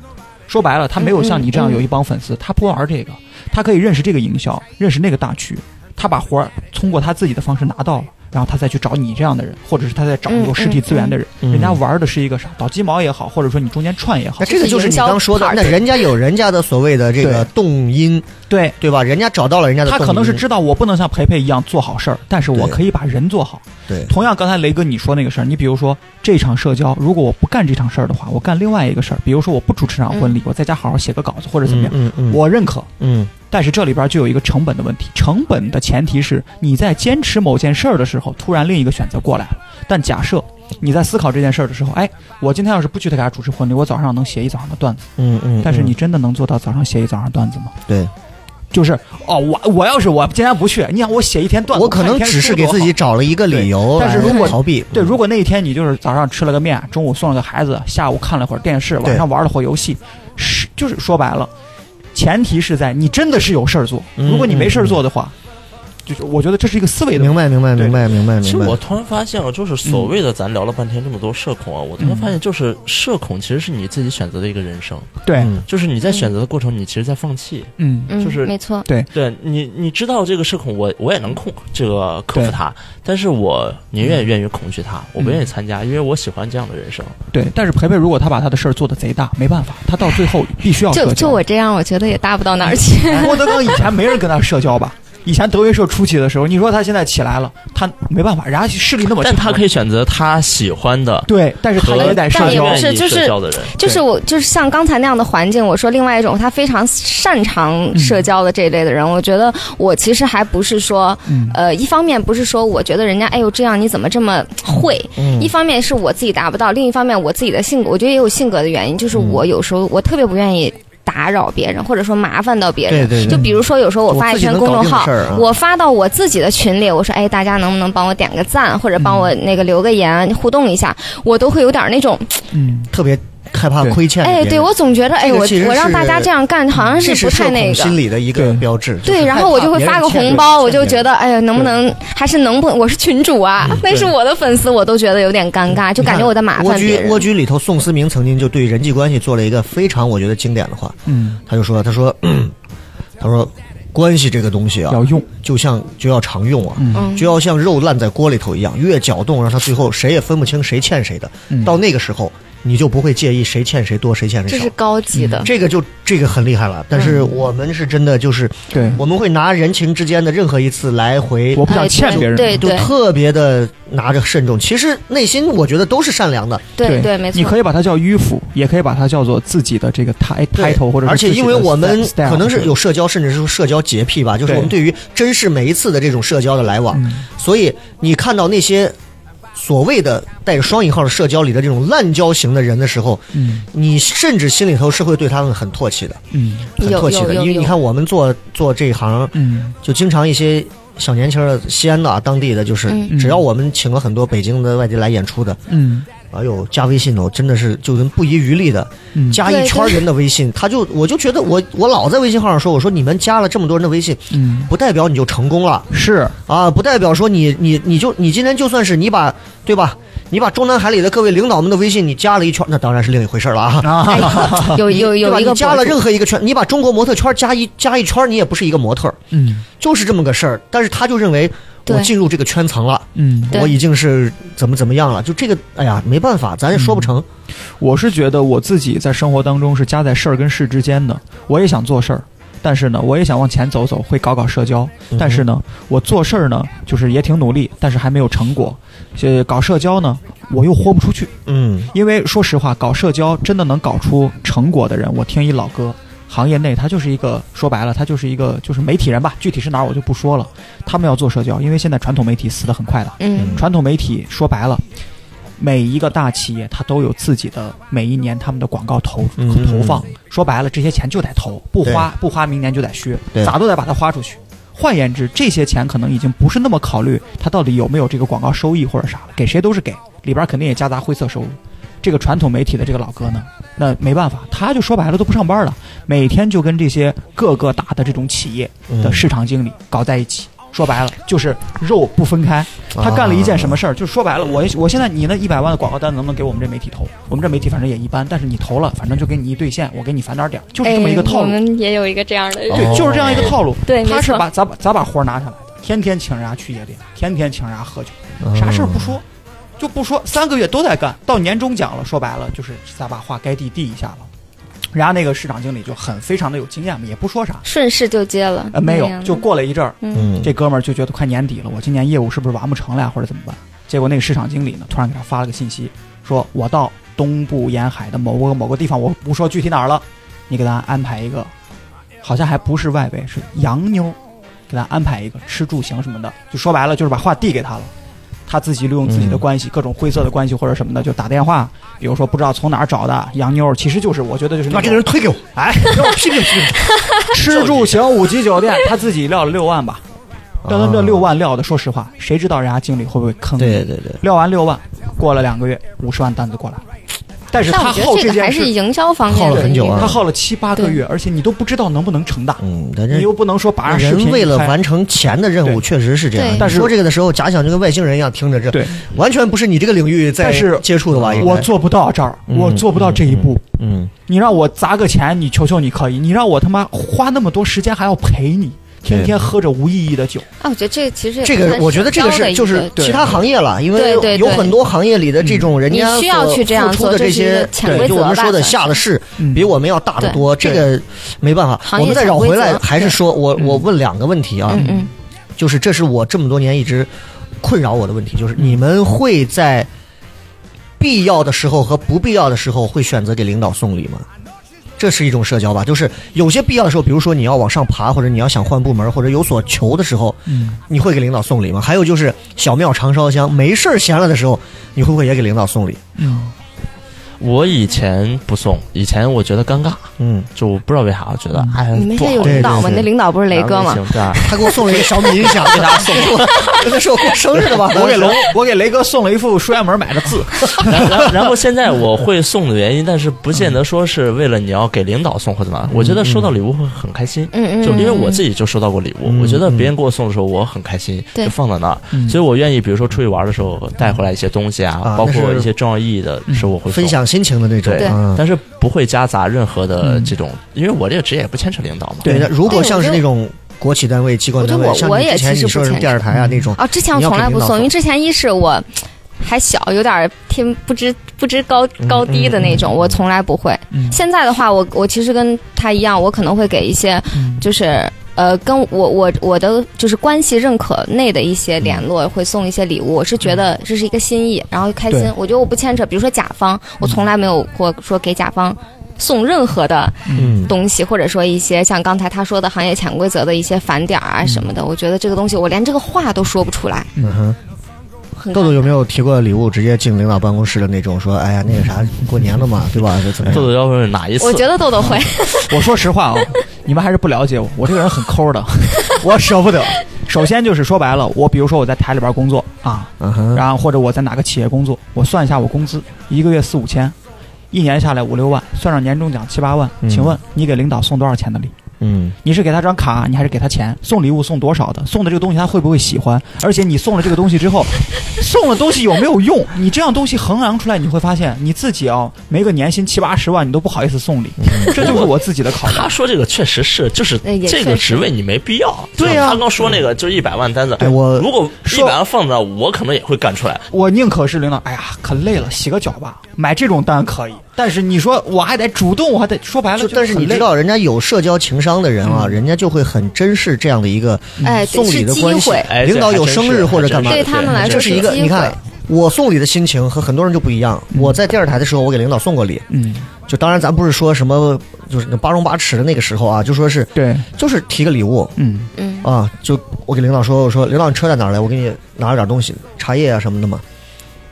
Speaker 9: 说白了，他没有像你这样
Speaker 6: 嗯嗯
Speaker 9: 有一帮粉丝，他不玩这个，他可以认识这个营销，认识那个大区，他把活儿通过他自己的方式拿到了。然后他再去找你这样的人，或者是他在找有实体资源的人，
Speaker 4: 嗯嗯嗯哎
Speaker 9: 人家玩的是一个啥倒鸡毛也好，或者说你中间串也好
Speaker 4: 那，这个就是你刚说的，
Speaker 6: 这
Speaker 4: 那
Speaker 6: 是营销
Speaker 4: 人家有人家的所谓的这个
Speaker 9: 对
Speaker 4: 动因，
Speaker 9: 对
Speaker 4: 对吧？人家找到了人家的
Speaker 9: 他
Speaker 4: 动因，
Speaker 9: 可能是知道我不能像培培一样做好事儿，但是我
Speaker 4: 对
Speaker 9: 可以把人做好。
Speaker 4: 对，
Speaker 9: 同样，刚才雷哥你说那个事儿，你比如说这场社交，如果我不干这场事儿的话，我干另外一个事儿，比如说我不主持场婚礼，我在家好好写个稿子或者怎么样，
Speaker 4: 嗯嗯嗯，
Speaker 9: 我认可。
Speaker 4: 嗯
Speaker 9: 但是这里边就有一个成本的问题，成本的前提是你在坚持某件事儿的时候，突然另一个选择过来了。但假设你在思考这件事儿的时候，哎，我今天要是不去他家主持婚礼，我早上能写一早上的段子。
Speaker 4: 嗯嗯，
Speaker 9: 但是你真的能做到早上写一早上段子吗？
Speaker 4: 对
Speaker 9: 就是哦，我我要是我今天不去，你想我写一天段子，
Speaker 4: 我可能只是给自己找了一个理由
Speaker 9: 但是
Speaker 4: 来
Speaker 9: 如果
Speaker 4: 逃避，
Speaker 9: 对，如果那一天你就是早上吃了个面，中午送了个孩子，下午看了会儿电视，晚上玩了会儿游戏，是就是说白了，前提是在你真的是有事儿做。
Speaker 4: 嗯
Speaker 9: 如果你没事儿做的话，就是我觉得这是一个思维的问
Speaker 4: 明
Speaker 9: 题。
Speaker 4: 白明白
Speaker 9: 对
Speaker 4: 明白明白
Speaker 7: 其
Speaker 4: 明
Speaker 7: 实
Speaker 4: 白
Speaker 7: 我。突然发现啊，就是所谓的咱聊了半天这么多社恐啊，
Speaker 9: 嗯
Speaker 7: 我突然发现就是社恐其实是你自己选择的一个人生，
Speaker 9: 对，
Speaker 4: 嗯
Speaker 7: 就是你在选择的过程，你其实在放弃。
Speaker 9: 嗯，
Speaker 6: 嗯，
Speaker 7: 就是
Speaker 6: 没错，
Speaker 7: 对你，你知道这个社恐我，我也能控这个克服它，但是我宁愿愿意恐惧
Speaker 9: 嗯
Speaker 7: 它，我不愿意参加，因为我喜欢这样的人生。
Speaker 9: 对。但是培培如果他把他的事儿做得贼大，没办法，他到最后必须要社
Speaker 6: 就
Speaker 9: 交。
Speaker 6: 就我这样，我觉得也搭
Speaker 9: 嗯
Speaker 6: 不到哪儿去。
Speaker 9: 郭德纲以前没人跟他社交吧？以前德云社初期的时候，你说他现在起来了，他没办法，人家势力那么强，
Speaker 7: 但他可以选择他喜欢的
Speaker 9: 对，但是他
Speaker 7: 和
Speaker 9: 也得社
Speaker 6: 但也
Speaker 9: 交
Speaker 6: 不
Speaker 7: 愿
Speaker 6: 是
Speaker 7: 意
Speaker 6: 就
Speaker 7: 社
Speaker 6: 是
Speaker 7: 交的人。
Speaker 6: 就是我就是像刚才那样的环境，我说另外一种他非常擅长社交的这一类的人，我觉得我其实还不是说，
Speaker 9: 嗯
Speaker 6: 呃，一方面不是说我觉得人家哎呦这样你怎么这么会，
Speaker 4: 嗯
Speaker 6: 一方面是我自己达不到，另一方面我自己的性格，我觉得也有性格的原因，
Speaker 4: 嗯
Speaker 6: 就是我有时候我特别不愿意。打扰别人，或者说麻烦到别人，
Speaker 4: 对对对
Speaker 6: 就比如说有时候我发一篇公众
Speaker 4: 我自己能搞定
Speaker 6: 号，
Speaker 4: 事儿啊
Speaker 6: 我发到我自己的群里，我说哎，大家能不能帮我点个赞，或者帮我那个留个言互动一下，我都会有点那种
Speaker 9: 嗯，
Speaker 4: 特别害怕
Speaker 9: 对
Speaker 4: 亏欠别
Speaker 6: 哎，
Speaker 4: 人。
Speaker 6: 对我总觉得，哎，
Speaker 4: 这个
Speaker 6: 我
Speaker 4: 其实
Speaker 6: 我让大家
Speaker 4: 是
Speaker 6: 这样干，好像
Speaker 4: 这
Speaker 6: 不太
Speaker 4: 社
Speaker 6: 那
Speaker 4: 恐心
Speaker 6: 个。
Speaker 4: 理的一个
Speaker 9: 对
Speaker 4: 标志。就是
Speaker 6: 对，然后我就会发个红包，我就觉得，哎呀，能不能还是能不？我是群主啊，
Speaker 4: 嗯
Speaker 6: 那是我的粉丝，我都觉得有点尴尬，就感觉我在麻
Speaker 4: 蜗
Speaker 6: 烦别
Speaker 4: 居
Speaker 6: 人
Speaker 4: 蜗。居里头，宋思明曾经就对人际关系做了一个非常我觉得经典的话，
Speaker 9: 嗯，
Speaker 4: 他就说：“他说， 嗯他说，关系这个东西啊
Speaker 9: 要，用，
Speaker 4: 就像就要常用
Speaker 9: 嗯
Speaker 4: 啊，
Speaker 6: 嗯
Speaker 4: 就要像肉烂在锅里头一样，越搅动，让它最后谁也分不清谁欠谁的。
Speaker 9: 嗯
Speaker 4: 到那个时候，你就不会介意谁欠谁多，谁欠
Speaker 6: 这
Speaker 4: 谁
Speaker 6: 是
Speaker 4: 少。嗯
Speaker 6: 高级的，
Speaker 4: 这个就这个很厉害了，但是我们是真的就是，
Speaker 9: 对
Speaker 4: 我们会拿人情之间的任何一次来回
Speaker 9: 我不想
Speaker 6: 哎
Speaker 9: 欠
Speaker 6: 对
Speaker 9: 别人，
Speaker 6: 对
Speaker 4: 就
Speaker 6: 对
Speaker 4: 特别的拿着慎重。其实内心我觉得都是善良的，
Speaker 6: 对对，没错。
Speaker 9: 你可以把它叫迂腐，也可以把它叫做自己的这个 ti-
Speaker 4: 对
Speaker 9: title 或者是
Speaker 4: 而且
Speaker 9: 自己
Speaker 4: 因
Speaker 9: 的
Speaker 4: 为我们
Speaker 9: style，
Speaker 4: 可能是有社交，甚至是说社交洁癖吧，就是
Speaker 9: 对
Speaker 4: 我们对于珍视每一次的这种社交的来往，
Speaker 9: 嗯
Speaker 4: 所以你看到那些所谓的带着双引号的社交里的这种滥交型的人的时候，
Speaker 9: 嗯
Speaker 4: 你甚至心里头是会对他们很唾弃的，
Speaker 9: 嗯
Speaker 4: 很
Speaker 6: 有
Speaker 4: 唾弃
Speaker 6: 有
Speaker 4: 的，
Speaker 6: 有
Speaker 4: 因为你
Speaker 6: 有
Speaker 4: 看我们做做这一行，
Speaker 9: 嗯
Speaker 4: 就经常一些小年轻的西安的啊，当地的就是，
Speaker 6: 嗯
Speaker 4: 只要我们请了很多北京的外地来演出的，
Speaker 9: 嗯
Speaker 4: 哎呦，加微信哦，真的是就跟不遗余力的
Speaker 9: 嗯
Speaker 4: 加一圈人的微信，他就我就觉得我我老在微信号上说，我说你们加了这么多人的微信，
Speaker 9: 嗯
Speaker 4: 不代表你就成功了
Speaker 9: 是
Speaker 4: 啊，不代表说你你你就你今天就算是你把对吧，你把中南海里的各位领导们的微信你加了一圈，那当然是另一回事了啊。
Speaker 6: 哎
Speaker 9: 啊，
Speaker 6: 有有
Speaker 4: 对吧
Speaker 6: 有一个
Speaker 4: 你加了
Speaker 6: 博主
Speaker 4: 任何一个圈，你把中国模特圈加一加一圈，你也不是一个模特，
Speaker 9: 嗯
Speaker 4: 就是这么个事儿。但是他就认为我
Speaker 6: 对
Speaker 4: 进入这个圈层了，
Speaker 9: 嗯，
Speaker 6: 对
Speaker 4: 我已经是怎么怎么样了，就这个，哎呀，没办法，咱也说
Speaker 6: 嗯
Speaker 4: 不成。
Speaker 9: 我是觉得我自己在生活当中是夹在事儿跟事之间的，我也想做事儿。但是呢，我也想往前走走，会搞搞社交。
Speaker 4: 嗯
Speaker 9: 但是呢，我做事儿呢，就是也挺努力，但是还没有成果。呃，搞社交呢，我又豁不出去。
Speaker 4: 嗯，
Speaker 9: 因为说实话，搞社交真的能搞出成果的人，我听一老哥，行业内他就是一个说白了，他就是一个就是媒体人吧，具体是哪儿我就不说了。他们要做社交，因为现在传统媒体死得很快的，
Speaker 6: 嗯，
Speaker 9: 传统媒体说白了。每一个大企业，它都有自己的每一年他们的广告投
Speaker 4: 嗯
Speaker 9: 投放。说白了，这些钱就得投，不花不花，明年就得削，
Speaker 4: 对
Speaker 9: 咋都得把它花出去。换言之，这些钱可能已经不是那么考虑它到底有没有这个广告收益或者啥了，给谁都是给，里边肯定也夹杂灰色收入。这个传统媒体的这个老哥呢，那没办法，他就说白了都不上班了，每天就跟这些各个大的这种企业的市场经理搞在一起。说白了就是肉不分开，他干了一件什么事儿？就说白了，我我现在你那一百万的广告单能不能给我们这媒体投？我们这媒体反正也一般，但是你投了，反正就给你一兑现，我给你返点儿点儿，就是这么一个
Speaker 6: 哎
Speaker 9: 套
Speaker 6: 我
Speaker 9: 路。
Speaker 6: 们也有一个这样的人，
Speaker 9: 对，就是这样一个套路。
Speaker 6: 哦对没
Speaker 9: 他是
Speaker 6: 错
Speaker 9: 把咋把咋把活儿拿下来的，天天请人家去夜店，天天请人家喝酒，啥事儿不说，就不说，三个月都在干，到年终奖了，说白了就是咋把话该递递一下了。人家那个市场经理就很非常的有经验嘛，也不说啥，
Speaker 6: 顺势就接了，
Speaker 9: 呃，没
Speaker 6: 那
Speaker 9: 有，
Speaker 6: 样
Speaker 9: 就过了一阵儿，
Speaker 4: 嗯，
Speaker 9: 这哥们儿就觉得快年底了，我今年业务是不是完不成了呀，或者怎么办？结果那个市场经理呢，突然给他发了个信息，说我到东部沿海的某个某个地方，我不说具体哪儿了，你给他安排一个好像还不是外围，是洋妞，给他安排一个吃住行什么的，就说白了就是把话递给他了。他自己利用自己的关系，各种灰色的关系或者什么的，就打电话，比如说不知道从哪儿找的洋妞，其实就是我觉得就是
Speaker 4: 把
Speaker 9: 那
Speaker 4: 这个
Speaker 9: 种
Speaker 4: 人推给我，
Speaker 9: 哎，
Speaker 4: 让我批评批评。
Speaker 9: 吃住行五级酒店，他自己撂了六万吧，撂了这六万撂的，说实话，谁知道人家经理会不会坑？
Speaker 7: 对对对，
Speaker 9: 撂完六万，过了两个月，五十万单子过来，但是
Speaker 6: 但
Speaker 9: 他
Speaker 6: 我觉
Speaker 9: 后
Speaker 6: 得这个
Speaker 9: 件
Speaker 6: 还是
Speaker 9: 事，
Speaker 6: 营销方面
Speaker 4: 耗
Speaker 6: 的
Speaker 4: 了很
Speaker 6: 一
Speaker 4: 久
Speaker 6: 个
Speaker 4: 啊
Speaker 9: 他耗了七八个
Speaker 6: 对
Speaker 9: 月，而且你都不知道能不能成大，
Speaker 7: 嗯，但
Speaker 9: 你
Speaker 7: 是
Speaker 9: 又不能说拔上视频
Speaker 4: 人为了
Speaker 9: 一拍
Speaker 4: 完成钱的任务，
Speaker 9: 对
Speaker 4: 确实是这样。
Speaker 6: 对
Speaker 4: 但是说这个的时候，假想就跟外星人一样听着这，
Speaker 9: 对，
Speaker 4: 完全不是你这个领域在
Speaker 9: 但是
Speaker 4: 接触的吧？应该
Speaker 9: 我做不到这儿，
Speaker 7: 嗯
Speaker 9: 我做不到这一步。
Speaker 7: 嗯，
Speaker 9: 你让我砸个钱，你求求你可以，你让我他妈花那么多时间还要陪你，天天喝着无意义的酒，
Speaker 6: 啊，我觉得这个其实也
Speaker 4: 这
Speaker 6: 算
Speaker 4: 个，
Speaker 6: 是
Speaker 4: 我觉得这个
Speaker 6: 高的
Speaker 4: 是
Speaker 6: 一嗯
Speaker 4: 就是
Speaker 9: 对
Speaker 4: 其他行业了，因
Speaker 6: 对
Speaker 4: 为
Speaker 6: 对
Speaker 4: 有
Speaker 6: 对嗯
Speaker 4: 很多行业里的这种人家
Speaker 6: 你需要
Speaker 4: 所
Speaker 6: 去这样
Speaker 4: 付出
Speaker 6: 做
Speaker 4: 的
Speaker 6: 这
Speaker 4: 这
Speaker 6: 是一个
Speaker 4: 些，
Speaker 6: 潜
Speaker 4: 对，
Speaker 6: 规
Speaker 4: 就我
Speaker 6: 则
Speaker 4: 们
Speaker 6: 吧
Speaker 4: 说的
Speaker 6: 算是
Speaker 4: 下的事
Speaker 9: 嗯
Speaker 4: 比我们要大得多，这
Speaker 6: 对
Speaker 4: 个没办法。
Speaker 6: 行业
Speaker 4: 我们再绕回来
Speaker 6: 潜规，则
Speaker 4: 还是说我
Speaker 9: 对
Speaker 4: 我问两个问题啊，
Speaker 6: 嗯嗯，
Speaker 4: 就是这是我这么多年一直困扰我的问题，就是你们会在必要的时候和不必要的时候会选择给领导送礼吗？这是一种社交吧，就是有些必要的时候，比如说你要往上爬，或者你要想换部门，或者有所求的时候，
Speaker 9: 嗯，
Speaker 4: 你会给领导送礼吗？还有就是小庙长烧香，没事儿闲了的时候，你会不会也给领导送礼？
Speaker 7: 我以前不送，以前我觉得尴尬，
Speaker 4: 嗯，
Speaker 7: 就我不知道为啥，我觉
Speaker 9: 嗯
Speaker 7: 得哎呀，
Speaker 6: 你没
Speaker 7: 不
Speaker 6: 事
Speaker 7: 好
Speaker 6: 有领导吗？
Speaker 4: 对对对
Speaker 6: 你的领导不是雷哥
Speaker 7: 难为
Speaker 6: 吗？
Speaker 7: 情对啊，
Speaker 4: 他给我送了一个小米音响，给他送，那是我过生日的吧？
Speaker 9: 我给龙，我给雷哥送了一副书院门买的 字，
Speaker 7: 然然然后现在我会送的原因，但是不见得说是为了你要给领导送或怎
Speaker 4: 嗯
Speaker 7: 么样。我觉得收到礼物会很开心，
Speaker 6: 嗯嗯
Speaker 7: 就因为我自己就收到过礼物，
Speaker 4: 嗯
Speaker 7: 我觉得别人给我送的时候我很开心，
Speaker 6: 对
Speaker 7: 就放在那儿，所以我愿意比如说出去玩的时候带回来一些东西啊，
Speaker 4: 啊
Speaker 7: 包
Speaker 4: 那
Speaker 7: 括
Speaker 4: 是嗯
Speaker 7: 一些重要意义的时候我会送
Speaker 4: 分。享心情的那种
Speaker 7: 对，，
Speaker 4: 嗯
Speaker 7: 但是不会夹杂任何的这种，因为我这个职业也不牵扯领导嘛。
Speaker 4: 对，那如果像是
Speaker 6: 对我觉得
Speaker 4: 那种国企单位、机关单
Speaker 6: 我
Speaker 4: 位，
Speaker 6: 觉得
Speaker 4: 像
Speaker 6: 我我
Speaker 4: 你
Speaker 6: 也
Speaker 4: 之前
Speaker 6: 其实
Speaker 4: 你说
Speaker 6: 不
Speaker 4: 什么
Speaker 6: 牵扯
Speaker 4: 电视台啊那种，
Speaker 6: 哦，之前我
Speaker 4: 你要
Speaker 6: 从
Speaker 4: 给
Speaker 6: 来不
Speaker 4: 领导
Speaker 6: 送，因为
Speaker 4: 送
Speaker 6: 之前一是我还小，有点儿天不知不知高
Speaker 4: 嗯
Speaker 6: 高低的那种，我从来不会。
Speaker 9: 嗯
Speaker 6: 现在的话，我我其实跟他一样，我可能会给一些
Speaker 4: 嗯
Speaker 6: 就是。呃，跟我我我的就是关系认可内的一些联
Speaker 4: 嗯
Speaker 6: 络，会送一些礼物。我是觉得这是一个心意，然后开心
Speaker 9: 对。
Speaker 6: 我觉得我不牵扯，比如说甲方，
Speaker 4: 嗯
Speaker 6: 我从来没有过说给甲方送任何的
Speaker 7: 嗯，
Speaker 6: 东西，或者说一些像刚才他说的行业潜规则的一些返点儿啊什么的，我觉得这个东西我连这个话都说不出来。
Speaker 4: 嗯哼，
Speaker 6: 很
Speaker 4: 豆豆有没有提过礼物直接进领导办公室的那种？说，哎呀，那个啥，过年了嘛，对吧？这怎么
Speaker 7: 豆
Speaker 4: 样？
Speaker 7: 豆要问哪一次？
Speaker 6: 我觉得豆豆 会，
Speaker 9: 我说实话啊、你们还是不了解我，我这个人很抠 的，我舍不得。首先就是说白了，我比如说我在台里边工作啊，
Speaker 4: 嗯哼，
Speaker 9: 然后或者我在哪个企业工作，我算一下我工资，一个月四五千，一年下来五六万，算上年终奖七八万，
Speaker 7: 嗯
Speaker 9: 请问你给领导送多少钱的礼？
Speaker 7: 嗯，
Speaker 9: 你是给他张卡，你还是给他钱？送礼物送多少的？送的这个东西他会不会喜欢？而且你送了这个东西之后， 送了东西有没有用？你这样东西衡量出来，你会发现你自己啊，没个年薪七八十万，你都不好意思送礼，
Speaker 4: 嗯
Speaker 9: 这就是我自己的考
Speaker 7: 他
Speaker 9: 量。
Speaker 7: 说这个确实是，就是
Speaker 6: 那也
Speaker 7: 这
Speaker 6: 确
Speaker 7: 个
Speaker 6: 实
Speaker 7: 职位你没必要。
Speaker 4: 对呀
Speaker 7: 呀，他刚说那个就一百万单子，
Speaker 4: 哎我
Speaker 7: 如果一
Speaker 9: 说
Speaker 7: 百万放那，我可能也会干出来。
Speaker 9: 我宁可是领导，哎呀，可累了，洗个脚吧。买这种单可以，但是你说我还得主动，我还得说白了
Speaker 4: 就，但是你知，道，人家有社交情商的人啊，人家就会很珍视这样的一个
Speaker 6: 嗯哎，
Speaker 4: 送礼的
Speaker 6: 是机
Speaker 4: 关系
Speaker 6: 会。
Speaker 7: 哎，
Speaker 4: 领导
Speaker 7: 这还
Speaker 4: 有
Speaker 7: 真
Speaker 4: 生
Speaker 7: 是
Speaker 4: 日或者干嘛
Speaker 7: 还真
Speaker 6: 对
Speaker 7: 是
Speaker 6: 他们来
Speaker 4: 这
Speaker 6: 说
Speaker 4: 是一个，
Speaker 6: 机会嗯
Speaker 4: 你看，我送礼的心情和很多人就不一样。我在电视台的时候，我给领导送过礼，
Speaker 9: 嗯，
Speaker 4: 就当然咱不是说什么就是那八荣八耻的那个时候啊，就说是
Speaker 9: 对，
Speaker 4: 就是提个礼物
Speaker 9: 嗯
Speaker 6: 嗯，
Speaker 4: 啊，就我给领导说，我说领导你车在哪儿来？我给你拿了点东西，茶叶啊什么的嘛，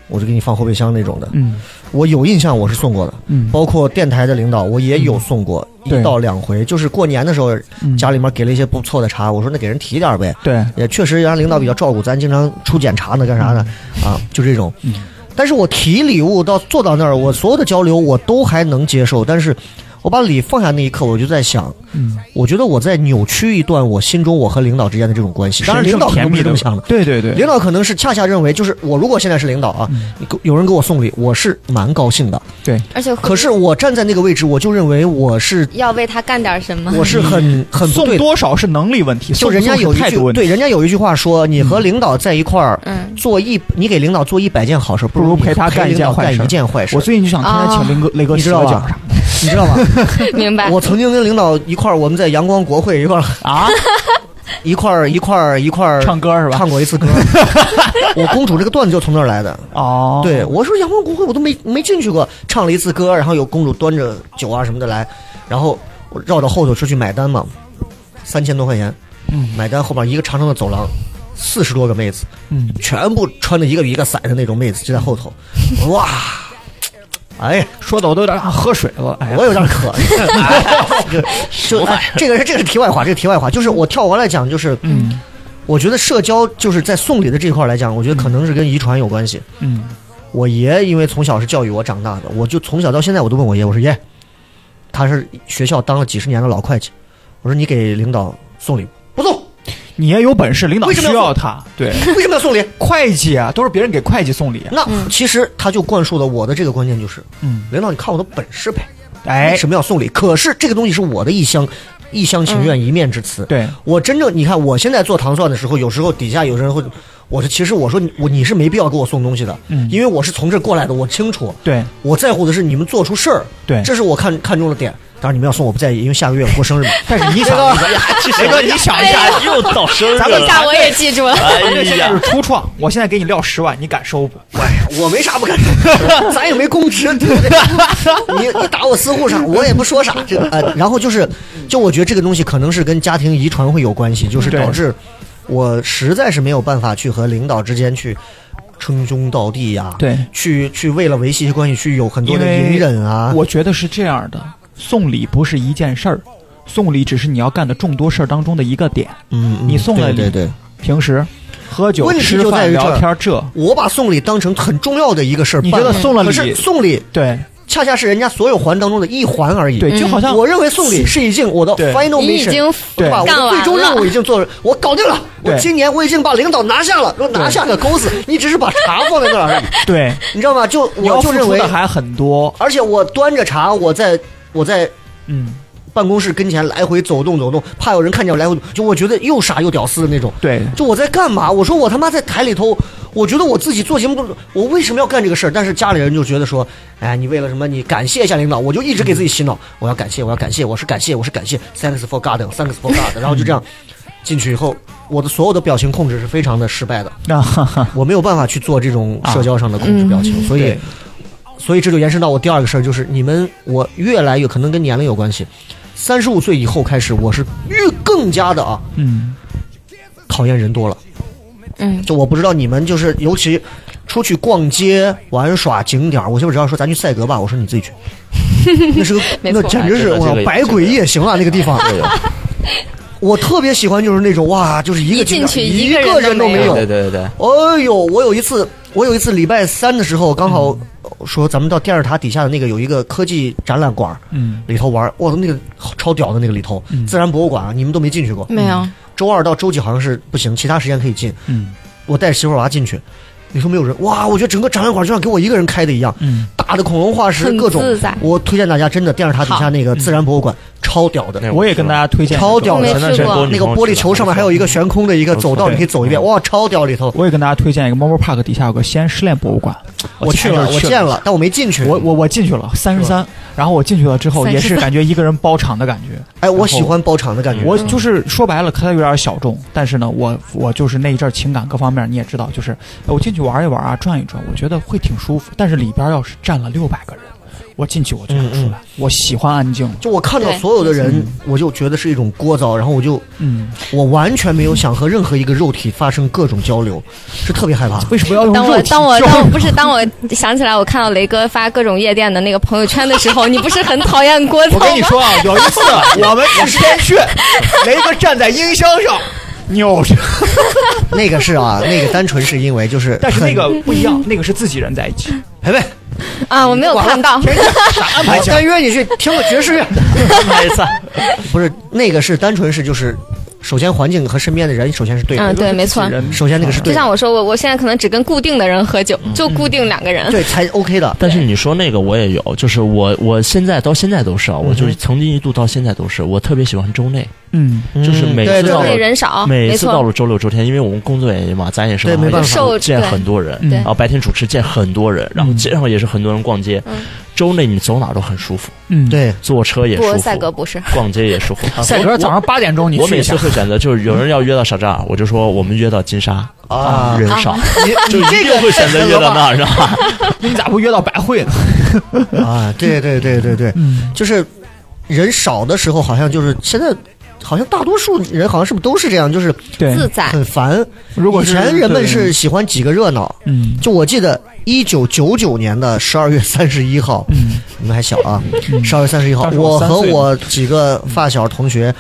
Speaker 4: 我就给你放后备箱那种的。
Speaker 9: 嗯
Speaker 4: 我有印象，我是送过的，
Speaker 9: 嗯，
Speaker 4: 包括电台的领导，我也有送过
Speaker 9: 对
Speaker 4: 一到两回，就是过年的时候，
Speaker 9: 嗯
Speaker 4: 家里面给了一些不错的茶，我说那给人提点儿呗，
Speaker 9: 对，
Speaker 4: 也确实，人家领导比较照顾，咱经常出检查呢，干啥呢？啊，就这种。
Speaker 9: 嗯
Speaker 4: 但是我提礼物到坐到那儿，我所有的交流我都还能接受，但是我把礼放下那一刻，我就在想，
Speaker 9: 嗯，
Speaker 4: 我觉得我在扭曲一段我心中我和领导之间的这种关系。当然，领导可能不是这么想的。
Speaker 9: 对对嗯对，
Speaker 4: 领导可能是恰恰认为，就是我如果现在是领导啊，你给有人给我送礼，我是蛮高兴的。
Speaker 9: 对，
Speaker 6: 而且
Speaker 4: 可是我站在那个位置，我就认为我是
Speaker 6: 要为他干点什么。
Speaker 4: 我是很很不
Speaker 9: 送
Speaker 4: 对的。
Speaker 9: 多少是能力问题，
Speaker 4: 就
Speaker 9: 送
Speaker 4: 人家
Speaker 9: 不送
Speaker 4: 有
Speaker 9: 是
Speaker 4: 一
Speaker 9: 态度
Speaker 4: 句
Speaker 9: 问题。嗯
Speaker 4: 对，人家有一句话说，你和领导在一块儿，
Speaker 6: 嗯，
Speaker 4: 做一，你给领导做一百件好事，
Speaker 9: 不如
Speaker 4: 你
Speaker 9: 陪他干一
Speaker 4: 领
Speaker 9: 件
Speaker 4: 导
Speaker 9: 坏
Speaker 4: 干
Speaker 9: 事
Speaker 4: 一件坏事啊
Speaker 9: 我，最近就想天天请雷哥、雷哥
Speaker 4: 你
Speaker 9: 洗
Speaker 4: 知
Speaker 9: 个
Speaker 4: 道
Speaker 9: 脚
Speaker 4: 吧
Speaker 9: 啥？
Speaker 4: 你知道 吧？
Speaker 6: 明白。
Speaker 4: 我曾经跟领导一块儿，我们在阳光国会一块儿
Speaker 9: 啊，
Speaker 4: 一块儿一块儿一块儿
Speaker 9: 唱歌是吧？
Speaker 4: 唱过一次 歌。我公主这个段子就从那儿来的。
Speaker 9: 哦，
Speaker 4: 对，我说阳光国会我都没没进去过，唱了一次歌，然后有公主端着酒啊什么的来，然后我绕到后头出去买单嘛，三千多块钱，
Speaker 9: 嗯
Speaker 4: 买单后面一个长长的走廊，四十多个妹子，
Speaker 9: 嗯，
Speaker 4: 全部穿的一个比一个色的那种妹子就在后 头，哇！哎呀，
Speaker 9: 说的我都有点想喝水了。哎呀，
Speaker 4: 我有点渴。这个就哎这个是这个是题外话，这个题外话就是我跳回来讲，就是
Speaker 9: 嗯
Speaker 4: 我觉得社交就是在送礼的这一块来讲，我觉得可能是跟遗传有关系。
Speaker 9: 嗯
Speaker 4: 我爷因为从小是教育我长大的，我就从小到现在我都问我爷，我说爷，他是学校当了几十年的老会计，我说你给领导送礼不送，
Speaker 9: 你也有本事，领导
Speaker 4: 为什么
Speaker 9: 需
Speaker 4: 要
Speaker 9: 要他。对，
Speaker 4: 为什么要送礼？
Speaker 9: 会计啊，都是别人给会计送礼。啊
Speaker 4: 那其实他就灌输了我的这个观念，就是
Speaker 9: 嗯，
Speaker 4: 领导你看我的本事呗，为
Speaker 9: 哎，
Speaker 4: 什么要送礼？可是这个东西是我的一厢一厢情愿、一面之词。
Speaker 9: 对，
Speaker 4: 我真正你看，我现在做糖蒜的时候，有时候底下有人会，我说其实我说你我你是没必要给我送东西的，
Speaker 9: 嗯
Speaker 4: 因为我是从这儿过来的，我清楚，
Speaker 9: 对
Speaker 4: 我在乎的是你们做出事儿，
Speaker 9: 对
Speaker 4: 这是我看看中的点。当然你们要送我不在意，因为下个月我过 生日嘛。
Speaker 9: 但是你想， 哎
Speaker 7: 谁哥，你想一
Speaker 4: 哎
Speaker 7: 下，哎又到生日
Speaker 6: 一 下
Speaker 7: 了，
Speaker 6: 我也记 住了。
Speaker 7: 哎
Speaker 9: 现在
Speaker 7: 呀
Speaker 9: 就，是初创，我现在给你撂十万，你敢收不？
Speaker 4: 我没啥不敢说，咱也没公职，对不对？你你打我私户啥，我也不说啥。这个呃，然后就是，就我觉得这个东西可能是跟家庭遗传会有关系，就是
Speaker 9: 对
Speaker 4: 导致我实在是没有办法去和领导之间去称兄道弟呀、
Speaker 9: 对
Speaker 4: 去去为了维系关系去有很多
Speaker 9: 因
Speaker 4: 的
Speaker 9: 为
Speaker 4: 隐忍啊。
Speaker 9: 我觉得是这样的，送礼不是一件事儿，送礼只是你要干的众多事儿当中的一个点。
Speaker 4: 嗯，嗯
Speaker 9: 你送了礼
Speaker 4: 对对对，
Speaker 9: 平时喝酒、
Speaker 4: 问题
Speaker 9: 吃
Speaker 4: 就在
Speaker 9: 饭、
Speaker 4: 于这儿
Speaker 9: 聊天，这
Speaker 4: 我把送礼当成很重要的一个事儿办
Speaker 9: 你
Speaker 4: 了，
Speaker 9: 觉得送了
Speaker 4: 可
Speaker 9: 礼
Speaker 4: 是送礼
Speaker 9: 对
Speaker 4: 恰恰是人家所有环当中的一环而已。
Speaker 9: 对，就好像
Speaker 4: 我认为送礼是已经我的
Speaker 9: 对
Speaker 4: final
Speaker 6: 你已
Speaker 4: mission，
Speaker 6: 经
Speaker 4: 对吧？我
Speaker 6: 干
Speaker 4: 的
Speaker 6: 完
Speaker 4: 最终任务
Speaker 6: 了，
Speaker 4: 已经做了，我搞定了。我
Speaker 9: 对
Speaker 4: 今年我已经把领导拿下了，说拿下个钩子，你只是把茶放在那儿而已，
Speaker 9: 对，
Speaker 4: 你知道吗？就
Speaker 9: 你要
Speaker 4: 我就
Speaker 9: 付
Speaker 4: 认
Speaker 9: 出
Speaker 4: 为
Speaker 9: 的，还很多。
Speaker 4: 而且我端着茶，我在我在
Speaker 9: 嗯，
Speaker 4: 办公室跟前来回走动走动，怕有人看见我来回，就我觉得又傻又屌丝的那种。
Speaker 9: 对，
Speaker 4: 就我在干嘛？我说我他妈在台里头，我觉得我自己做节目，我为什么要干这个事儿？但是家里人就觉得说，哎，你为了什么？你感谢一下领导，我就一直给自己洗脑，我要感谢，我要感谢，我是感谢，我是感谢，thanks for God，thanks for God，然后就这样进去以后，我的所有的表情控制是非常的失败的，
Speaker 9: 那哈哈，
Speaker 4: 我没有办法去做这种社交上的控制表情，所以
Speaker 9: 啊嗯对，
Speaker 4: 所以这就延伸到我第二个事儿，就是你们我越来越可能跟年龄有关系，三十五岁以后开始，我是越更加的啊
Speaker 9: 嗯，
Speaker 4: 讨厌人多了。
Speaker 6: 嗯，
Speaker 4: 就我不知道你们就是，尤其出去逛街、玩耍景点儿，我媳妇只要说咱去赛格吧，我说你 自己去，那是个
Speaker 6: 没
Speaker 4: 那
Speaker 6: 错
Speaker 4: 简直是
Speaker 7: 哎这个
Speaker 4: 我
Speaker 7: 这个
Speaker 4: 百鬼夜行啊，那个地方。我特别喜欢就是那种哇，就是一个
Speaker 6: 一
Speaker 4: 景
Speaker 6: 进
Speaker 4: 点
Speaker 6: 去
Speaker 4: 一
Speaker 6: 一个人
Speaker 4: 人
Speaker 6: 都没
Speaker 4: 没有。
Speaker 7: 对对对对，
Speaker 4: 哎呦，我有一次，我有一次礼拜三的时候，刚好说咱们到电视塔底下的那个有一个科技展览馆儿
Speaker 9: 嗯
Speaker 4: 里头玩儿，哇，那个超屌的那个里头，自然博物馆啊，你们都没进去过。
Speaker 6: 没有，
Speaker 4: 周二到周几好像是不行，其他时间可以进。
Speaker 9: 嗯
Speaker 4: 我带着媳妇儿娃进去，你说没有人，哇，我觉得整个展览馆就像给我一个人开的一样，
Speaker 9: 嗯，
Speaker 4: 大的恐龙化石
Speaker 6: 很
Speaker 4: 各种
Speaker 6: 自在，
Speaker 4: 我推荐大家真的电视塔底下那个自然博物馆超屌的，
Speaker 7: 那
Speaker 9: 我也跟大家推荐，
Speaker 4: 超屌
Speaker 6: 我
Speaker 4: 的
Speaker 6: 没，
Speaker 7: 前段时
Speaker 6: 试
Speaker 7: 间
Speaker 6: 过
Speaker 7: 跟我
Speaker 4: 那
Speaker 7: 女
Speaker 4: 个
Speaker 7: 朋友
Speaker 4: 玻璃
Speaker 7: 去
Speaker 4: 球
Speaker 7: 的
Speaker 4: 上面还有一个悬空的一个
Speaker 7: 不
Speaker 4: 走
Speaker 7: 错
Speaker 4: 道，你可以走一遍，
Speaker 7: 嗯
Speaker 4: 哇，超屌里头，
Speaker 9: 我也跟大家推荐一个猫猫 park 底下有个西安失恋博物馆，
Speaker 4: 我去
Speaker 9: 前一阵
Speaker 4: 了
Speaker 9: 儿，
Speaker 4: 我见了，但我没进去，
Speaker 9: 我我我进去了三十三，然后我进去了之后也是感觉一个人包场的感觉。
Speaker 4: 哎，我喜欢包场的感觉，
Speaker 9: 我就是说白了，它有点小众，但是呢，我我就是那一阵儿情感各方面你也知道，就是我进去玩一玩啊，转一转，我觉得会挺舒服。但是里边要是站了六百个人，我进去我就想出来，我喜欢安静。
Speaker 4: 就我看到
Speaker 6: 对
Speaker 4: 所有的人，我就觉得是一种聒噪，然后我就
Speaker 9: 嗯，
Speaker 4: 我完全没有想和任何一个肉体发生各种交流，是特别害怕。
Speaker 9: 为什么要用
Speaker 6: 当
Speaker 9: 肉
Speaker 6: 我
Speaker 9: 体
Speaker 6: 当我
Speaker 9: 交
Speaker 6: 当我
Speaker 9: 流
Speaker 6: 不是当我想起来我看到雷哥发各种夜店的那个朋友圈的时候，你不是很讨厌聒
Speaker 9: 我跟
Speaker 6: 噪
Speaker 9: 你
Speaker 6: 吗？
Speaker 9: 说啊，有一 次我们我先去，雷哥站在音箱上扭着，
Speaker 4: 那个是啊，那个单纯是因为就是，
Speaker 9: 但是那个不一样，那个是自己人在一起，
Speaker 4: 培培，
Speaker 6: 啊，我没有看到，
Speaker 9: 啥安排
Speaker 4: 好，
Speaker 9: 下
Speaker 4: 但约你去听个爵士乐。
Speaker 9: 来一次。
Speaker 4: 不是那个是单纯是就是，首先环境和身边的人首先是对的，
Speaker 6: 嗯，对，没错。
Speaker 9: 人
Speaker 4: 首先那个是
Speaker 6: 就
Speaker 4: 对
Speaker 6: 像
Speaker 4: 的，
Speaker 6: 我说，我我现在可能只跟固定的人喝酒，
Speaker 7: 嗯
Speaker 6: 就固定两个人。
Speaker 4: 对才 OK 的。
Speaker 7: 但是你说那个我也有，就是我我现在到现在都是啊，我就是曾经一度到现在都是，我特别喜欢周内，
Speaker 9: 嗯，
Speaker 7: 就是每
Speaker 4: 对
Speaker 7: 次
Speaker 4: 对
Speaker 7: 到
Speaker 4: 对
Speaker 6: 对
Speaker 7: 了
Speaker 6: 人少，
Speaker 7: 每
Speaker 6: 啊没
Speaker 7: 次到
Speaker 6: 错，
Speaker 7: 了周六周天，因为我们工作原因嘛，咱也是
Speaker 4: 对
Speaker 7: 忙
Speaker 4: 没办法
Speaker 7: 也是见
Speaker 6: 受
Speaker 7: 很多人，
Speaker 6: 对
Speaker 7: 然后白天主持见很多人，然后
Speaker 9: 嗯
Speaker 7: 街上也是很多人逛街，
Speaker 6: 嗯
Speaker 7: 周内你走哪都很舒服，
Speaker 9: 嗯，
Speaker 4: 对，
Speaker 7: 坐车也舒
Speaker 6: 不，
Speaker 7: 服，
Speaker 6: 赛哥不是，
Speaker 7: 逛街也舒服。
Speaker 9: 赛
Speaker 7: 我
Speaker 9: 哥早上八点钟你
Speaker 7: 我
Speaker 9: 去
Speaker 7: 每
Speaker 9: 一
Speaker 7: 次
Speaker 9: 下，
Speaker 7: 会选择，就是有人要约到啥站，我就说我们约到金沙
Speaker 4: 啊
Speaker 7: 人少，就一定会选择约 到那儿，知道吧？
Speaker 9: 你咋不约到百汇呢？
Speaker 4: 啊，对对对对对，
Speaker 9: 嗯
Speaker 4: 就是人少的时候，好像就是现在好像大多数人好像是不是都是这样，就是
Speaker 10: 对
Speaker 6: 自在，
Speaker 4: 很烦。
Speaker 10: 如果
Speaker 4: 以
Speaker 10: 是
Speaker 4: 前人们
Speaker 10: 对
Speaker 4: 是喜欢几个热闹，
Speaker 10: 嗯
Speaker 4: 就我记得一九九九年的十二月三十一号，
Speaker 10: 嗯
Speaker 4: 你们还小啊，十二月三十一号
Speaker 10: 当，时我
Speaker 4: 我
Speaker 10: 三
Speaker 4: 和
Speaker 10: 岁
Speaker 4: 我几个发小同学。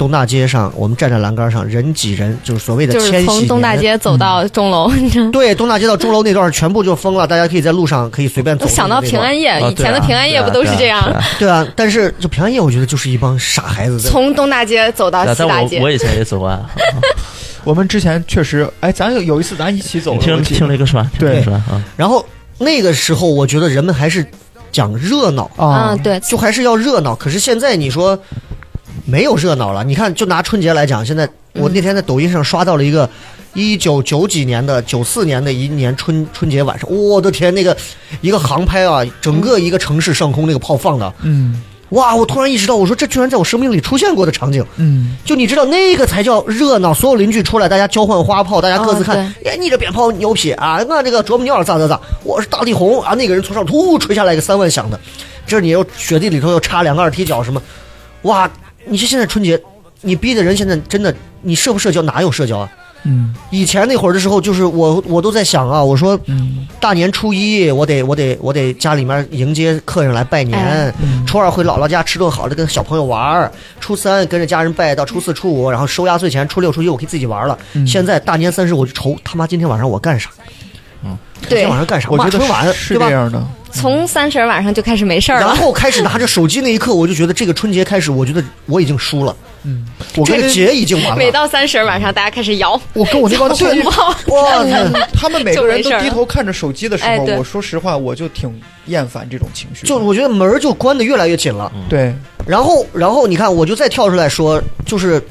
Speaker 4: 东大街上，我们站在栏杆上，人挤人，就是所谓的
Speaker 6: 就
Speaker 4: 千禧
Speaker 6: 是从
Speaker 4: 年
Speaker 6: 东大街
Speaker 7: 嗯
Speaker 6: 走到钟 楼，你知道吗
Speaker 4: 对，东大街到钟楼那段儿全部就封了，大家可以在路上可以随便走。
Speaker 6: 我想到平安夜
Speaker 7: 啊，
Speaker 6: 以前的
Speaker 7: 对啊
Speaker 6: 平安夜
Speaker 7: 对啊
Speaker 6: 不都是这样
Speaker 7: 对？啊
Speaker 4: 对啊，但是就平安夜，我觉得就是一帮傻孩子在。
Speaker 6: 从东大街走到
Speaker 7: 对啊
Speaker 6: 西
Speaker 7: 但
Speaker 6: 大
Speaker 7: 我
Speaker 6: 街
Speaker 7: 我，以前也走过啊，
Speaker 9: 我们之前确实，哎，咱有一次咱一起 走
Speaker 7: 你
Speaker 9: 了，
Speaker 7: 听
Speaker 9: 我记得
Speaker 7: 听了一个是吧？听了一个是吧？啊，
Speaker 4: 然后那个时候，我觉得人们还是讲热闹，
Speaker 9: 啊
Speaker 6: 嗯，，对，
Speaker 4: 就还是要热闹。可是现在你说没有热闹了，你看，就拿春节来讲，现在我那天在抖音上刷到了一个一九九几年的九四年的一年春春节晚上，我的天，那个一个航拍啊，整个一个城市上空那个炮放的，
Speaker 9: 嗯
Speaker 4: 哇！我突然意识到，我说这居然在我生命里出现过的场景。
Speaker 9: 嗯，
Speaker 4: 就你知道那个才叫热闹，所有邻居出来，大家交换花炮，大家各自看，
Speaker 6: 啊
Speaker 4: 哎，你这鞭炮牛皮啊，我这个啄木鸟咋咋咋，我是大地红啊，那个人从上突吹下来一个三万响的，这你又雪地里头又插两个二踢脚什么，哇！你这现在春节，你逼的人现在真的，你社不社交哪有社交啊？
Speaker 9: 嗯
Speaker 4: 以前那会儿的时候，就是我我都在想啊，我说
Speaker 9: 嗯
Speaker 4: 大年初一我得我得我得家里面迎接客人来拜年，
Speaker 6: 哎
Speaker 9: 嗯
Speaker 4: 初二回姥姥家吃顿好的跟小朋友玩儿，初三跟着家人拜到初四初五，然后收压岁钱，初六初一我可以自己玩了。
Speaker 9: 嗯
Speaker 4: 现在大年三十我就愁他妈今天晚上我干啥？今
Speaker 6: 对
Speaker 4: 天晚，上干啥？
Speaker 9: 我
Speaker 4: 骂
Speaker 9: 觉
Speaker 4: 春晚
Speaker 9: 得是
Speaker 4: 对
Speaker 9: 这
Speaker 4: 吧？
Speaker 9: 样的，
Speaker 6: 从三十儿晚上就开始没事儿
Speaker 4: 然
Speaker 6: 了。
Speaker 4: 后开始拿着手机那一刻，我就觉得这个春节开始，我觉得我已经输了，
Speaker 9: 嗯，
Speaker 4: 我跟
Speaker 6: 这个
Speaker 4: 节已经完
Speaker 6: 每
Speaker 4: 了。
Speaker 6: 到三十儿晚上，大家开始摇
Speaker 9: 我跟我那帮
Speaker 6: 摇
Speaker 9: 对
Speaker 6: 红包，
Speaker 4: 哇，天
Speaker 9: 他们每个人都
Speaker 6: 就没事儿
Speaker 9: 低头看着手机的时
Speaker 6: 哎
Speaker 9: 候，
Speaker 6: 对
Speaker 9: 我说实话，我就挺厌烦这种情绪的。
Speaker 4: 就我觉得门儿就关的越来越紧了。
Speaker 9: 对，
Speaker 4: 然后，然后你看，我就再跳出来说，就是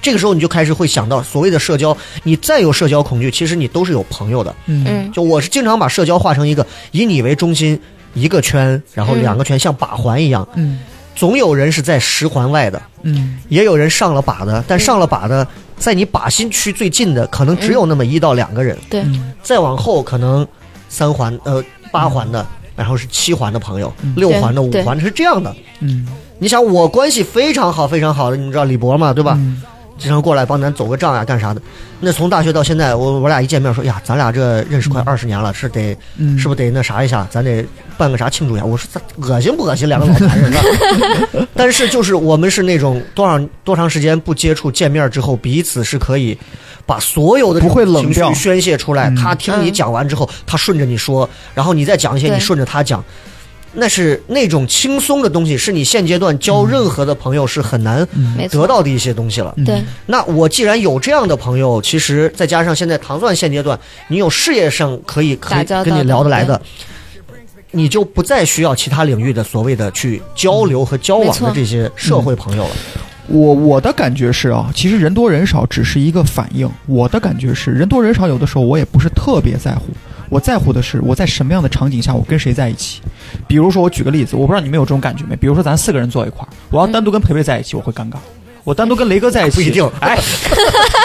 Speaker 4: 这个时候你就开始会想到所谓的社交，你再有社交恐惧，其实你都是有朋友的。
Speaker 9: 嗯，
Speaker 6: 嗯，
Speaker 4: 就我是经常把社交画成一个以你为中心一个圈，然后两个圈像把环一样，
Speaker 9: 嗯
Speaker 4: 总有人是在十环外的，
Speaker 9: 嗯
Speaker 4: 也有人上了靶的，但上了靶的在你靶心区最近的可能只有那么一到两个人，
Speaker 6: 对，
Speaker 4: 再往后可能三环呃八环的，然后是七环的朋友，六环的五
Speaker 6: 嗯对
Speaker 4: 环的是这样的。
Speaker 9: 嗯
Speaker 4: 你想我关系非常好非常好的，你知道李博嘛，对吧？经常过来帮咱走个账呀、干啥的。那从大学到现在，我我俩一见面说呀，咱俩这认识快二十年了，是得、
Speaker 9: 嗯
Speaker 4: 是不是得那啥一下，咱得办个啥庆祝一下？我说咱恶心不恶心？两个老男人了。 但是就是我们是那种多少多长时间不接触，见面之后彼此是可以。把所有的
Speaker 9: 不会冷
Speaker 4: 情绪
Speaker 9: 掉
Speaker 4: 宣泄出来，他听你
Speaker 6: 嗯
Speaker 4: 讲完之后，他顺着你说，然后你再讲一些，
Speaker 6: 对
Speaker 4: 你顺着他讲，那是那种轻松的东西，是你现阶段
Speaker 9: 嗯
Speaker 4: 交任何的朋友是很难
Speaker 6: 没错
Speaker 4: 得到的一些东西了。
Speaker 6: 对，
Speaker 4: 那我既然有这样的朋友，其实再加上现在糖蒜现阶段，你有事业上可以可以
Speaker 6: 打交道
Speaker 4: 跟你聊得来的，你就不再需要其他领域的所谓的去交流和交往
Speaker 6: 没
Speaker 4: 的
Speaker 6: 错
Speaker 4: 这些社会朋友了。
Speaker 9: 嗯我我的感觉是啊，其实人多人少只是一个反应。我的感觉是，人多人少有的时候我也不是特别在乎，我在乎的是我在什么样的场景下我跟谁在一起。比如说，我举个例子，我不知道你们有这种感觉没？比如说咱四个人坐一块儿，我要单独跟培培在一起，我会尴尬；我单独跟雷哥在一 起，
Speaker 4: 不一定
Speaker 9: 哎，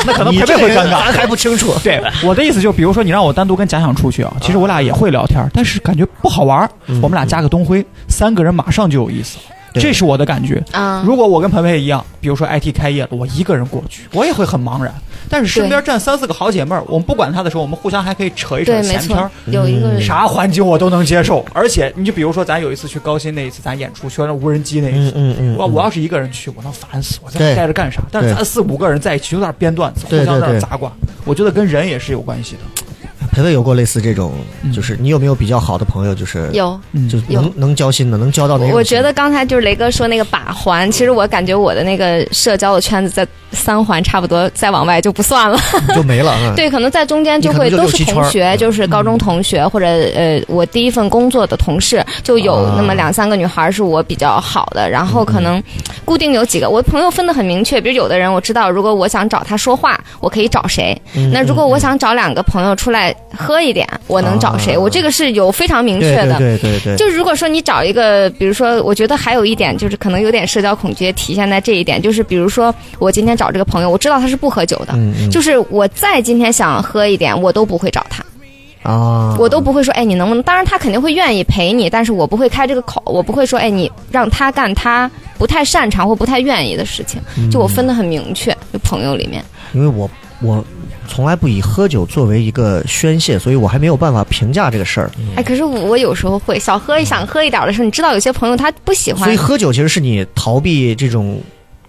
Speaker 9: 那可能
Speaker 4: 你
Speaker 9: 培
Speaker 4: 这
Speaker 9: 培
Speaker 4: 个
Speaker 9: 会
Speaker 4: 人
Speaker 9: 尴尬
Speaker 4: 咱。还不清楚。
Speaker 9: 对，我的意思就是，比如说你让我单独跟假想出去啊，其实我俩也会聊天儿，但是感觉不好玩儿。我们俩加个东辉，三个人马上就有意思了，
Speaker 4: 嗯对
Speaker 9: 这是我的感觉。
Speaker 6: 啊，
Speaker 9: 如果我跟培培一样，比如说 IT 开业了，我一个人过去，我也会很茫然。但是身边站三四个好姐妹儿，我们不管她的时候，我们互相还可以扯一扯
Speaker 6: 对，没
Speaker 9: 闲篇
Speaker 6: 错
Speaker 9: 儿。，
Speaker 6: 有一个
Speaker 4: 嗯
Speaker 6: 人
Speaker 9: 啥环境我都能接受，而且你就比如说，咱有一次去高新那一次，咱演出去那无人机那一
Speaker 4: 嗯
Speaker 9: 次，
Speaker 4: 嗯嗯，
Speaker 9: 我我要是一个人去，我能烦死，我在
Speaker 4: 对
Speaker 9: 那待着干啥？但是
Speaker 4: 对
Speaker 9: 咱四五个人在一起，有点编段子，
Speaker 4: 对
Speaker 9: 互相在
Speaker 4: 对对
Speaker 9: 那砸瓜，我觉得跟人也是有关系的。
Speaker 4: 培培有过类似这种，
Speaker 9: 嗯
Speaker 4: 就是你有没有比较好的朋友，就是
Speaker 6: 有。
Speaker 4: 就
Speaker 6: 有
Speaker 4: 能能交心的，能交到哪种
Speaker 6: 我觉
Speaker 4: 心
Speaker 6: 得刚才就是雷哥说那个把环，其实我感觉我的那个社交的圈子在三环差不多，再往外就不算了。
Speaker 4: 你就没了啊。
Speaker 6: 对，可能在中间就会
Speaker 4: 你可能就
Speaker 6: 都
Speaker 4: 六
Speaker 6: 是
Speaker 4: 七圈嗯
Speaker 6: 同学，就是高中同学或者呃，我第一份工作的同事，就有
Speaker 4: 啊嗯
Speaker 6: 那么两三个女孩是我比较好的，然后可能固定有几个。我朋友分得很明确，比如有的人我知道，如果我想找他说话，我可以找谁；
Speaker 4: 嗯
Speaker 6: 那如果我想找两个朋友出来喝一点，我能找谁？
Speaker 4: 啊
Speaker 6: 我这个是有非常明确的。
Speaker 4: 对对对对对，
Speaker 6: 就如果说你找一个，比如说，我觉得还有一点就是可能有点社交恐惧也体现在这一点，就是比如说我今天找这个朋友，我知道他是不喝酒的，
Speaker 4: 嗯嗯
Speaker 6: 就是我再今天想喝一点，我都不会找他，
Speaker 4: 啊，
Speaker 6: 我都不会说，哎，你
Speaker 4: 嗯
Speaker 6: 能不能？当然他肯定会愿意陪你，但是我不会开这个口，我不会说，哎，你让他干他不太擅长或不太愿意的事情，
Speaker 4: 嗯
Speaker 6: 就我分得很明确，就朋友里面。
Speaker 4: 因为我我从来不以喝酒作为一个宣泄，所以我还没有办法评价这个事儿。
Speaker 6: 哎，可是我我有时候会想喝想喝一点的时候，你知道有些朋友他不喜
Speaker 4: 所
Speaker 6: 欢
Speaker 4: 以，喝酒其实是你逃避这种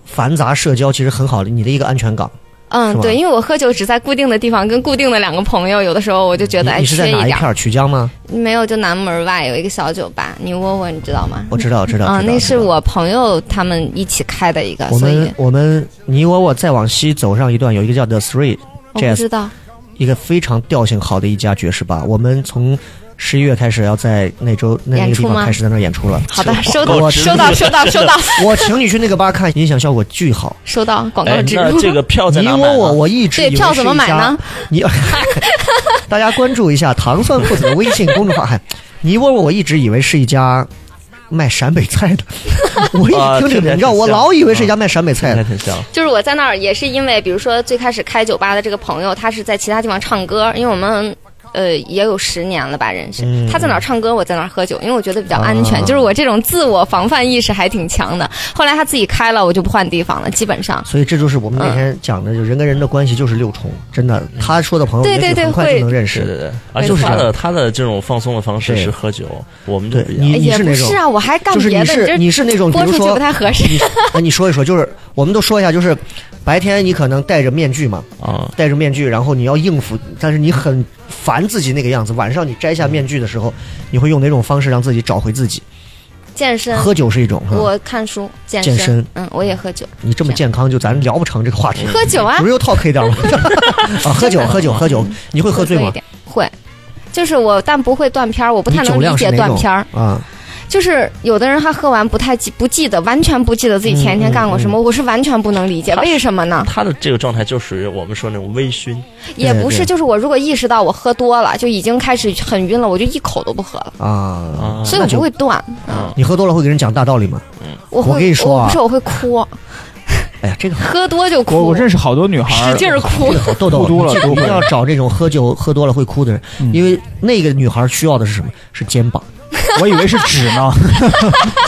Speaker 4: 繁杂社交，其实很好的你的一个安全港。是
Speaker 6: 嗯，
Speaker 4: 吧
Speaker 6: 对，因为我喝酒只在固定的地方跟固定的两个朋友，有的时候我就觉
Speaker 4: 你
Speaker 6: 得哎
Speaker 4: 你是
Speaker 6: 缺
Speaker 4: 在哪一
Speaker 6: 点
Speaker 4: 片
Speaker 6: 儿，
Speaker 4: 儿？曲江吗？
Speaker 6: 没有就南门外有一个小酒吧，你窝窝你知道吗？
Speaker 4: 我知道，知道。
Speaker 6: 啊，
Speaker 4: 知道
Speaker 6: 那
Speaker 4: 知
Speaker 6: 是
Speaker 4: 道
Speaker 6: 我朋友他们一起开的一个，
Speaker 4: 我
Speaker 6: 所以
Speaker 4: 们我们你我我再往西走上一段，有一个叫 The Three，
Speaker 6: 哦我不知道。
Speaker 4: 一个非常调性好的一家爵士吧。我们从十一月开始要在那周那那
Speaker 6: 演
Speaker 4: 个
Speaker 6: 出
Speaker 4: 地方
Speaker 6: 吗
Speaker 4: 开始在那儿演出了。
Speaker 6: 好的，收
Speaker 4: 告
Speaker 6: 到，
Speaker 4: 植
Speaker 6: 收到，收到，收到，
Speaker 4: 我请你去那个吧看，音响效果巨好。
Speaker 6: 收到，广告
Speaker 4: 啊
Speaker 7: 哎，
Speaker 6: 植
Speaker 7: 那
Speaker 6: 入。
Speaker 7: 这个票在
Speaker 4: 你
Speaker 7: 哪买
Speaker 4: 我
Speaker 7: 呢？
Speaker 4: 我我一直以
Speaker 6: 对
Speaker 4: 为
Speaker 6: 票怎么买呢？
Speaker 4: 你大家关注一下糖蒜父子的微信公众号。嗨，你我我我一直以为是一家卖陕北菜的， 我一
Speaker 7: 啊
Speaker 4: 直听这
Speaker 7: 听起
Speaker 4: 个
Speaker 7: 来
Speaker 4: 名字，
Speaker 7: 挺
Speaker 4: 我
Speaker 7: 像啊嗯
Speaker 4: 老以为是一家卖陕北菜
Speaker 7: 还
Speaker 4: 的。
Speaker 7: 挺像。
Speaker 6: 就是我在那儿也是因为，比如说最开始开酒吧的这个朋友，他是在其他地方唱歌，因为我们。呃，也有十年了吧，认识。
Speaker 4: 嗯
Speaker 6: 他在哪儿唱歌，我在哪儿喝酒，因为我觉得比较安全。
Speaker 4: 啊
Speaker 6: 就是我这种自我防范意识还挺强的。后来他自己开了，我就不换地方了，基本上。
Speaker 4: 所以这就是我
Speaker 6: 嗯
Speaker 4: 们那天讲的，就人跟人的关系就是六重，真的。他说的朋友，
Speaker 6: 对
Speaker 4: 也
Speaker 6: 对
Speaker 4: 许
Speaker 6: 对
Speaker 4: 很快就
Speaker 6: 会
Speaker 4: 能认识
Speaker 7: 嗯对。对对，而且
Speaker 4: 就是
Speaker 7: 他
Speaker 4: 这样
Speaker 7: 的他的这种放松的方式是喝酒，我们就
Speaker 4: 对
Speaker 7: 不一样。
Speaker 4: 你
Speaker 6: 也
Speaker 4: 是
Speaker 6: 不
Speaker 4: 那种
Speaker 6: 是啊，我还干
Speaker 4: 就是
Speaker 6: 别
Speaker 4: 你
Speaker 6: 的，
Speaker 4: 是
Speaker 6: 你
Speaker 4: 你是那
Speaker 6: 这
Speaker 4: 种，比
Speaker 6: 播
Speaker 4: 如
Speaker 6: 出去
Speaker 4: 说
Speaker 6: 不太合适。
Speaker 4: 你那你说一说，就是我们都说一下，就是白天你可能戴着面具嘛，
Speaker 7: 啊，
Speaker 4: 戴着面具，然后你要应付，但是你很烦自己那个样子。晚上你摘下面具的时候，你会用哪种方式让自己找回自己？
Speaker 6: 健身，
Speaker 4: 喝酒是一种哈。
Speaker 6: 我看书，健
Speaker 4: 健身
Speaker 6: 嗯，我也喝酒，
Speaker 4: 你这么健康，就咱聊不成这个话题。
Speaker 6: 喝酒啊，
Speaker 4: real talk 一点吗？ 啊，喝酒，喝酒，喝酒，你会喝醉
Speaker 6: 一
Speaker 4: 吗？
Speaker 6: 点会，就是我，但不会断片儿，我不
Speaker 4: 你
Speaker 6: 太能
Speaker 4: 酒
Speaker 6: 理
Speaker 4: 量是
Speaker 6: 解
Speaker 4: 哪
Speaker 6: 断
Speaker 4: 种
Speaker 6: 片儿。
Speaker 4: 啊？
Speaker 6: 就是有的人他喝完不太记不记得，完全不记得自己前
Speaker 4: 嗯
Speaker 6: 一天干过什么，我是完全不能理解，为什么呢？
Speaker 7: 他的这个状态就属于我们说那种微醺，
Speaker 6: 也不
Speaker 4: 对
Speaker 6: 是，就是我如果意识到我喝多了，就已经开始很晕了，我就一口都不喝了，
Speaker 4: 啊，
Speaker 6: 所以
Speaker 4: 那
Speaker 6: 我
Speaker 4: 就
Speaker 6: 不会断，
Speaker 4: 你喝多了会给人讲大道理吗？
Speaker 6: 我会，
Speaker 4: 我跟你说啊
Speaker 6: 我不是我会哭，
Speaker 4: 哎呀， 这个
Speaker 6: 喝多就
Speaker 9: 我
Speaker 6: 哭
Speaker 9: 我，认识好多女孩
Speaker 6: 使
Speaker 9: 儿，
Speaker 6: 劲儿哭
Speaker 4: 这个。好啊豆豆，
Speaker 9: 哭多了
Speaker 4: 这个
Speaker 9: 都
Speaker 4: 一
Speaker 9: 会嗯
Speaker 4: 定要找这种喝酒喝多了会哭的人，因为那个女孩需要的是什么？是肩膀。
Speaker 9: 我以为是纸呢，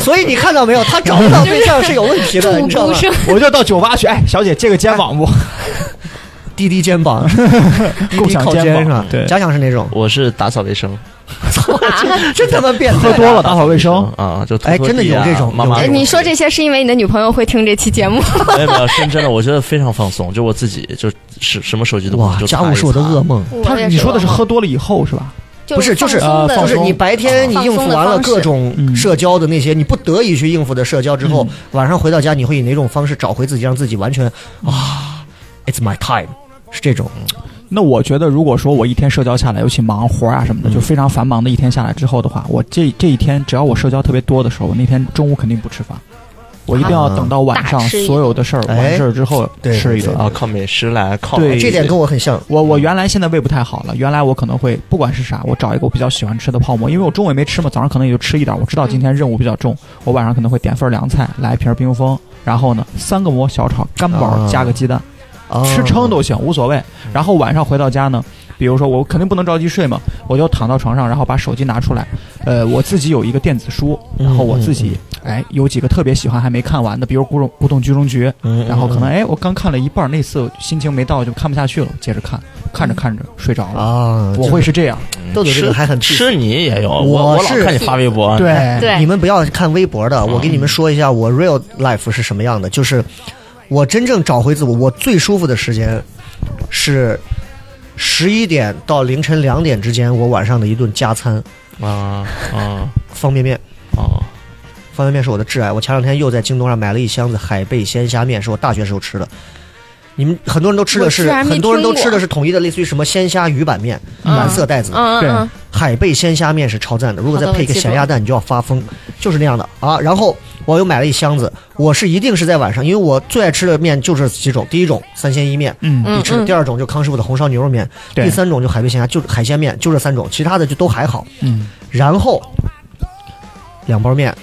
Speaker 4: 所以你看到没有，她找不到对象是有问题的，你知道
Speaker 6: 哭
Speaker 4: 吗？
Speaker 6: 声，
Speaker 9: 我就到酒吧去，哎，小姐借个肩膀不？
Speaker 4: 滴滴肩 膀，
Speaker 9: 共
Speaker 4: 滴
Speaker 9: 享
Speaker 4: 靠肩是
Speaker 9: 肩
Speaker 4: 吧
Speaker 9: 膀？对
Speaker 4: 假想是哪种？
Speaker 7: 我是打扫卫生，
Speaker 4: 真他妈变态！啊
Speaker 9: 喝多了打扫卫生，
Speaker 7: 啊，就拖
Speaker 4: 哎
Speaker 7: 拖
Speaker 4: 真的
Speaker 7: 地啊
Speaker 4: 有这种
Speaker 7: 妈妈
Speaker 4: 有这种
Speaker 6: 哎你说这些是因为你的女朋友会听这期节目，
Speaker 7: 没有没有，是真的，我觉得非常放松，就我自己就是什么手机都不
Speaker 4: 哇，
Speaker 7: 就
Speaker 4: 家
Speaker 7: 擦
Speaker 4: 务
Speaker 7: 一
Speaker 4: 是我的
Speaker 7: 擦
Speaker 4: 噩梦。
Speaker 9: 他你说的是喝多了以后是吧？
Speaker 4: 不是就是
Speaker 6: 放松
Speaker 9: 呃
Speaker 6: 的
Speaker 9: 放
Speaker 4: 就是
Speaker 9: 松
Speaker 4: 你白天你
Speaker 6: 放
Speaker 4: 应
Speaker 6: 松
Speaker 4: 付
Speaker 6: 的
Speaker 4: 完了
Speaker 6: 方式
Speaker 4: 各种
Speaker 9: 嗯
Speaker 4: 社交的那些你不得已去应付的社交之后
Speaker 9: 嗯，
Speaker 4: 晚上回到家你会以哪种方式找回自己，让自己完全啊，It's my time，是这种。
Speaker 9: 那我觉得，如果说我一天社交下来，尤其忙活啊什
Speaker 4: 嗯
Speaker 9: 么的，就非常繁忙的一天下来之后的话，我这这一天只要我社交特别多的时候，我那天中午肯定不吃饭，我一定要等到晚上
Speaker 6: 大吃一顿
Speaker 9: 所有的事儿
Speaker 4: 哎
Speaker 9: 完事儿之后
Speaker 4: 对
Speaker 9: 吃一顿。
Speaker 7: 啊，靠美食来靠
Speaker 9: 对
Speaker 4: 这点跟我很像。
Speaker 9: 我我原来现在胃不太好了，原来我可能会不管是啥，我找一个我比较喜欢吃的泡馍，因为我中午也没吃嘛，早上可能也就吃一点。我知道今天任务比较重，我晚上可能会点份凉菜，来一瓶冰峰，然后呢三个馍小炒，干
Speaker 4: 啊
Speaker 9: 煲加个鸡蛋，
Speaker 4: 啊
Speaker 9: 吃撑都行，无所谓。然后晚上回到家呢，比如说我肯定不能着急睡嘛，我就躺到床上，然后把手机拿出来，呃，我自己有一个电子书，
Speaker 4: 嗯
Speaker 9: 然后我自己哎有几个特别喜欢还没看完的，比如《古董古董局中局》，
Speaker 4: 嗯
Speaker 9: 然后可能哎我刚看了一半儿，那次心情没到就看不下去了，接着看，看着看着睡着了，
Speaker 4: 啊，
Speaker 9: 我会是这样，
Speaker 4: 豆豆这个还很
Speaker 7: 吃你也有，我
Speaker 4: 我
Speaker 7: 我老
Speaker 4: 是
Speaker 7: 看你发微
Speaker 4: 啊
Speaker 7: 博，
Speaker 9: 对
Speaker 6: 对
Speaker 4: 你们不要看微博的，我给你们说一下我 real life 是什么样的。就是我真正找回自我，我最舒服的时间是十一点到凌晨两点之间，我晚上的一顿加餐，
Speaker 7: 啊啊
Speaker 4: 方便面。
Speaker 7: 啊，
Speaker 4: 方便面是我的挚爱，我前两天又在京东上买了一箱子海贝鲜虾面，是我大学时候吃的。你们很多人都吃的
Speaker 6: 我居
Speaker 4: 是，
Speaker 6: 然没
Speaker 4: 很多人都
Speaker 6: 听过
Speaker 4: 吃的是统一的，类似于什么鲜虾鱼板面，
Speaker 6: 嗯
Speaker 4: 蓝色袋子的。
Speaker 6: 嗯嗯嗯，
Speaker 4: 海贝鲜虾面是超赞的，如果再配一个咸鸭蛋，你就要发疯，就是那样的啊。然后我又买了一箱子，我是一定是在晚上，因为我最爱吃的面就是几种，第一种三鲜一面。
Speaker 9: 嗯
Speaker 6: 嗯
Speaker 4: 必吃的，第二种就康师傅的红烧牛肉面，
Speaker 9: 对
Speaker 4: 第三种就海贝鲜虾，就是海鲜面，就这三种，其他的就都还好。
Speaker 9: 嗯，
Speaker 4: 然后两包面，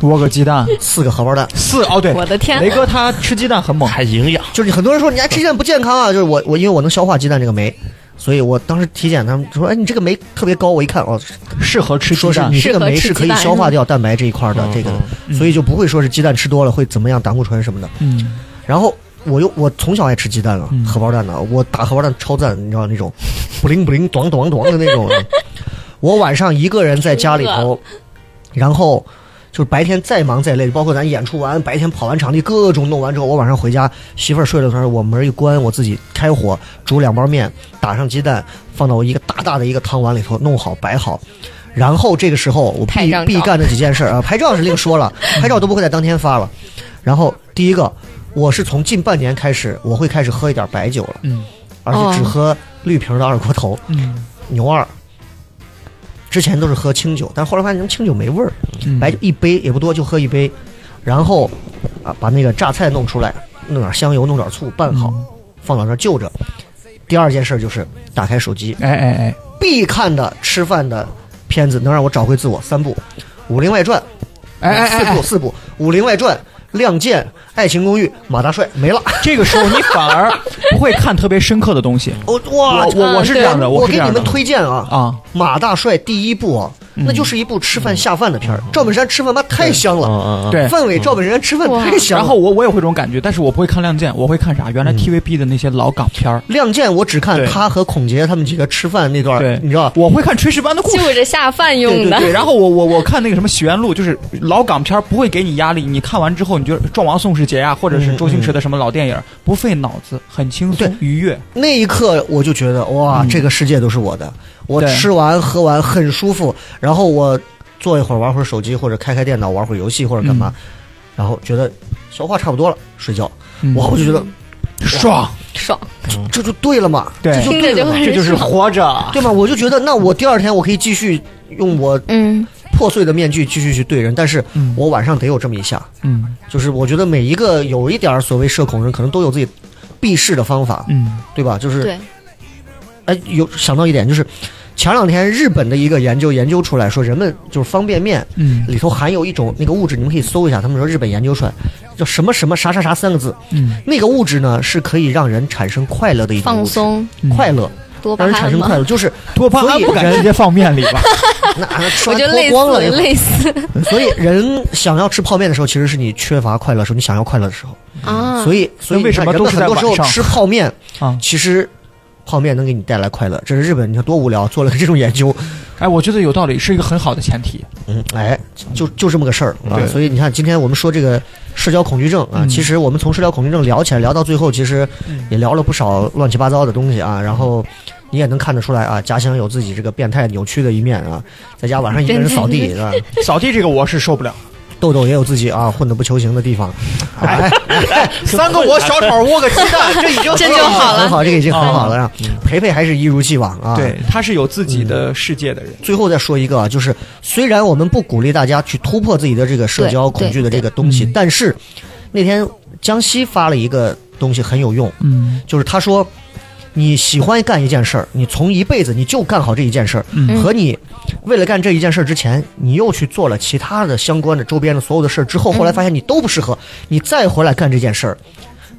Speaker 9: 窝个鸡蛋
Speaker 4: 四个荷包蛋，
Speaker 9: 四哦对，
Speaker 6: 我的天
Speaker 9: 雷哥他吃鸡蛋很猛，
Speaker 7: 还营养，
Speaker 4: 就是很多人说你还吃鸡蛋不健康啊，就是我我因为我能消化鸡蛋这个酶，所以我当时体检他们说，哎，你这个酶特别高，我一看哦，
Speaker 9: 适合吃
Speaker 4: 说
Speaker 9: 鸡
Speaker 4: 是
Speaker 9: 蛋
Speaker 4: 你，这个酶
Speaker 6: 适
Speaker 4: 是
Speaker 6: 合吃
Speaker 4: 可以
Speaker 6: 鸡蛋嗯
Speaker 4: 消化掉蛋白这一块的
Speaker 7: 嗯
Speaker 4: 这个
Speaker 7: 嗯
Speaker 4: 所以就不会说是鸡蛋吃多了会怎么样胆固醇什么的。
Speaker 9: 嗯，
Speaker 4: 然后我又我从小爱吃鸡蛋了，
Speaker 9: 嗯
Speaker 4: 荷包蛋呢，啊我打荷包蛋超赞，你知道那种，不灵不灵，咚咚咚的那种。 我晚上一个人在家里头，然后就是白天再忙再累，包括咱演出完，白天跑完场地各种弄完之后，我晚上回家，媳妇儿睡了的时候，我门一关，我自己开火煮两包面，打上鸡蛋，放到我一个大大的一个汤碗里头弄好摆好。然后这个时候，我
Speaker 6: 拍
Speaker 4: 必
Speaker 6: 张照
Speaker 4: 必干的几件事儿啊，拍照是另说了，拍照都不会在当天 发了。然后第一个，我是从近半年开始，我会开始喝一点白酒了，
Speaker 9: 嗯
Speaker 4: 而且只喝绿瓶的二锅头、
Speaker 9: 嗯
Speaker 4: 牛二。之前都是喝清酒，但后来发现清酒没味儿，
Speaker 9: 嗯
Speaker 4: 白酒一杯也不多，就喝一杯，然后啊把那个榨菜弄出来，弄点香油，弄点醋拌好，
Speaker 9: 嗯
Speaker 4: 放到那儿就着。第二件事就是打开手机，
Speaker 9: 哎哎哎，
Speaker 4: 必看的吃饭的片子能让我找回自我三部，《武林外传》
Speaker 9: 哎哎哎
Speaker 4: 四部四部，《武林外传》《亮剑》《爱情公寓》《马大帅》没了。
Speaker 9: 这个时候你反而不会看特别深刻的东西。
Speaker 4: 我哦哇嗯
Speaker 9: 我我我是这样的，
Speaker 4: 我
Speaker 9: 是
Speaker 4: 给
Speaker 9: 这
Speaker 4: 你
Speaker 9: 样的
Speaker 4: 们推荐啊，
Speaker 9: 啊，
Speaker 4: 马大帅》第一部啊，那就是一部吃饭下饭的片儿。赵本山吃饭妈太香
Speaker 7: 嗯
Speaker 4: 了，
Speaker 7: 嗯嗯，
Speaker 9: 对。
Speaker 4: 范伟赵本山吃饭太香了。
Speaker 9: 然后我我也会这种感觉，但是我不会看《亮剑》，我会看啥？原来 TVB 的那些老港片儿，
Speaker 4: 《亮剑》我只看
Speaker 9: 对
Speaker 4: 他和孔杰他们几个吃饭那段儿
Speaker 9: 对，
Speaker 4: 啊你知道吧？
Speaker 9: 我会看《炊事班的故事》。
Speaker 6: 就着下饭用的。
Speaker 9: 对，然后我我我看那个什么《许愿录》，就是老港片儿不会给你压力，你看完之后你就撞王宋世杰呀，或者是周星驰的什么老电影，不费脑子，很轻松
Speaker 4: 对
Speaker 9: 愉悦。
Speaker 4: 那一刻我就觉得哇，
Speaker 9: 嗯
Speaker 4: 这个世界都是我的。我
Speaker 9: 对
Speaker 4: 吃完喝完很舒服，然后我坐一会儿玩会儿手机，或者开开电脑玩会儿游戏或者干嘛，然后觉得消化差不多了，睡觉。
Speaker 9: 嗯
Speaker 4: 哇，我就觉得
Speaker 9: 爽，
Speaker 6: 爽，
Speaker 4: 这就对了嘛，
Speaker 9: 对
Speaker 4: 这就对了嘛，
Speaker 6: 听着
Speaker 9: 这
Speaker 6: 就很
Speaker 9: 就是活着。
Speaker 4: 对吗？我就觉得那我第二天我可以继续用我
Speaker 6: 嗯，
Speaker 4: 破碎的面具继续去对人，但是
Speaker 9: 嗯
Speaker 4: 我晚上得有这么一下。
Speaker 9: 嗯
Speaker 4: 就是我觉得每一个有一点儿所谓社恐人，可能都有自己避世的方法，
Speaker 9: 嗯
Speaker 4: 对吧？就是
Speaker 6: 对，
Speaker 4: 哎，有想到一点，就是前两天日本的一个研究研究出来说，人们就是方便面
Speaker 9: 嗯
Speaker 4: 里头含有一种那个物质，你们可以搜一下，他们说日本研究出来叫什么什么啥啥啥三个字，
Speaker 9: 嗯，
Speaker 4: 那个物质呢是可以让人产生快乐的一种
Speaker 6: 放
Speaker 4: 物质、
Speaker 6: 松，
Speaker 4: 快乐，
Speaker 6: 多巴
Speaker 4: 嗯让人产
Speaker 6: 胺
Speaker 4: 生
Speaker 6: 嘛
Speaker 4: 快。乐，就是
Speaker 9: 多巴
Speaker 4: 所
Speaker 9: 胺
Speaker 4: 以
Speaker 9: 不敢
Speaker 4: 人
Speaker 9: 直接放面里吧？
Speaker 4: 那啊吃
Speaker 6: 我
Speaker 4: 完
Speaker 6: 觉得
Speaker 4: 脱
Speaker 6: 类
Speaker 4: 光
Speaker 6: 似
Speaker 4: 了以后，
Speaker 6: 类似
Speaker 4: 所以人想要吃泡面的时候，其实是你缺乏快乐的时候，你想要快乐的时候。
Speaker 6: 啊，
Speaker 4: 所以，所以
Speaker 9: 为什么
Speaker 4: 你看人
Speaker 9: 都
Speaker 4: 们
Speaker 9: 是在
Speaker 4: 很多时候
Speaker 9: 晚上
Speaker 4: 吃泡面
Speaker 9: 啊
Speaker 4: 其实泡面能给你带来快乐。这是日本，你看多无聊，做了个这种研究，
Speaker 9: 哎，我觉得有道理，是一个很好的前提。
Speaker 4: 嗯，哎，就就这么个事儿啊。
Speaker 9: 对
Speaker 4: 所以你看，今天我们说这个社交恐惧症啊，
Speaker 9: 嗯
Speaker 4: 其实我们从社交恐惧症聊起来，聊到最后，其实也聊了不少乱七八糟的东西啊。然后。你也能看得出来啊，家乡有自己这个变态扭曲的一面啊，在家晚上一个人扫地是吧？
Speaker 9: 扫地这个我是受不了，
Speaker 4: 豆豆也有自己啊混的不求行的地方，哎，
Speaker 9: 三个我小炒窝个鸡 蛋，这已经
Speaker 6: 这就好
Speaker 4: 很
Speaker 6: 了。
Speaker 4: 好，这个已经很好了啊。培培还是一如既往啊，
Speaker 9: 嗯对，他是有自己的世界的人。
Speaker 4: 最后再说一个啊，就是虽然我们不鼓励大家去突破自己的这个社交恐惧的这个东西
Speaker 9: 嗯对对，对
Speaker 4: 但是那天江西发了一个东西很有用，
Speaker 9: 嗯
Speaker 4: 就是他说你喜欢干一件事儿，你从一辈子你就干好这一件事儿，
Speaker 9: 嗯
Speaker 4: 和你为了干这一件事儿之前，你又去做了其他的相关的周边的所有的事儿之
Speaker 9: 嗯
Speaker 4: 后，后来发现你都不适合，你再回来干这件事儿，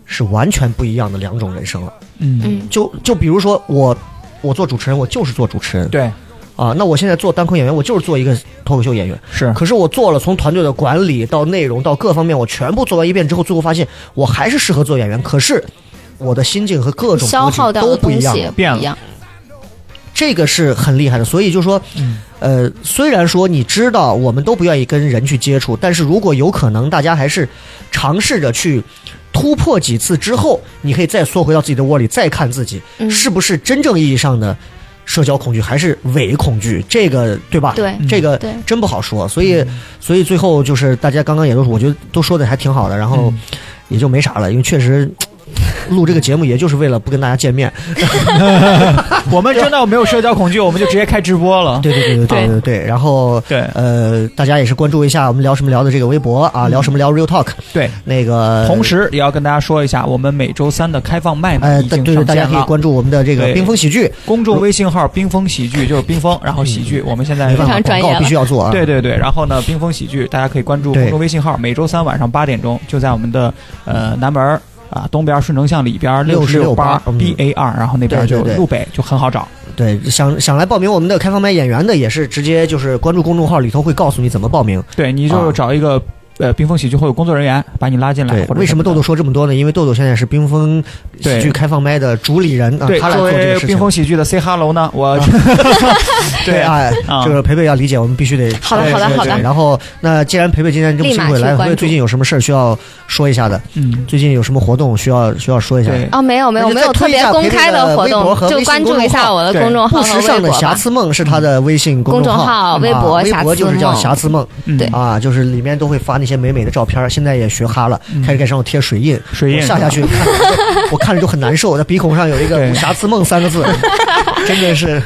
Speaker 4: 是完全不一样的两种人生了。
Speaker 9: 嗯，
Speaker 6: 嗯，
Speaker 4: 就就比如说我。我做主持人，我就是做主持人。
Speaker 9: 对，
Speaker 4: 啊，那我现在做单口演员，我就是做一个脱口秀演员。
Speaker 9: 是
Speaker 4: 可是我做了从团队的管理到内容到各方面，我全部做完一遍之后，最后发现我还是适合做演员，可是我的心境和各种
Speaker 6: 消
Speaker 4: 东西
Speaker 6: 耗掉
Speaker 4: 都
Speaker 6: 的
Speaker 4: 不
Speaker 6: 东
Speaker 4: 一样
Speaker 6: 西
Speaker 4: 了
Speaker 6: 也，不
Speaker 9: 变
Speaker 6: 一
Speaker 9: 了
Speaker 6: 样。
Speaker 4: 这个是很厉害的。所以就说，
Speaker 6: 嗯
Speaker 4: 呃，虽然说你知道我们都不愿意跟人去接触，但是如果有可能，大家还是尝试着去。突破几次之后，你可以再缩回到自己的窝里，再看自己、
Speaker 6: 嗯
Speaker 4: 是不是真正意义上的社交恐惧，还是伪恐惧？这个对吧？
Speaker 6: 对嗯
Speaker 4: 这个
Speaker 6: 对嗯
Speaker 4: 真不好说。所以，所以最后就是大家刚刚也都是，我觉得都说的还挺好的，然
Speaker 6: 嗯
Speaker 4: 后也就没啥了，因为确实录这个节目也就是为了不跟大家见面。
Speaker 9: 我们真的没有社交恐惧，我们就直接开直播了。
Speaker 4: 对对对对对对对。然后
Speaker 9: 对
Speaker 4: 呃，大家也是关注一下我们聊什么聊的这个微博啊，聊什么聊 Real Talk
Speaker 9: 对，
Speaker 4: 那个。
Speaker 9: 嗯同时也要跟大家说一下，我们每周三的开放麦呢
Speaker 4: 呃，
Speaker 9: 已
Speaker 4: 对
Speaker 9: 经
Speaker 4: 对，
Speaker 9: 上
Speaker 4: 大家
Speaker 9: 线
Speaker 4: 可以
Speaker 9: 了。
Speaker 4: 关注我们的这个
Speaker 9: 对
Speaker 4: 冰封喜剧，
Speaker 9: 公众微信号“冰封喜剧”就是冰封，然后喜剧，我们现
Speaker 4: 嗯
Speaker 9: 在
Speaker 4: 没办法，
Speaker 6: 非常专
Speaker 4: 广
Speaker 6: 业
Speaker 4: 告
Speaker 6: 了
Speaker 4: 必须要做啊。
Speaker 9: 对对对，然后呢，冰封喜剧大家可以关注
Speaker 4: 对
Speaker 9: 公众微信号，每周三晚上八点钟就在我们的呃南门儿啊东边顺城巷里边六十
Speaker 4: 66
Speaker 9: 八
Speaker 4: 八嗯
Speaker 9: B A R，然后那边
Speaker 4: 对对
Speaker 9: 就
Speaker 4: 对
Speaker 9: 路北就很好找。
Speaker 4: 对，想想来报名我们的开放麦演员的，也是直接就是关注公众号里头会告诉你怎么报名。
Speaker 9: 对，你就
Speaker 4: 啊
Speaker 9: 找一个呃冰封喜剧会有工作人员把你拉进来，
Speaker 4: 对，
Speaker 9: 嗯或者
Speaker 4: 为什么
Speaker 9: 的
Speaker 4: 豆豆说这么多呢？因为豆豆现在是冰封喜剧
Speaker 9: 对
Speaker 4: 开放麦的主理人啊
Speaker 9: 对，，
Speaker 4: 他来
Speaker 9: 作
Speaker 4: 做这
Speaker 9: 为
Speaker 4: 个事
Speaker 9: 冰
Speaker 4: 情啊
Speaker 9: 封。喜剧的 say hello 呢，我
Speaker 4: 对
Speaker 9: 对
Speaker 4: 哎，
Speaker 9: 啊
Speaker 4: 这个培培要理解，我们必须得
Speaker 6: 好的
Speaker 4: 对
Speaker 6: 好的
Speaker 4: 对
Speaker 6: 好的
Speaker 4: 对然后，那既然培培今天这么辛苦
Speaker 6: 立马去
Speaker 4: 来，
Speaker 6: 关
Speaker 4: 回
Speaker 6: 注
Speaker 4: 最近有什么事儿需要说一下的？
Speaker 9: 嗯，
Speaker 4: 最近有什么活动需要需要说一下的？
Speaker 9: 对
Speaker 6: 哦，没有没有
Speaker 4: 那就
Speaker 6: 没
Speaker 4: 再
Speaker 6: 有特
Speaker 4: 推一
Speaker 6: 别
Speaker 4: 下
Speaker 6: 公
Speaker 4: 培培
Speaker 6: 开
Speaker 4: 的
Speaker 6: 活
Speaker 4: 微博
Speaker 6: 动
Speaker 4: 和，
Speaker 6: 就
Speaker 4: 微信
Speaker 6: 关
Speaker 4: 公
Speaker 6: 注
Speaker 4: 众
Speaker 6: 一下
Speaker 4: 号
Speaker 6: 我的
Speaker 9: 对
Speaker 6: 公众号
Speaker 4: 不
Speaker 6: 和
Speaker 4: 时尚
Speaker 6: 微
Speaker 4: 的
Speaker 6: 博
Speaker 4: 瑕
Speaker 6: 吧。
Speaker 4: 疵梦是他的微信公
Speaker 6: 公众号
Speaker 4: 号，
Speaker 6: 微博
Speaker 4: 啊微
Speaker 6: 瑕
Speaker 4: 博
Speaker 6: 疵
Speaker 4: 就是叫
Speaker 6: 梦
Speaker 4: 瑕疵梦，
Speaker 9: 嗯
Speaker 6: 对
Speaker 4: 啊，就是里面都会发那些美美的照片儿。现在也学哈了，开始给上头贴水印，
Speaker 9: 嗯水
Speaker 4: 我
Speaker 9: 印
Speaker 4: 下
Speaker 9: 是吧
Speaker 4: 下去看着就，我看着就很难受。我的鼻孔上有一个“
Speaker 9: 对
Speaker 4: 瑕疵梦”三个字，真的是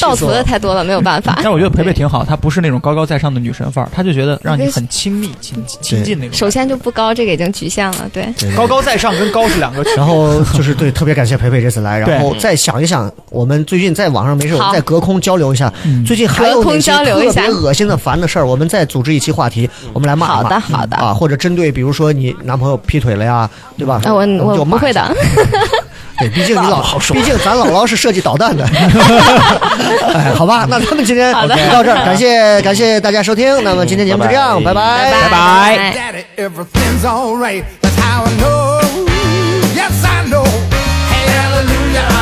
Speaker 6: 盗图的太多了，没有办 法。
Speaker 9: 但我觉得培培挺好，她不是那种高高在上的女神范儿，她就觉得让你很亲密、亲亲近那种。
Speaker 6: 首先就不高，这个已经局限了。对，
Speaker 9: 高高在上跟高是 两个
Speaker 4: 然后就是对，特别感谢培培这次来，然后再想一想，我们最近在网上没事，我们
Speaker 6: 好嗯
Speaker 4: 再隔空交流一下，最近还有
Speaker 6: 隔空
Speaker 4: 哪些
Speaker 6: 交流一
Speaker 4: 特
Speaker 6: 下嗯
Speaker 4: 别恶心的、烦的事儿，我们再组织一期话题，我们来骂一骂
Speaker 6: 好的好的
Speaker 4: 啊，或者针对比如说你男朋友劈腿了呀，对吧？
Speaker 6: 啊，我
Speaker 4: 们就
Speaker 6: 我不
Speaker 4: 骂
Speaker 6: 会
Speaker 4: 一下，
Speaker 6: 的，
Speaker 4: 对，毕竟你老，毕竟咱姥姥是设计导 弹的，哎，好吧，那咱们今天
Speaker 6: 好的
Speaker 4: 就到这儿，感谢感谢大家收听，那么今天节目就这样，拜拜。
Speaker 6: 拜
Speaker 9: 拜
Speaker 6: 拜
Speaker 2: Daddy, everything's alright. That's how I know. Yes, I know. Hallelujah.